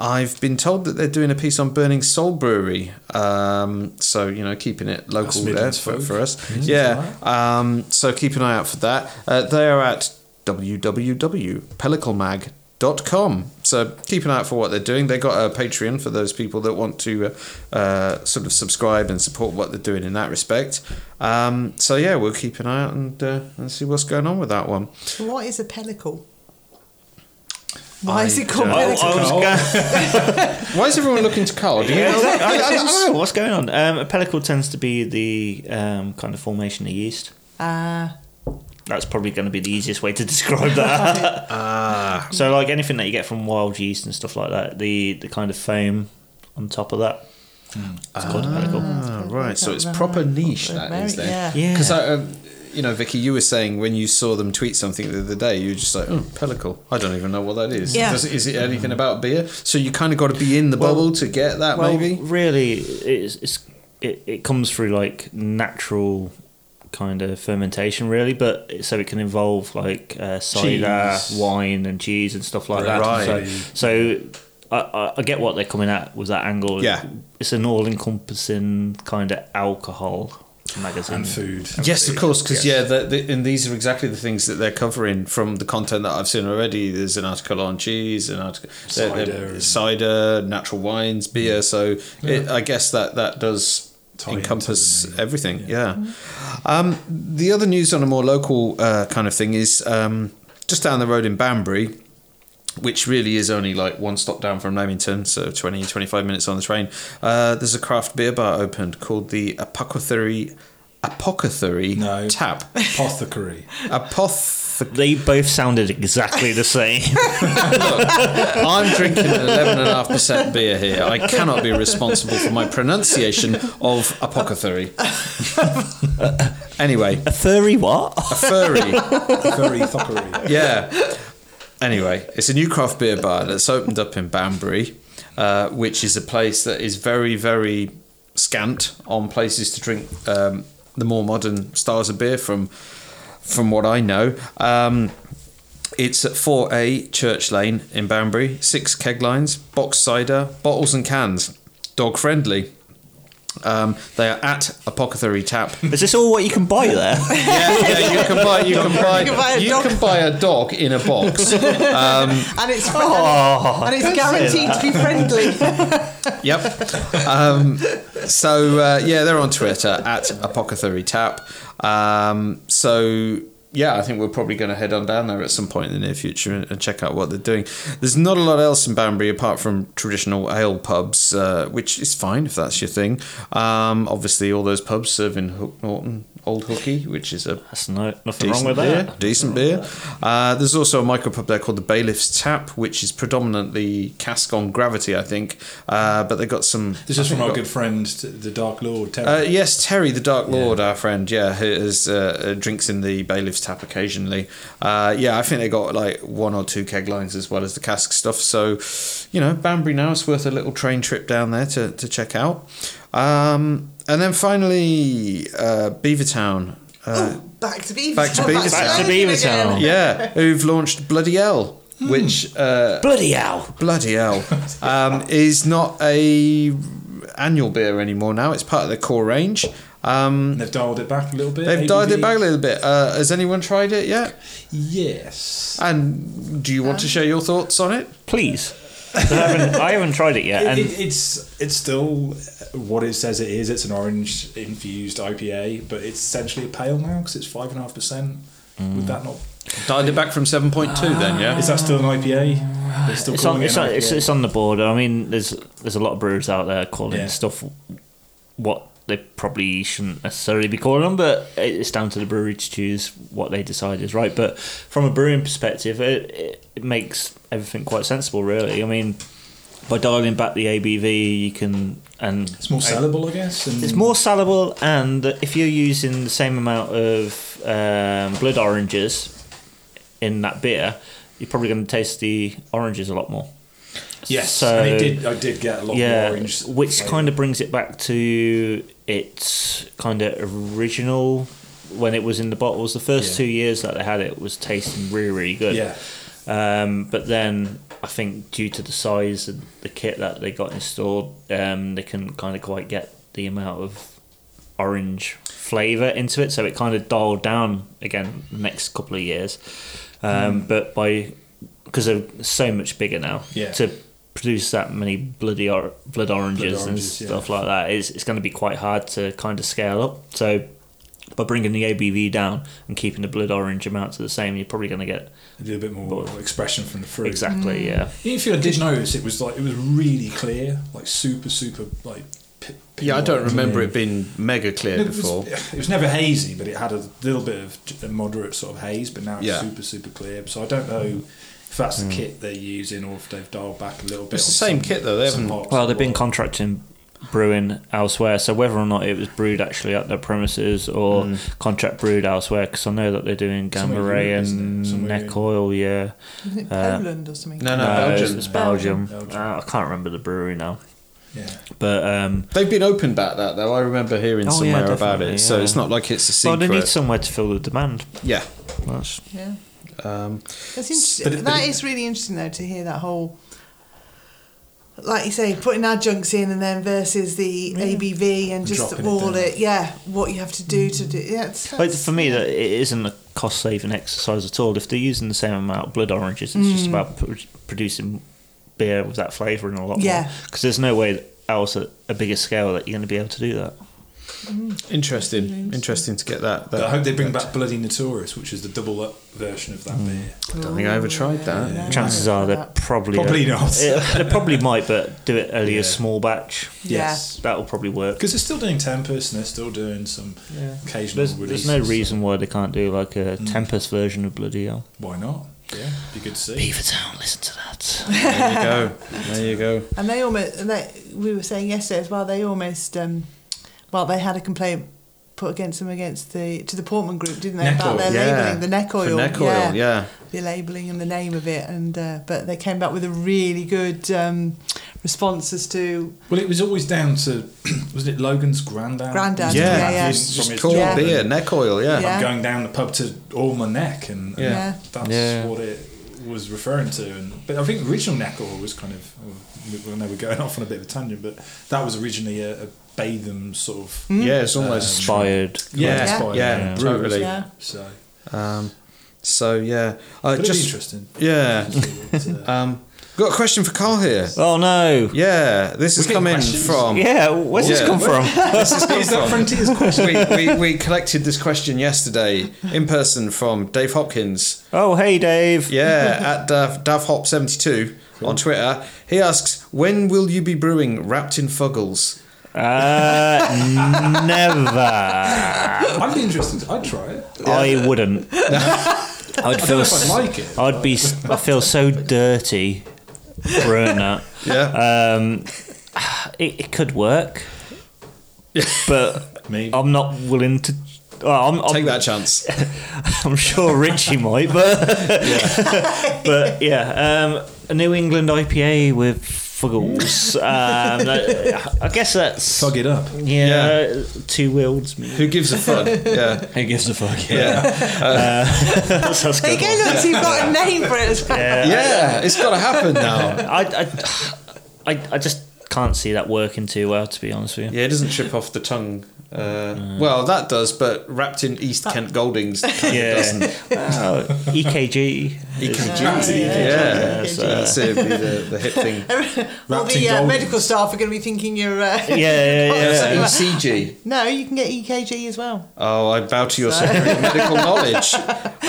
A: I've been told that they're doing a piece on Burning Soul Brewery, um, so you know, keeping it local there
C: Midlands
A: for,
C: folk.
A: for us.
C: Mm,
A: yeah, um, so keep an eye out for that. Uh, they are at www.pelliclemag.com. So keep an eye out for what they're doing. They've got a Patreon for those people that want to uh, uh, sort of subscribe and support what they're doing in that respect. Um, so yeah, we'll keep an eye out and uh, and see what's going on with that one.
B: what is a pellicle? Why
A: I
B: is it called
A: don't-
D: I, I was
B: pellicle?
D: going,
A: Why is everyone looking to Carl?
D: [laughs]
A: Do you know that?
D: I, I don't know what's going on. Um, a pellicle tends to be the um, kind of formation of yeast.
B: Ah,
D: That's probably going to be the easiest way to [laughs] describe that. so, like anything that you get from wild yeast and stuff like that, the the kind of foam on top of that, it's called a pellicle.
A: Ah, right. So it's proper niche that is
B: Very-
A: then.
B: yeah.
D: Yeah.
A: Because um, you know, Vicky, you were saying when you saw them tweet something the other day, you were just like, "Oh, pellicle. I don't even know what that is.
B: Yeah.
A: Does, is it anything about beer?" So you kind of got to be in the
D: Well-
A: bubble to get that,
D: well,
A: maybe.
D: really, it's, it's it, it comes through like natural kind of fermentation, really. But so it can involve like uh, cider,
A: Cheese.
D: wine, and cheese and stuff like
A: Right.
D: that. So, so I- I, I get what they're coming at with that angle.
A: Yeah.
D: it's an all-encompassing kind of alcohol magazine
C: and food.
A: Yes, of course, because
C: Yes.
A: yeah, the, the, and these are exactly the things that they're covering from the content that I've seen already. There's an article on cheese, an article cider,
C: Cider and-
A: cider natural wines, beer. So it, I guess that that does
C: Tie
A: encompass
C: into
A: everything. Yeah.
C: Mm-hmm.
A: Um, the other news on a more local uh, kind of thing is um, just down the road in Banbury which really is only like one stop down from Leamington, so 20, 25 minutes on the train. Uh, there's a craft beer bar opened called the Apothecary Apothecary
C: No.
A: Tap.
C: Apothecary.
A: Apothecary.
D: They both sounded exactly the same.
A: I'm drinking an 11.5% beer here. I cannot be responsible for my pronunciation of [laughs] apothecary. anyway,
D: [laughs] a furry what?
A: a furry.
C: Furry thockery.
A: yeah. Anyway, it's a new craft beer bar that's opened up in Banbury, uh, which is a place that is very, very scant on places to drink um, the more modern styles of beer from, from what I know. Um, it's at 4A Church Lane in Banbury. Six keg lines, box cider, bottles and cans. Dog friendly. Um, they are at Apothecary Tap
D: Is this all what you can buy there?
A: [laughs] yeah, yeah, you can buy, you can buy,
B: You can buy a
A: you
B: dog.
A: can buy a dog in a box.
B: and it's fri-
D: Oh.
B: and it's guaranteed to be
D: [laughs]
B: friendly.
A: yep. Um, so uh, yeah, they're on Twitter at Apothecary Tap. Um, so yeah, I think we're probably going to head on down there at some point in the near future and, and check out what they're doing. There's not a lot else in Banbury apart from traditional ale pubs, uh, which is fine if that's your thing. Um, obviously, all those pubs serving Hook Norton, Old Hooky, which is a
D: That's no, nothing
A: Decent
D: wrong with
A: beer.
D: that.
A: Decent beer. Uh, there's also a micropub there called the Bailiff's Tap, which is predominantly cask on gravity, I think. Uh, but they got some.
C: [laughs] This
A: I
C: is
A: think
C: from our
A: got-
C: good friend, the Dark Lord. Terry.
A: Uh, yes, Terry, the Dark Lord, our friend, yeah, who is, uh, uh, drinks in the bailiff's tap occasionally. Uh, yeah, I think they got like one or two keg lines as well as the cask stuff. So, you know, Banbury now it's worth a little train trip down there to, to check out. Um, and then finally, uh, Beavertown
B: oh, back to Beaver
A: back to
B: Town.
A: Beaver
B: that's
A: Town.
D: Back to
B: Logan
D: Beaver
B: again.
D: Town.
A: yeah, who've launched Bloody Hell,
D: Hmm.
A: which uh,
D: Bloody hell!
A: Bloody [laughs] Hell um, is not a annual beer anymore. Now it's part of the core range. Um,
C: And they've dialed it back a little bit.
A: they've dialed it
C: ABV.
A: back a little bit. Uh, has anyone tried it yet?
C: Yes.
A: And do you want to share your thoughts on it?
D: Please. I haven't, I haven't tried it yet,
C: It-
D: and
C: it, it's it's still what it says it is. It's an orange infused IPA, but it's essentially a pale now because it's five and a half percent.
A: Mm.
C: Would that not?
A: Dialed it back from seven point two. Then yeah,
C: Is that still an IPA? They're still
D: it's
C: calling
D: on, it's,
C: it an
D: on, it's,
C: IPA.
D: it's on the border. I mean, there's there's a lot of brewers out there calling
C: Yeah.
D: stuff what they probably shouldn't necessarily be calling them, but it- it's down to the brewery to choose what they decide is right. But from a brewing perspective, it, it, it makes everything quite sensible, really. I mean, by dialing back the ABV, you can and
C: It's more sellable, I guess. And
D: It's more salable, and if you're using the same amount of um, blood oranges in that beer, you're probably going to taste the oranges a lot more.
C: Yes,
D: So-
C: and it did. I did get a lot
D: yeah,
C: more orange.
D: which kind of brings it back to its kind of original when it was in the bottles. The first
C: Yeah.
D: two years that they had it was tasting really, really good.
C: yeah.
D: Um, but then I think due to the size of the kit that they got installed, um, they couldn't kind of quite get the amount of orange flavour into it, so it kind of dialed down again the next couple of years.
C: Mm.
D: Um, But by because they're so much bigger now,
C: Yeah.
D: to produce that many bloody or, blood oranges and
C: oranges, yeah.
D: stuff like that, it's, it's going to be quite hard to kind of scale up. So by bringing the ABV down and keeping the blood orange amount to the same, you're probably going to get
C: A little bit more expression from the fruit.
D: Exactly.
C: Mm.
D: Yeah.
C: Even if you did notice, it was like it was really clear, like super, super, like. P-
A: yeah. I don't
C: pinpoint.
A: remember it being mega clear
C: It was,
A: before.
C: it was never hazy, but it had a little bit of j- a moderate sort of haze. But now it's
A: Yeah.
C: super, super clear. So I don't know
D: Mm.
C: if that's the kit they're using or if they've dialed back a little bit.
A: It's the
C: on
A: same
C: some-
A: kit, though, they
C: some
A: haven't-
C: hops.
D: Well, they've been contracting brewing elsewhere, so whether or not it was brewed actually at their premises or contract brewed elsewhere, because I know that they're doing
C: Hmm. Somewhere in
D: Gamma
C: Europe,
D: and
C: isn't it? Somewhere
D: Neck Oil. Yeah.
B: Isn't it
D: Uh,
B: Poland or something?
A: No, no,
D: No, it's-
A: Belgium.
D: It's Belgium.
C: Belgium.
D: Uh, I can't remember the brewery now,
C: Yeah.
D: but um,
A: They've been open about that though. I remember hearing
D: Oh, yeah,
A: somewhere about it.
D: definitely,
A: So
D: yeah.
A: it's not like it's a
D: well,
A: secret.
D: they need somewhere to fill the demand.
A: yeah.
D: That's
B: Yeah.
A: Um,
B: That's interesting.
C: But it- but
B: that
C: it-
B: is really interesting, though, to hear that whole, like you say, putting adjuncts in and then versus the ABV and just
C: Dropping it
B: all
C: down.
B: it, yeah, what you have to do to do. Yeah, it's,
D: But
B: that's-
D: for me, that it isn't a cost saving exercise at all. If they're using the same amount of blood oranges, it's
B: Hmm.
D: just about pr- producing beer with that flavour and a lot
B: Yeah.
D: Because there's no way else at a bigger scale that you're going to be able to do that.
A: interesting. Interesting to get that.
C: But I hope they bring
A: that-
C: back Bloody Notorious, which is the double up version of that
D: Mm.
C: beer.
A: I don't think I ever tried that.
B: Yeah.
D: Chances are they probably
C: Probably not.
D: It- they probably might, but do it only
C: Yeah.
D: a small batch.
C: Yes.
D: That will probably work.
C: Because they're still doing Tempest and they're still doing some
D: Yeah.
C: occasional
D: There's,
C: releases.
D: there's no reason why they can't do like a
C: Mm.
D: Tempest version of Bloody Hell.
C: Why not? Yeah, you could see.
D: Beaver Town, listen to that.
A: There you go. There you go.
B: And they almost, and they, we were saying yesterday as well, they almost, um, well, they had a complaint put against them against the to the Portman Group, didn't they,
C: Neck
B: about
C: oil.
B: their
A: Yeah.
B: labelling, the neck
A: For
B: oil,
A: neck oil, yeah.
B: the labelling and the name of it, and uh, but they came back with a really good um, response as to
C: Well, it was always down to, [clears throat] wasn't it Logan's granddad?
B: Grandad,
C: Used to
A: yeah,
C: have
B: yeah.
C: his- from
A: Just
C: his
A: cold
B: Yeah.
C: job and
A: beer, neck oil. Yeah.
B: Yeah.
C: I'm going down the pub to all my neck, and, and
A: Yeah.
B: Yeah.
C: that's
D: Yeah.
C: what it was referring to. And but I think the original neck oil was kind of. Well, now we're going [laughs] off on a bit of a tangent, but that was originally a, a Batham sort of.
A: Yeah. It's almost
D: Inspired.
C: Yeah,
B: Yeah.
C: inspired
A: Yeah,
C: brew,
A: totally.
C: isn't it?
B: Yeah.
C: So,
A: Um, so yeah. Uh,
C: but it'd be
A: just
C: interesting.
A: yeah. [laughs]
C: uh,
A: Um, got a question for Carl here.
D: Oh no.
A: Yeah. This is
C: getting
A: coming
C: questions?
A: from.
D: Yeah, where's
A: Yeah.
D: this come from?
A: This has come from- we, we, we collected this question yesterday in person from Dave Hopkins.
D: oh, hey, Dave.
A: Yeah, at Dav, DavHop72 on Twitter. He asks, when will you be brewing Wrapped in Fuggles?
D: Uh, never.
C: I'd be interested. I'd try it. [laughs]
D: I wouldn't. I'd
C: I don't
D: feel.
C: know if I'd
D: s-
C: like
D: [laughs]
C: it.
D: I'd be. s- I feel so dirty
C: [laughs]
D: brewing that.
A: Yeah.
D: Um, it, it could work, but
C: Maybe.
D: I'm not willing to. Well, I'm, I'm,
A: Take that chance.
D: [laughs] I'm sure Richie [laughs] might, but but yeah, um, a New England IPA with Fuggles. Um, [laughs] I- I guess that's
C: Fug it up.
D: yeah, Two worlds. Me.
A: Who gives a fuck?
D: [laughs]
A: yeah.
D: Who gives a fuck? [laughs] Uh,
A: Yeah.
D: that's, that's a good.
B: Again,
D: one.
B: look, you've got a name for it as well.
A: Yeah, it's got to happen now.
D: I, I, I, I just can't see that working too well. To be honest with you.
A: Yeah, it doesn't chip off the tongue. Uh, Well, that does, but wrapped in East Kent Goldings kind
D: Yeah.
A: of doesn't.
D: Wow. [laughs] E EKG.
A: EKG. Yeah,
D: Yeah,
A: so
D: so-
A: that's it. Be the, the hip thing.
B: All
C: Wrapped in
B: the uh,
C: gold.
B: medical staff are going to be thinking you're. Uh,
D: Yeah, yeah, yeah.
A: That's
B: Yeah.
A: ECG.
B: No, you can get EKG as well.
A: Oh, I bow to your superior medical knowledge.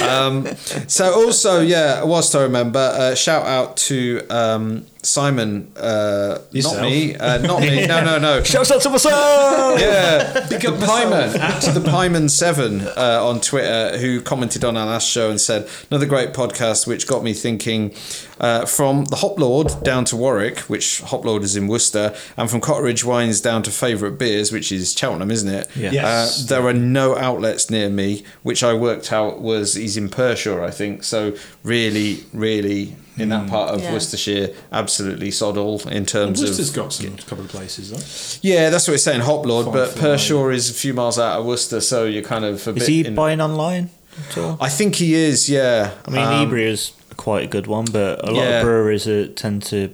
A: Um, so, also, yeah, whilst I remember, uh, shout out to um, Simon. Uh, not
C: Yourself.
A: me. Uh, not me. No, no, no.
D: Shouts out to myself.
A: Yeah, the Pyman at the Pyman Seven uh, on Twitter, who commented on our last show and said another great podcast, which got me thinking. Uh, from the Hop Lord down to Warwick, which Hop Lord is in Worcester, and from Cotteridge Wines down to favourite beers, which is Cheltenham, isn't it?
D: Yeah.
C: Yes.
A: Uh, there are no outlets near me, which I worked out was he's in Pershore, I think. So really, really. In that part of
B: Yeah.
A: Worcestershire, absolutely sod all in terms of
C: Worcester's got some couple of places though.
A: yeah, that's what it's saying, Hop Lord,
C: Five
A: but
C: for the line.
A: Pershore is a few miles out of Worcester, so you're kind of a
D: Is
A: bit.
D: he
A: in-
D: buying online at all?
A: I think he is, yeah.
D: I mean,
A: Um,
D: Ebria is quite a good one, but a lot
A: Yeah.
D: of breweries uh, tend to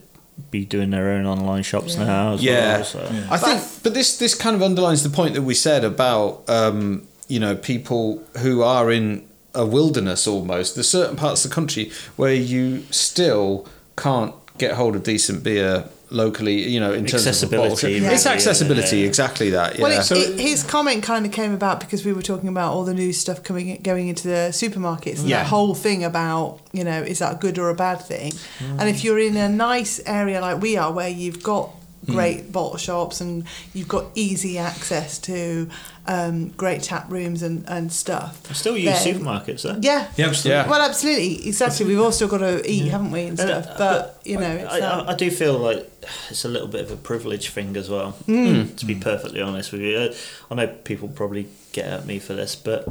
D: be doing their own online shops
B: Yeah.
D: now. As
A: Yeah.
D: Well, so.
A: I think, but this this kind of underlines the point that we said about um, you know people who are in a wilderness almost. There's certain parts of the country where you still can't get hold of decent beer locally. You know, in terms of a
D: Accessibility,
A: bottle. It's
D: really,
A: accessibility,
D: yeah.
A: exactly that. Yeah.
B: Well, it,
C: So-
B: it, his comment kind of came about because we were talking about all the new stuff coming going into the supermarkets and
A: Yeah.
B: that whole thing about you know is that a good or a bad thing? And if you're in a nice area like we are, where you've got
D: Mm.
B: great bottle shops and you've got easy access to um, great tap rooms and, and stuff,
D: Still use
B: then-
D: supermarkets, though.
B: Yeah.
C: Yeah, absolutely.
A: Yeah.
B: Well, absolutely, exactly. We've all still got to eat, haven't we, and
D: Uh,
B: stuff. But you know, it's um,
D: I,
B: that.
D: I, I do feel like it's a little bit of a privilege thing as well.
B: Hmm.
D: To be perfectly honest with you, Uh, I know people probably get at me for this, but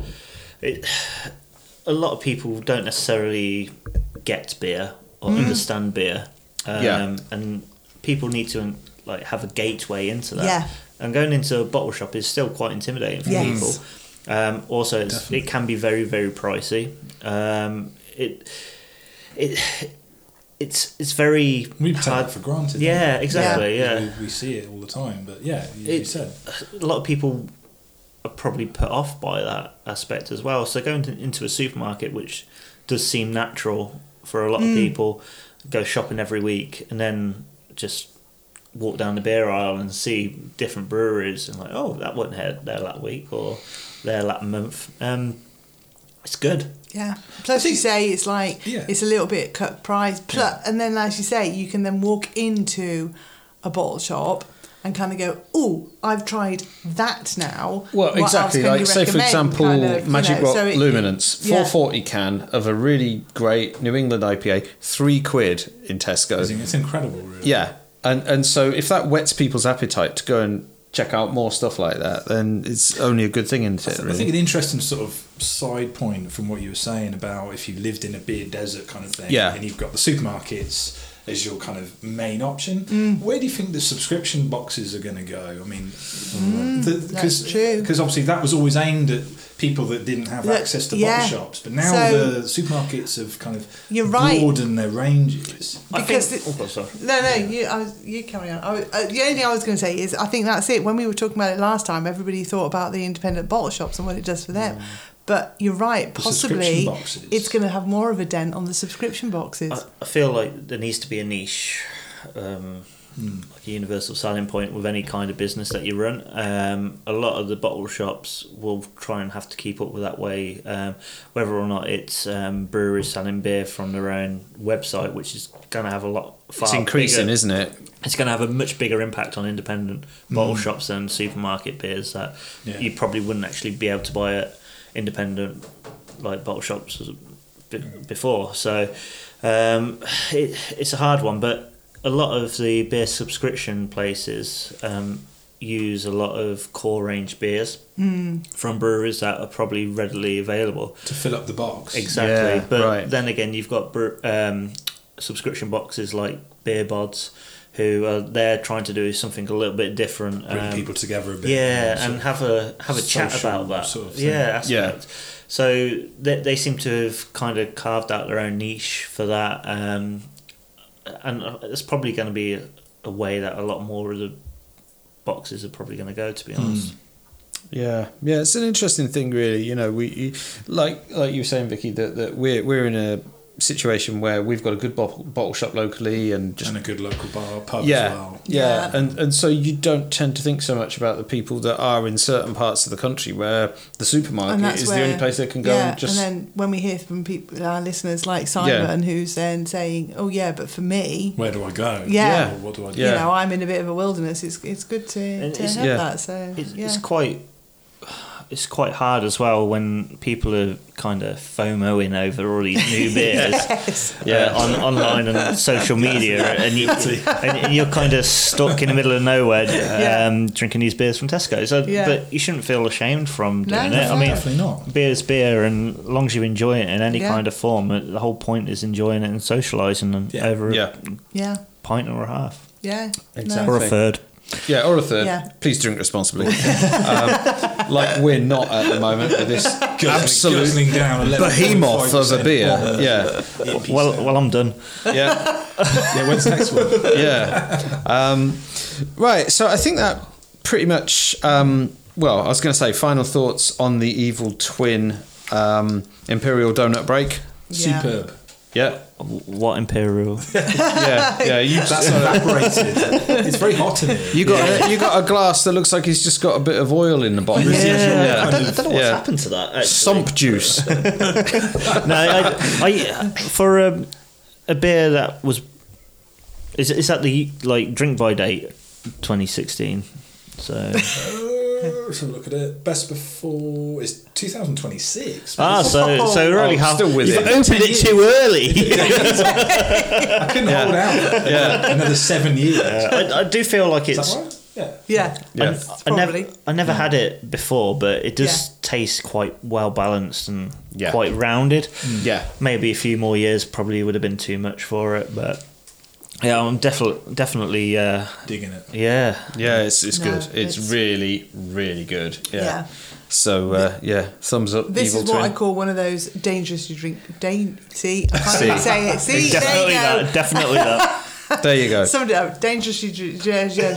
D: it, a lot of people don't necessarily get beer or
B: Hmm.
D: understand beer. Um,
A: Yeah.
D: and people need to like have a gateway into that.
B: Yeah.
D: And going into a bottle shop is still quite intimidating for
B: Yes.
D: people. Um, also, it's, it can be very, very pricey. Um, it, it, it's it's very
C: We take
D: hard
C: it for granted.
D: Yeah,
C: don't we?
D: exactly, yeah.
C: We, we see it all the time, but yeah, you, you
D: It's-
C: said
D: a lot of people are probably put off by that aspect as well. So going to, into a supermarket, which does seem natural for a lot of people, go shopping every week and then just walk down the beer aisle and see different breweries and like, oh, that wasn't here there that week or there that month. Um, it's good.
B: Yeah. Plus, you say it's like
C: Yeah.
B: it's a little bit cut price. Plu-
C: Yeah.
B: and then as you say, you can then walk into a bottle shop and kind of go, "Oh, I've tried that now."
A: Well,
B: What else
A: exactly.
B: can you
A: Like, say, for
B: recommend?"
A: example,
B: kind of, you
A: Magic
B: know,
A: Rock
B: so it-
A: Luminance,
B: yeah.
A: 440 can of a really great New England IPA, three quid in
C: it's,
A: Tesco.
C: it's incredible, really.
A: Yeah, and and so if that whets people's appetite to go and check out more stuff like that, then it's only a good thing, isn't it?
C: I think
A: Really?
C: an interesting sort of side point from what you were saying about if you lived in a beer desert kind of thing,
A: Yeah.
C: and you've got the supermarkets as your kind of main option.
B: Mm.
C: Where do you think the subscription boxes are going to go? I mean, because
B: Mm. that's true.
C: because obviously that was always aimed at people that didn't have
B: Look,
C: access to
B: yeah.
C: bottle shops, but now
B: So-
C: the supermarkets have kind of
B: You're right.
C: broadened their ranges.
B: Because
D: I think,
B: it-
D: oh, sorry.
B: No, no, you, I was, you carry on. I was, uh, the only thing I was going to say is I think that's it. When we were talking about it last time, everybody thought about the independent bottle shops and what it does for
A: Mm.
B: them. But you're right,
C: subscription
B: possibly
C: boxes.
B: it's going to have more of a dent on the subscription boxes.
D: I, I feel like there needs to be a niche, um,
A: Hmm.
D: like a universal selling point with any kind of business that you run. Um, a lot of the bottle shops will try and have to keep up with that way, um, whether or not it's um, breweries selling beer from their own website, which is going to have a lot. Far
A: It's increasing,
D: bigger-
A: isn't it?
D: it's going to have a much bigger impact on independent bottle shops than supermarket beers that
C: Yeah.
D: you probably wouldn't actually be able to buy at independent like bottle shops as- be- before. So um, it, it's a hard one, but a lot of the beer subscription places um, use a lot of core range beers from breweries that are probably readily available.
C: To fill up the box,
D: Exactly.
A: Yeah,
D: but
A: right.
D: then again, you've got br- um, subscription boxes like Beer Bods, who are there trying to do something a little bit different.
C: Bring
D: um,
C: people together a bit.
D: yeah,
C: sort
D: and have a have a chat
C: social
D: about that.
C: sort of thing.
D: yeah,
A: Yeah.
D: aspect. So they, they seem to have kind of carved out their own niche for that, um, and uh, it's probably going to be a way that a lot more of the boxes are probably going to go. To
A: Hmm.
D: be honest,
A: Yeah, yeah, it's an interesting thing, really. You know, we you- like like you were saying, Vicky, that, that we're we're in a situation where we've got a good bottle, bottle shop locally and just
C: and a good local bar pub
A: yeah,
C: as well.
A: yeah,
B: Yeah.
A: and and so you don't tend to think so much about the people that are in certain parts of the country where the
B: and
A: supermarket
B: that's
A: is
B: where,
A: the only place they can go
B: yeah,
A: and just
B: and then when we hear from people, our listeners like Simon, who's then saying, "Oh yeah, but for me,
C: Where do I go?
B: Yeah.
C: Or what do I do?
A: Yeah.
B: you know, I'm in a bit of a wilderness. It's it's good to,
D: And
B: to
D: it's-
B: have
A: Yeah.
B: that." So
D: it's,
B: yeah,
A: [laughs]
D: it's quite it's quite hard as well when people are kind of FOMOing over all these
B: [laughs]
D: new beers.
B: Yes.
A: Yeah.
D: yeah, on, online and social media, and,
B: [laughs]
D: you, and you're kind of stuck in the middle of nowhere um, drinking these beers from Tesco. So,
B: Yeah.
D: but you shouldn't feel ashamed from
B: No,
D: doing
B: no,
D: it.
B: no.
D: I mean,
C: Definitely not.
D: beer's beer, and as long as you enjoy it in any
B: Yeah.
D: kind of form, uh, the whole point is enjoying it and socialising and
C: Yeah.
D: over
A: Yeah.
B: yeah,
D: a pint or a half
B: yeah, No.
A: Exactly.
D: or a third.
A: yeah, or a third.
B: Yeah.
A: Please drink
B: [laughs]
A: responsibly, um, like we're not at the moment with this
C: Guzzling-
A: absolute
C: guzzling down 11.5%
A: behemoth of a beer.
C: of, uh,
A: Yeah,
C: hippies
D: Well,
C: there.
D: well, I'm done.
A: yeah.
C: yeah. When's the next one?
A: yeah. Um, right. So I think that pretty much. Um, well, I was going to say final thoughts on the evil twin um, Imperial Donut Break.
B: Yeah.
C: Superb.
A: Yeah.
D: W- What imperial?
A: Yeah. Yeah. You,
C: That's evaporated. it's very hot in here.
A: you got a, you got a glass that looks like it's just got a bit of oil in the bottom.
C: Yeah.
A: Yeah.
D: I, don't, I don't know what's
A: Yeah.
D: happened to that. actually. [laughs]
A: Sump juice.
D: no, I, I for a, a beer that was is is that the like drink by date 2016. [laughs] So
C: Uh, Let's have a look at it. Best before is 2026.
D: ah, so so we're only
A: Oh,
D: half.
A: still with
D: you've
A: it.
D: opened it too early.
C: I couldn't hold out. Yeah, another seven years.
D: I, I do feel like
C: Is
D: it's.
C: that right? Yeah.
B: yeah,
A: Yeah. Mm.
D: I- I never,
B: Probably.
D: I never had it before, but it does
B: Yeah.
D: taste quite well balanced and
A: Yeah. Mm.
D: quite rounded.
A: Yeah.
D: maybe a few more years probably would have been too much for it, but yeah, I'm definitely definitely uh,
C: Digging it.
D: yeah.
A: Yeah, it's it's
B: No,
A: good. It's,
B: it's-
A: really really good. Yeah.
B: Yeah.
A: So uh, yeah, thumbs up.
B: This
A: evil
B: is what
A: twin.
B: I call one of those dangerous you drink. Dan- see, I can't
A: See.
B: even say it.
A: [laughs]
B: See, there
D: Definitely
B: you go.
D: that.
B: [laughs]
D: Definitely that. [laughs]
A: there you go.
B: Somebody, oh, dangerous you drink. Yeah, yeah,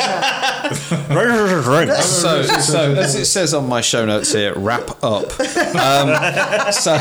B: yeah.
D: Drinks.
A: so, so as it says on my show notes here, wrap [laughs] up. Um, so,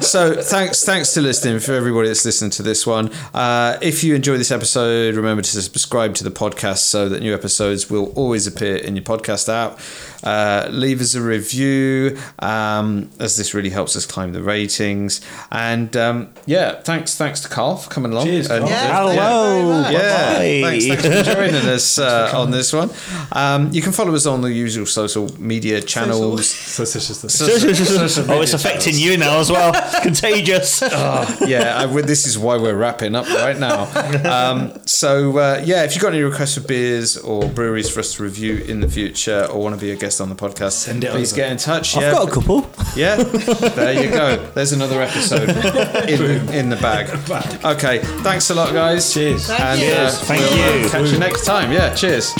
A: so thanks, thanks to listening for everybody that's listening to this one. Uh, if you enjoy this episode, remember to subscribe to the podcast so that new episodes will always appear in your podcast app. Uh, leave us a review, um, as this really helps us climb the ratings. And um, yeah, thanks, thanks to Carl for coming along.
C: Cheers,
A: And-
C: Carl.
B: Yeah,
D: Hello.
B: thank you very much.
A: yeah,
D: Bye-bye.
A: thanks, thanks for joining us uh, on this one. Um, you can follow us on the usual social media
C: [laughs]
A: channels.
C: So it's just the
D: oh, it's affecting you now as well.
A: [laughs]
D: Contagious.
A: yeah, I, would- this is why we're wrapping up right now. Um, so, uh, yeah, if you've got any requests for beers or breweries for us to review in the future or want to be a guest on the podcast,
C: Send it
A: please
C: over.
A: get in touch.
D: I've
A: yeah,
D: got a couple.
A: Yeah, there you go. There's another episode in, the, in the bag. Okay, thanks a lot, guys.
C: Cheers.
B: Thank
A: And
B: you.
A: uh,
D: Thank
A: we'll, uh,
D: you.
A: catch you next time. Yeah, cheers.